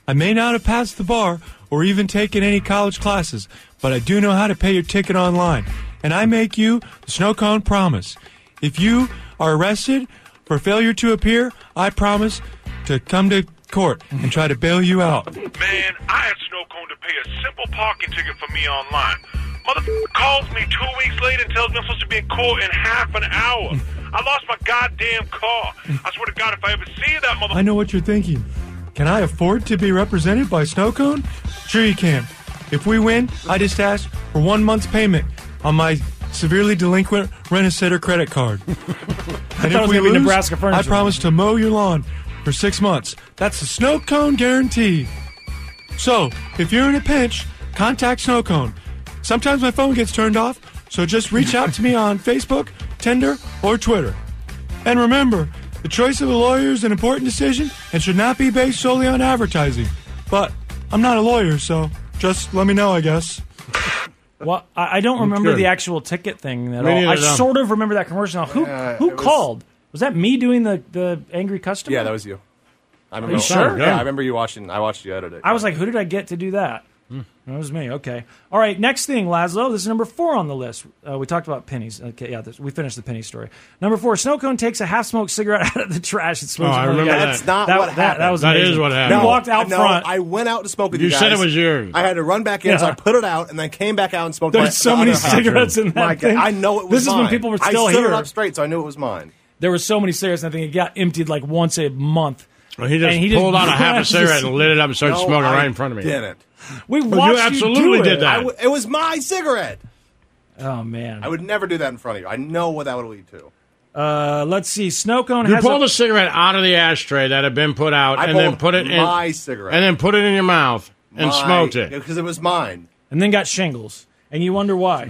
S18: I may not have passed the bar or even taken any college classes, but I do know how to pay your ticket online. And I make you the snow cone promise. If you are arrested for failure to appear, I promise to come to court and try to bail you out.
S1: Man, I asked Snow Cone to pay a simple parking ticket for me online. Motherfucker calls me two weeks late and tells me I'm supposed to be in court in half an hour. I lost my goddamn car. I swear to God, if I ever see that mother,
S18: I know what you're thinking. Can I afford to be represented by Snow Cone? Sure you can. If we win, I just ask for one month's payment on my severely delinquent rent-a-sitter credit card. and
S3: it was gonna be Nebraska
S18: I
S3: furniture.
S18: promise to mow your lawn for six months. That's the Snow Cone guarantee. So, if you're in a pinch, contact Snow Cone. Sometimes my phone gets turned off, so just reach out to me on Facebook, Tinder, or Twitter. And remember, the choice of a lawyer is an important decision and should not be based solely on advertising. But I'm not a lawyer, so just let me know, I guess.
S3: Well, I I don't remember
S18: Okay.
S3: the actual ticket thing at
S18: Me
S3: all.
S18: neither
S3: I
S18: do I.
S3: sort of remember that commercial. Now, who
S9: Yeah,
S3: who
S9: it was-
S3: called? Was that me doing the, the angry customer?
S9: Yeah, that was you. I
S3: Are
S9: remember.
S3: you sure?
S9: Yeah, I remember you watching. I watched you edit it.
S3: I was like, who did I get to do that? That was me. Okay. All right. Next thing, Laszlo. This is number four on the list. Uh, we talked about pennies. Okay. Yeah. This, we finished the penny story. Number four. Snow cone takes a half smoked cigarette out of the trash and
S4: Oh,
S3: smokes. it with the guy.
S9: That's not what
S3: that,
S9: happened.
S3: That was amazing.
S9: No,
S3: You walked out
S9: no,
S3: front.
S9: I went out to smoke with
S3: You
S9: you.
S3: said
S9: guys.
S3: it was yours.
S9: I had to run back in, so
S3: Yeah.
S9: I put it out and then came back out and smoked.
S3: There's
S9: my-
S3: so
S9: the
S3: many
S9: other half.
S3: cigarettes in that
S9: My God,
S3: thing.
S9: I know it was.
S3: This is when
S9: mine.
S3: people were
S9: I
S3: still
S9: stood
S3: here.
S9: up straight, so I knew it was mine.
S3: there were so many cigarettes. and I think it got emptied like once a month.
S4: he just
S3: And
S4: pulled out a half a
S3: grabbed
S4: cigarette and lit it up and started
S3: No,
S4: smoking
S3: Oh, I
S4: right in front of me.
S9: didn't.
S3: We
S4: Well, you
S3: watched
S4: absolutely
S3: do it.
S4: did that.
S9: I w- it was my cigarette.
S3: Oh man,
S9: I would never do that in front of you. I know what that would lead to.
S3: Uh, let's see. Snow cone
S4: You
S3: has
S4: pulled
S3: a,
S4: a cigarette out of the ashtray that had been put out,
S9: I
S4: and then
S9: pulled
S4: put it in
S9: my cigarette.
S4: and then put it in your mouth and
S9: My-
S4: smoked it.
S9: because it was mine.
S3: and then got shingles. And you wonder why.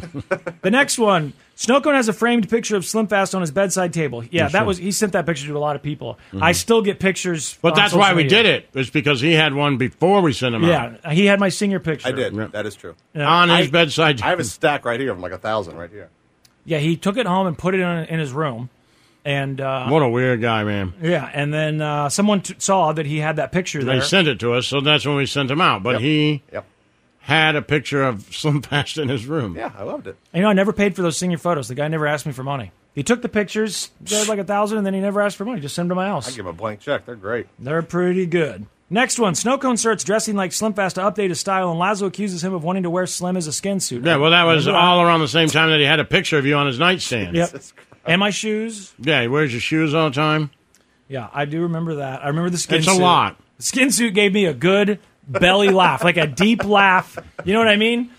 S3: the next one, Snow Cone has a framed picture of Slim Fast on his bedside table. Yeah,
S4: Yeah,
S3: that
S4: sure.
S3: was he sent that picture to a lot of people.
S4: Mhm.
S3: I still get pictures.
S4: But
S3: on
S4: that's
S3: social
S4: why we
S3: media.
S4: did it. It's because he had one before we sent him out.
S3: Yeah, he had my senior picture.
S9: I did. That is true.
S3: Yeah. On his
S9: I-
S4: bedside.
S9: I have a stack right here of like a thousand right here.
S3: Yeah, he took it home and put it in, in his room. And uh,
S4: What a weird guy, man.
S3: yeah, and then uh, someone t- saw that he had that picture there.
S4: They sent it to us, so that's when we sent him out. But he had a picture of Slim Fast in his room.
S9: Yeah, I loved it.
S3: You know, I never paid for those senior photos. The guy never asked me for money. He took the pictures, got like a thousand, and then he never asked for money. Just sent them to my house.
S9: I give 'em a blank check. They're great.
S3: They're pretty good. Next one, Snow Cone starts dressing like Slim Fast to update his style, and Lazo accuses him of wanting to wear Slim as a skin suit.
S4: Yeah, well, that was
S3: Remember
S4: all around the same time that he had a picture of you on his nightstand.
S3: Yep. And my shoes.
S4: Yeah, he wears your shoes all the time.
S3: Yeah, I do remember that. I remember the skin
S4: It's a
S3: suit.
S4: lot.
S3: The skin suit gave me a good belly laugh, like a deep laugh. You know what I mean?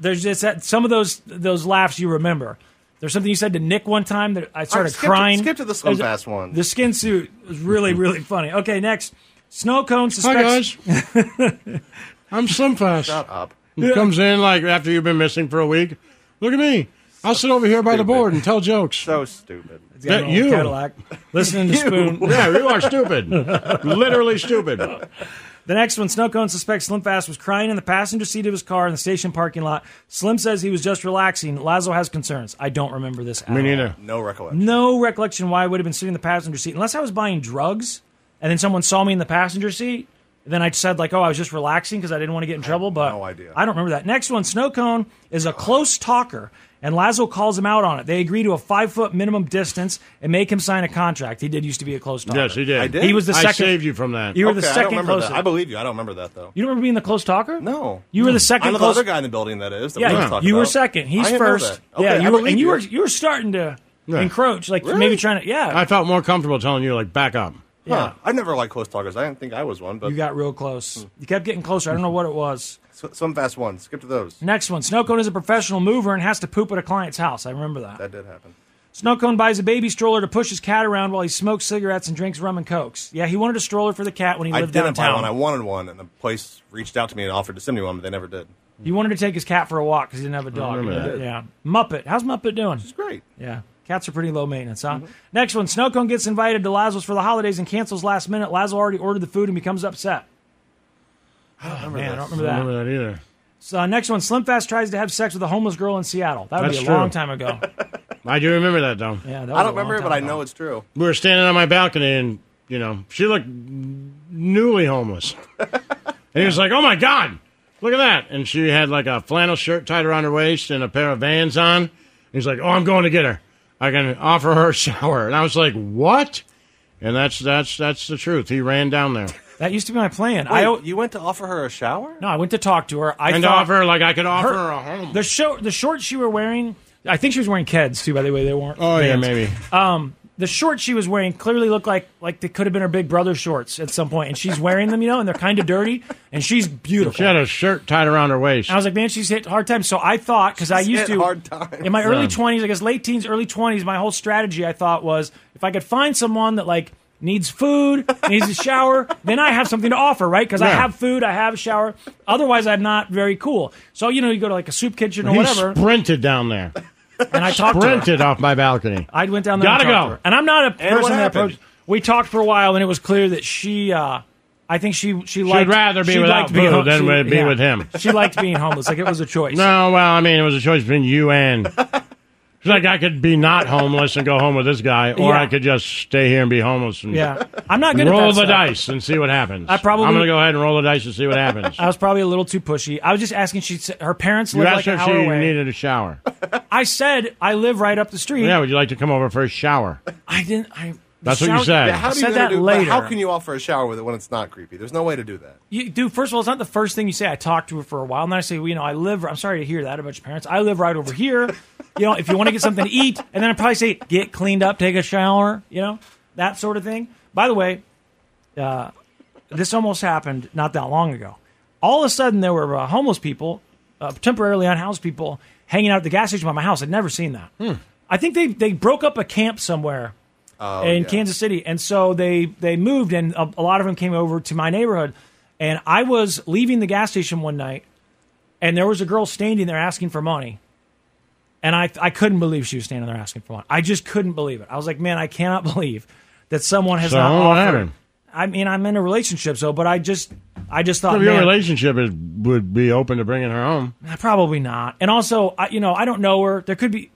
S3: There's just that, some of those those laughs you remember. There's something you said to Nick one time that I started
S9: skip to-
S3: crying.
S9: skip to the Slim
S3: There's-
S9: Fast one.
S3: The skin suit was really, really funny. Okay, next. Snow Cone suspects.
S4: I'm Slim Fast.
S9: Shut up.
S4: He comes in like after you've been missing for a week. Look at me. I'll sit over here by the board and tell jokes. So
S9: stupid.
S3: He's got an old
S4: you.
S3: Cadillac. Listening to
S4: You.
S3: Spoon.
S4: Yeah, you are stupid. Literally stupid.
S3: The next one, Snow Cone suspects Slim Fast was crying in the passenger seat of his car in the station parking lot. Slim says he was just relaxing. Lazo has concerns. I don't remember this at
S4: Me
S3: all.
S4: neither.
S9: No recollection.
S3: No recollection why I would have been sitting in the passenger seat unless I was buying drugs and then someone saw me in the passenger seat. Then I said like, "Oh, I was just relaxing because I didn't want to get in trouble." But no idea. I don't remember that. Next one, Snow Cone is a close talker, and Lazo calls him out on it. They agree to a five foot minimum distance and make him sign a contract. He did used to be a close talker.
S4: Yes, he did. I did?
S3: He was the
S4: I
S3: second.
S4: saved you from that.
S3: You were the
S9: Okay, I don't
S3: second
S9: remember
S3: closest.
S9: that. I believe you. I don't remember that though.
S3: You remember being the close talker?
S9: No.
S3: You were the second.
S9: I know the
S3: close-
S9: other guy in the building that is. That we
S3: yeah,
S9: just talked
S3: you were
S9: about.
S3: second.
S9: I
S3: He's
S9: didn't know
S3: first.
S9: that. Okay,
S3: yeah,
S9: I
S3: you were,
S9: believe
S3: and you
S9: you.
S3: were you were starting to
S4: Yeah.
S3: encroach, like maybe trying to. Yeah,
S4: I felt more comfortable telling you, like, back up.
S3: Yeah.
S9: Huh. I never liked close talkers. I didn't think I was one, but Hmm.
S3: you got real close. You kept getting closer. I don't know what it was.
S9: some fast ones. Skip to those.
S3: Next one. Snow Cone is a professional mover and has to poop at a client's house. I remember that.
S9: That did happen.
S3: Snow Cone buys a baby stroller to push his cat around while he smokes cigarettes and drinks rum and cokes. Yeah, he wanted a stroller for the cat when he
S9: I
S3: lived
S9: didn't buy
S3: downtown.
S9: one. I wanted one, and the place reached out to me and offered to send me one, but they never did.
S3: He wanted to take his cat for a walk because he didn't have a dog.
S9: remember that.
S3: Yeah. Muppet. How's Muppet doing? She's
S9: great. Mm-hmm.
S3: Yeah. Cats are pretty low maintenance, huh? Next one. Snow Cone gets invited to Lazo's for the holidays and cancels last minute. Lazo already ordered the food and becomes upset. Oh,
S9: I don't remember
S3: man, I
S9: that.
S3: don't remember that.
S4: either.
S3: So, uh, next one. Slim Fast tries to have sex with a homeless girl in Seattle. That would
S4: That's
S3: be a
S4: true.
S3: long time ago.
S4: I do remember that, though.
S3: Yeah, that was
S9: I
S3: a long
S9: don't remember it, but
S3: time
S9: I
S3: ago.
S9: know it's true.
S4: We were standing on my balcony, and you know, she looked newly homeless. And he was like, "Oh my god, look at that!" And she had like a flannel shirt tied around her waist and a pair of Vans on. He's like, "Oh, I'm going to get her. I can offer her a shower." And I was like, "What?" And that's that's that's the truth. He ran down there.
S3: That used to be my plan.
S9: Wait,
S3: I o-
S9: you went to offer her a shower?
S3: no, I went to talk to her. I
S4: And
S3: thought-
S4: offer, like, I could offer her a home.
S3: The show, the shorts she were wearing. I think she was wearing Keds too. By the way, they weren't.
S4: Oh, yeah,
S3: Vans.
S4: maybe.
S3: Um, the shorts she was wearing clearly looked like like they could have been her big brother shorts at some point, and she's wearing them, you know, and they're kind of dirty, and she's beautiful.
S4: She had a shirt tied around her waist.
S3: And I was like, man, she's hit hard times. So I thought, because I
S4: She's
S3: used
S4: hit
S3: to
S4: hard times.
S3: in my early
S4: Yeah.
S3: twenties, I guess late teens, early twenties, my whole strategy I thought was if I could find someone that like needs food, needs a shower, then I have something to offer, right? Because I
S4: Yeah.
S3: have food, I have a shower. Otherwise, I'm not very cool. So you know, you go to like a soup kitchen or
S4: he
S3: whatever,
S4: sprinted down there.
S3: and I talked to her.
S4: sprinted off my balcony.
S3: I went down there.
S4: Gotta
S3: and talked
S4: go.
S3: to her. And I'm not a
S4: And what
S3: person that
S4: happened?
S3: approached. We talked for a while, and it was clear that she. Uh, I think she she
S4: She'd
S3: liked.
S4: rather be
S3: she
S4: without
S3: liked being
S4: food
S3: home-
S4: than
S3: she-
S4: with- be with him.
S3: She liked being homeless. Like it was a choice.
S4: No, well, I mean, it was a choice between you and. It's like I could be not homeless and go home with this guy, or
S3: Yeah.
S4: I could just stay here and be homeless and
S3: Yeah, I'm not good.
S4: roll
S3: at that
S4: the
S3: stuff.
S4: dice and see what happens.
S3: I probably-
S4: I'm gonna go ahead and roll the dice and see what happens.
S3: I was probably a little too pushy. I was just asking. She said her parents
S4: you
S3: live
S4: asked
S3: like an
S4: her if she
S3: hour away.
S4: needed a shower.
S3: I said I live right up the street.
S4: Yeah, would you like to come over for a shower?
S3: I didn't. I.
S4: That's
S3: the
S4: what
S3: shower-
S4: you said.
S9: Yeah, how
S3: I
S9: do you
S3: said
S9: gonna
S3: that
S9: do,
S3: later.
S9: How can you offer a shower with it when it's not creepy? There's no way to do that.
S3: You, dude, first of all, it's not the first thing you say. I talked to her for a while, and then I say, well, you know, I live. I'm sorry to hear that about your parents. I live right over here. You know, if you want to get something to eat, and then I probably say, get cleaned up, take a shower. You know, that sort of thing. By the way, uh, this almost happened not that long ago. All of a sudden, there were uh, homeless people, uh, temporarily unhoused people, hanging out at the gas station by my house. I'd never seen that. I think they they broke up a camp somewhere
S9: Oh,
S3: in
S9: yeah.
S3: Kansas City, and so they they moved, and a, a lot of them came over to my neighborhood. And I was leaving the gas station one night, and there was a girl standing there asking for money, and I I couldn't believe she was standing there asking for money. I just couldn't believe it. I was like, man, I cannot believe that someone has
S4: So
S3: not
S4: what
S3: offered.
S4: happened?
S3: I mean, I'm in a relationship, so but I just I just thought
S4: So your
S3: Oh, man,
S4: relationship is, would be open to bringing her home.
S3: Probably not. And also, I, you know, I don't know her. There could be,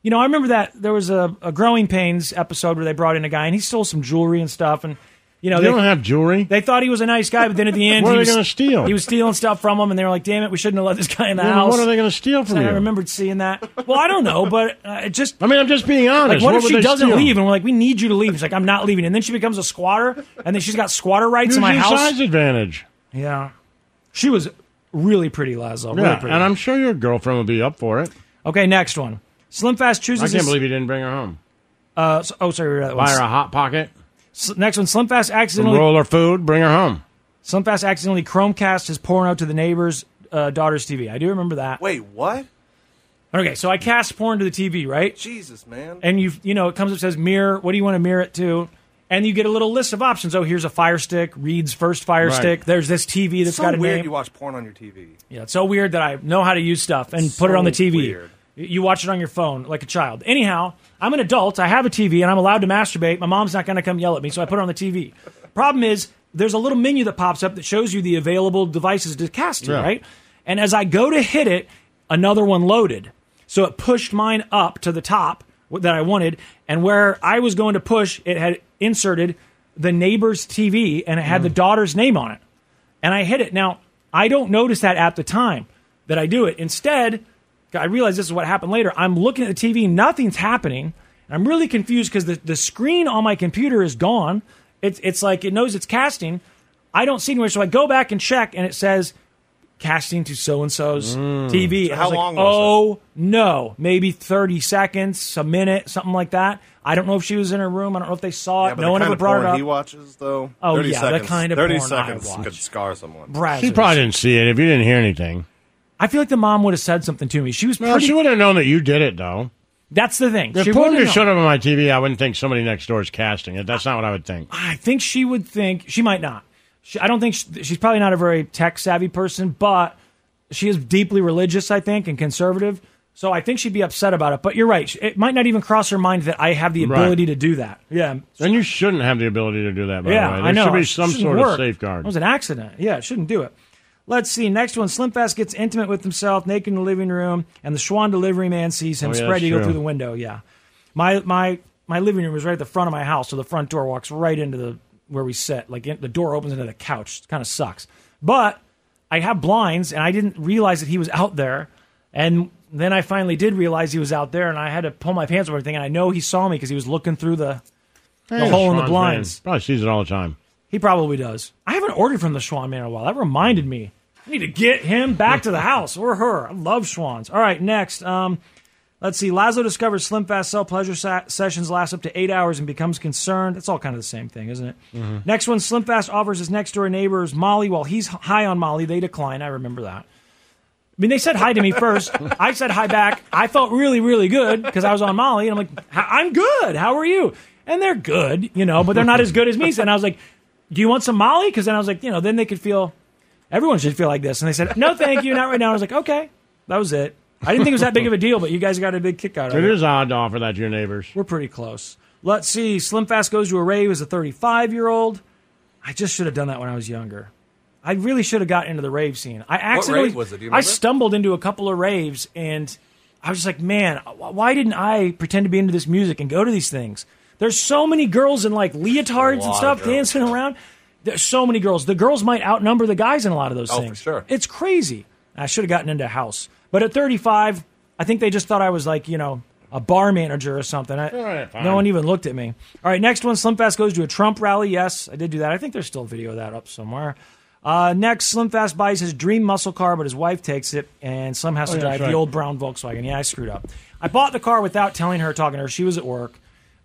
S3: you know, I remember that there was a, a Growing Pains episode where they brought in a guy and he stole some jewelry and stuff. And, you know,
S4: You
S3: they,
S4: don't have jewelry.
S3: they thought he was a nice guy, but then at the end,
S4: What
S3: he
S4: are they
S3: was
S4: gonna steal?
S3: He was stealing stuff from them, and they were like, damn it, we shouldn't have let this guy in the
S4: Yeah, but
S3: house.
S4: what are they gonna steal from
S3: And I
S4: you?
S3: remembered seeing that. Well, I don't know, but uh, it just.
S4: I mean, I'm just being honest.
S3: Like, what, if
S4: would
S3: she
S4: they
S3: doesn't
S4: steal?
S3: leave? And we're like, we need you to leave. She's like, I'm not leaving. And then she becomes a squatter, and then she's got squatter rights
S4: Use
S3: in my
S4: your
S3: house.
S4: size advantage.
S3: Yeah. She was really pretty, Lazo. Oh, Really
S4: yeah,
S3: pretty.
S4: and I'm sure your girlfriend would be up for it.
S3: Okay, next one. Slim Fast
S4: I
S3: chooses.
S4: can't believe you didn't bring her home.
S3: Uh, s- oh, sorry, we read that one.
S4: Buy her a hot pocket,
S3: S- next one. Slim Fast
S4: some
S3: accidentally.
S4: roller food, bring her home.
S3: Slim Fast accidentally Chromecast his porno to the neighbor's uh, daughter's TV. I do remember that.
S9: Wait, what?
S3: Okay, so I cast porn to the TV, right?
S9: Jesus, man.
S3: And you, you know, it comes up says mirror. What do you want to mirror it to? And you get a little list of options. Oh, here's a Fire Stick. Reed's first Fire
S9: Right.
S3: Stick. There's this TV that's
S9: so
S3: got a
S9: weird
S3: name.
S9: you watch porn on your TV.
S3: Yeah, it's so weird that I know how to use stuff and put it on the
S9: So
S3: TV.
S9: weird.
S3: Y- You watch it on your phone like a child. Anyhow, I'm an adult. I have a TV and I'm allowed to masturbate. My mom's not going to come yell at me, so I put it on the TV. Problem is, there's a little menu that pops up that shows you the available devices to cast to,
S4: Yeah.
S3: right? And as I go to hit it, another one loaded. So it pushed mine up to the top wh- that I wanted. And where I was going to push, it had inserted the neighbor's TV and it had the
S9: Mm.
S3: daughter's name on it and I hit it. Now, I don't notice that at the time that I do it. Instead, I realize this is what happened later. I'm looking at the TV, nothing's happening. I'm really confused because the, the screen on my computer is gone. It's, it's like it knows it's casting. I don't see anywhere. So I go back and check, and it says casting to so and so's TV.
S9: Hmm.
S3: And
S9: So
S3: I
S9: how
S3: was like,
S9: long was
S3: oh no, maybe 30 seconds, a minute, something like that. I don't know if she was in her room. I don't know if they saw
S9: Yeah,
S3: it.
S9: but
S3: No
S9: the
S3: one
S9: kind
S3: ever
S9: of
S3: brought
S9: porn
S3: it up.
S9: he watches, though.
S3: Oh,
S9: 30
S3: yeah, the
S9: seconds,
S3: kind of
S9: 30
S3: porn I
S9: seconds
S3: watch.
S9: could scar someone.
S3: Brazzers.
S4: She probably didn't see it if you didn't hear anything.
S3: I feel like the mom would have said something to me. She was
S4: Well,
S3: pretty.
S4: she would have known that you did it though.
S3: That's the thing.
S4: If
S3: She
S4: porn
S3: wouldn't
S4: just
S3: know.
S4: showed up on my TV, I wouldn't think somebody next door is casting it. That's not what I would think.
S3: I think she would think she might not. She, I don't think she, she's probably not a very tech savvy person, but she is deeply religious, I think, and conservative. So I think she'd be upset about it. But you're right; it might not even cross her mind that I have the
S4: Right.
S3: ability to do that. Yeah,
S4: And you shouldn't have the ability to do that. By
S3: yeah,
S4: the way, there
S3: I know.
S4: should be
S3: It
S4: some
S3: shouldn't
S4: sort of
S3: work.
S4: safeguard.
S3: It was an accident. Yeah, it shouldn't do it. Let's see. Next one: Slim Fast gets intimate with himself, naked in the living room, and the Schwann delivery man sees him
S4: Oh, yeah,
S3: spread
S4: that's
S3: eagle
S4: true.
S3: through the window. Yeah, my my my living room is right at the front of my house, so the front door walks right into the where we sit. Like in, the door opens into the couch. It kind of sucks. But I have blinds, and I didn't realize that he was out there. And then I finally did realize he was out there, and I had to pull my pants over everything. And I know he saw me because he was looking through the, the
S4: Hey,
S3: hole in the
S4: Sean's
S3: blinds.
S4: man. Probably sees it all the time.
S3: He probably does. I haven't ordered from the Schwan man in a while. That reminded me. I need to get him back to the house or her. I love Schwans. All right, next. Um, let's see. Lazo discovers slim fast cell pleasure sa- sessions last up to eight hours and becomes concerned. That's all kind of the same thing, isn't it? Mm-hmm. Next one, Slimfast offers his next door neighbors Molly. While he's high on Molly, they decline. I remember that. I mean, they said hi to me first. I said hi back. I felt really, really good because I was on Molly, and I'm like, "H- I'm good. How are you? And they're good, you know, but they're not as good as me. And I was like, Do you want some Molly? Because then I was like, you know, then they could feel, everyone should feel like this. And they said, No, thank you, not right now. I was like, Okay, that was it. I didn't think it was that big of a deal, but you guys got a big kick out of
S4: It
S3: it.
S4: is odd to offer that to your neighbors.
S3: We're pretty close. Let's see. Slim Fast goes to a rave as a 35 year old. I just should have done that when I was younger. I really should have got into the rave scene. I accidentally
S9: rave was it? Do you
S3: I
S9: remember?
S3: stumbled into a couple of raves and I was just like, man, wh- why didn't I pretend to be into this music and go to these things? There's so many girls in like leotards
S9: lot
S3: and
S9: of
S3: stuff
S9: girls.
S3: dancing around. There's so many girls. The girls might outnumber the guys in a lot of those
S9: Oh, for
S3: things.
S9: sure.
S3: It's crazy. I should have gotten into house. But at 35, I think they just thought I was like, you know, a bar manager or something. I,
S4: All right, fine.
S3: no one even looked at me. All right, next one. Slimfast goes to a Trump rally. Yes, I did do that. I think there's still video of that up somewhere. Uh, next, Slimfast buys his dream muscle car, but his wife takes it, and Slim has
S4: Oh,
S3: to
S4: yeah,
S3: drive
S4: that's
S3: the
S4: right.
S3: old brown Volkswagen. Yeah, I screwed up. I bought the car without telling her, talking to her. She was at work.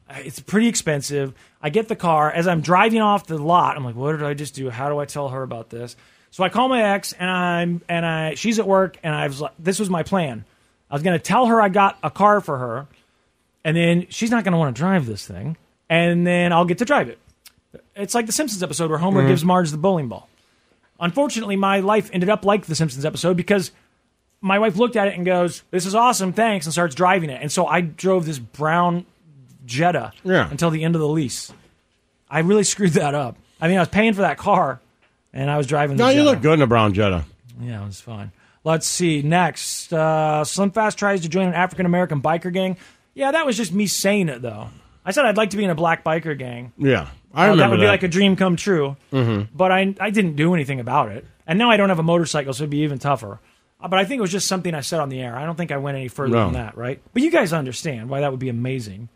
S3: Uh, It's pretty expensive. I get the car. As I'm driving off the lot, I'm like, what did I just do? How do I tell her about this? So I call my ex, and I'm and I she's at work, and I was like, this was my plan. I was going to tell her I got a car for her, and then she's not going to want to drive this thing, and then I'll get to drive it. It's like the Simpsons episode where Homer
S4: Mm-hmm.
S19: Mhm.
S3: gives Marge the bowling ball. Unfortunately, my life ended up like the Simpsons episode because my wife looked at it and goes, "This is awesome, thanks," and starts driving it. And so I drove this brown Jetta
S4: Yeah.
S3: until the end of the lease. I really screwed that up. I mean, I was paying for that car, and I was driving. The
S4: No, you
S3: Jetta.
S4: look good in a brown Jetta.
S3: Yeah, it was fine. Let's see. Next, uh, Slim Fast tries to join an African American biker gang. Yeah, that was just me saying it though. I said I'd like to be in a black biker gang.
S4: Yeah, I
S3: Uh,
S4: remember
S3: that would be like a dream come true.
S4: Mhm.
S3: But I, I didn't do anything about it. And now I don't have a motorcycle, so it'd be even tougher. Uh, But I think it was just something I said on the air. I don't think I went any further
S4: No.
S3: than that, right? But you guys understand why that would be amazing.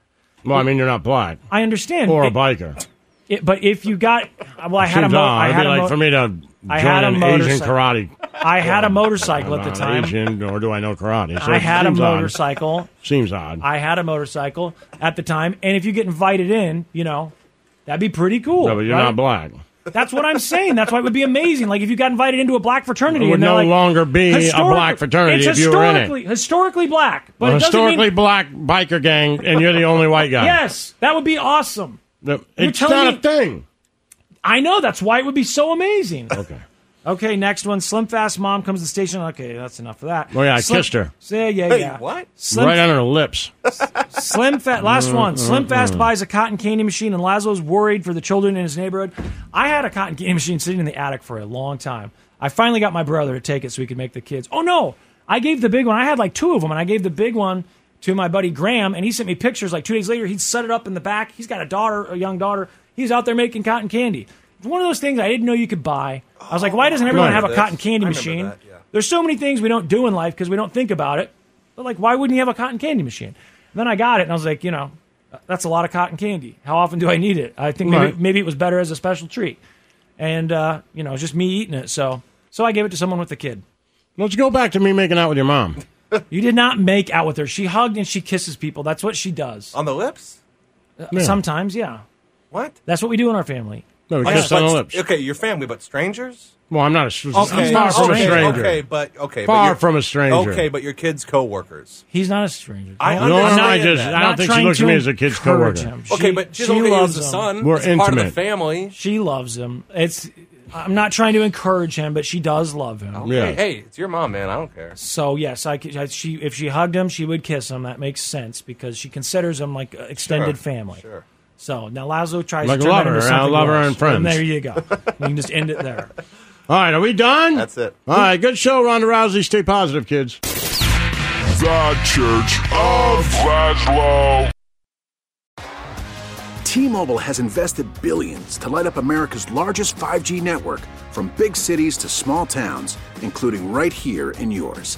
S4: well, I mean, you're not black
S3: I understand.
S4: or a
S3: It-
S4: biker.
S3: it- but if you got, well, I had a
S4: Seems
S3: mo-
S4: odd.
S3: I
S4: It'd
S3: had
S4: be
S3: a
S4: like
S3: mo-
S4: for me to
S3: I
S4: join
S3: had a
S4: an Asian
S3: motorcycle.
S4: karate.
S3: I had a motorcycle at the
S4: Not
S3: time.
S4: Asian, or do I know karate? So
S3: I
S4: it
S3: had a
S4: seems odd.
S3: motorcycle.
S4: Seems odd.
S3: I had a motorcycle at the time, and if you get invited in, you know, that'd be pretty cool.
S4: No, but you're
S3: right?
S4: not black.
S3: That's what I'm saying. That's why it would be amazing. Like if you got invited into a black fraternity,
S4: It would
S3: and they're
S4: no
S3: like,
S4: longer be a
S3: "Historically-
S4: black fraternity
S3: It's
S4: if you were in it."
S3: historically historically black, but
S4: a
S3: it doesn't mean-
S4: historically black biker gang, and you're the only white guy.
S3: yes, that would be awesome.
S4: The-
S3: You're
S4: it's
S3: telling
S4: not
S3: me-
S4: a thing.
S3: I know that's why it would be so amazing.
S4: Okay.
S3: Okay, next one. Slim Fast Mom comes to the station. Okay, that's enough of that.
S4: Oh, yeah, I
S3: Slim-
S4: kissed her.
S3: Yeah, yeah,
S4: Hey,
S3: yeah. What?
S4: right under the lips.
S3: Slim Fast, last one. Slim Fast
S4: Mm.
S3: buys a cotton candy machine, and Lazo's worried for the children in his neighborhood. I had a cotton candy machine sitting in the attic for a long time. I finally got my brother to take it so we could make the kids. Oh no, I gave the big one. I had like two of them, and I gave the big one to my buddy Graham, and he sent me pictures. Like two days later, he'd set it up in the back. He's got a daughter, a young daughter. He's out there making cotton candy. It's one of those things I didn't know you could buy. I was like, why doesn't
S4: I
S3: everyone have
S4: remember
S3: a cotton
S4: this.
S3: candy
S4: I remember
S3: machine?
S4: that,
S3: There's so many things we don't do in life because we don't think about it. But like, why wouldn't you have a cotton candy machine? And then I got it, and I was like, you know, that's a lot of cotton candy. How often do I need it? I think maybe,
S4: Right.
S3: maybe it was better as a special treat, and uh, you know, it's just me eating it. So, so I gave it to someone with a kid.
S4: Let's go back to me making out with your mom.
S3: You did not make out with her. She hugged and she kisses people. That's what she does. Uh,
S9: On the lips?
S4: Yeah.
S3: Sometimes, yeah.
S9: What?
S3: That's what we do in our family.
S4: No, we
S9: Like,
S4: kissed on
S9: but-
S4: the lips.
S9: Okay, your family, but strangers?
S4: Well, I'm not a, okay.
S9: Okay,
S4: far from
S9: okay,
S4: a stranger.
S9: okay, but okay, but
S4: far
S9: you're-
S4: from a stranger.
S9: Okay, but your kid's coworkers.
S3: He's not a stranger.
S9: I
S4: No, no,
S9: understand
S4: I just-
S9: that.
S4: I don't Not think she trying looks at me to as a kid's encourage coworker. him.
S9: okay,
S3: She-
S9: but she's
S3: she
S9: only
S3: loves
S9: loves the
S3: him.
S9: son.
S4: We're
S9: it's part of the
S4: intimate.
S9: family.
S3: She loves him. It's. I'm not trying to encourage him, but she does love him.
S9: Okay, Hey, it's your mom, man. I don't care.
S3: So yes, I, could- I- she if she hugged him, she would kiss him. That makes sense because she considers him like uh, extended
S4: Sure,
S3: family.
S4: sure.
S3: So now Lazo tries
S4: Like
S3: to turn
S4: lover,
S3: that into
S4: huh?
S3: something
S4: Lover
S3: worse.
S4: and friends.
S3: And there you go. we can just end it there.
S4: All right, are we done? That's
S9: it.
S4: All right, good show, Ronda Rousey. Stay positive, kids.
S20: The Church of Laszlo.
S21: T-Mobile has invested billions to light up America's largest 5G network from big cities to small towns, including right here in yours.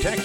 S19: Protect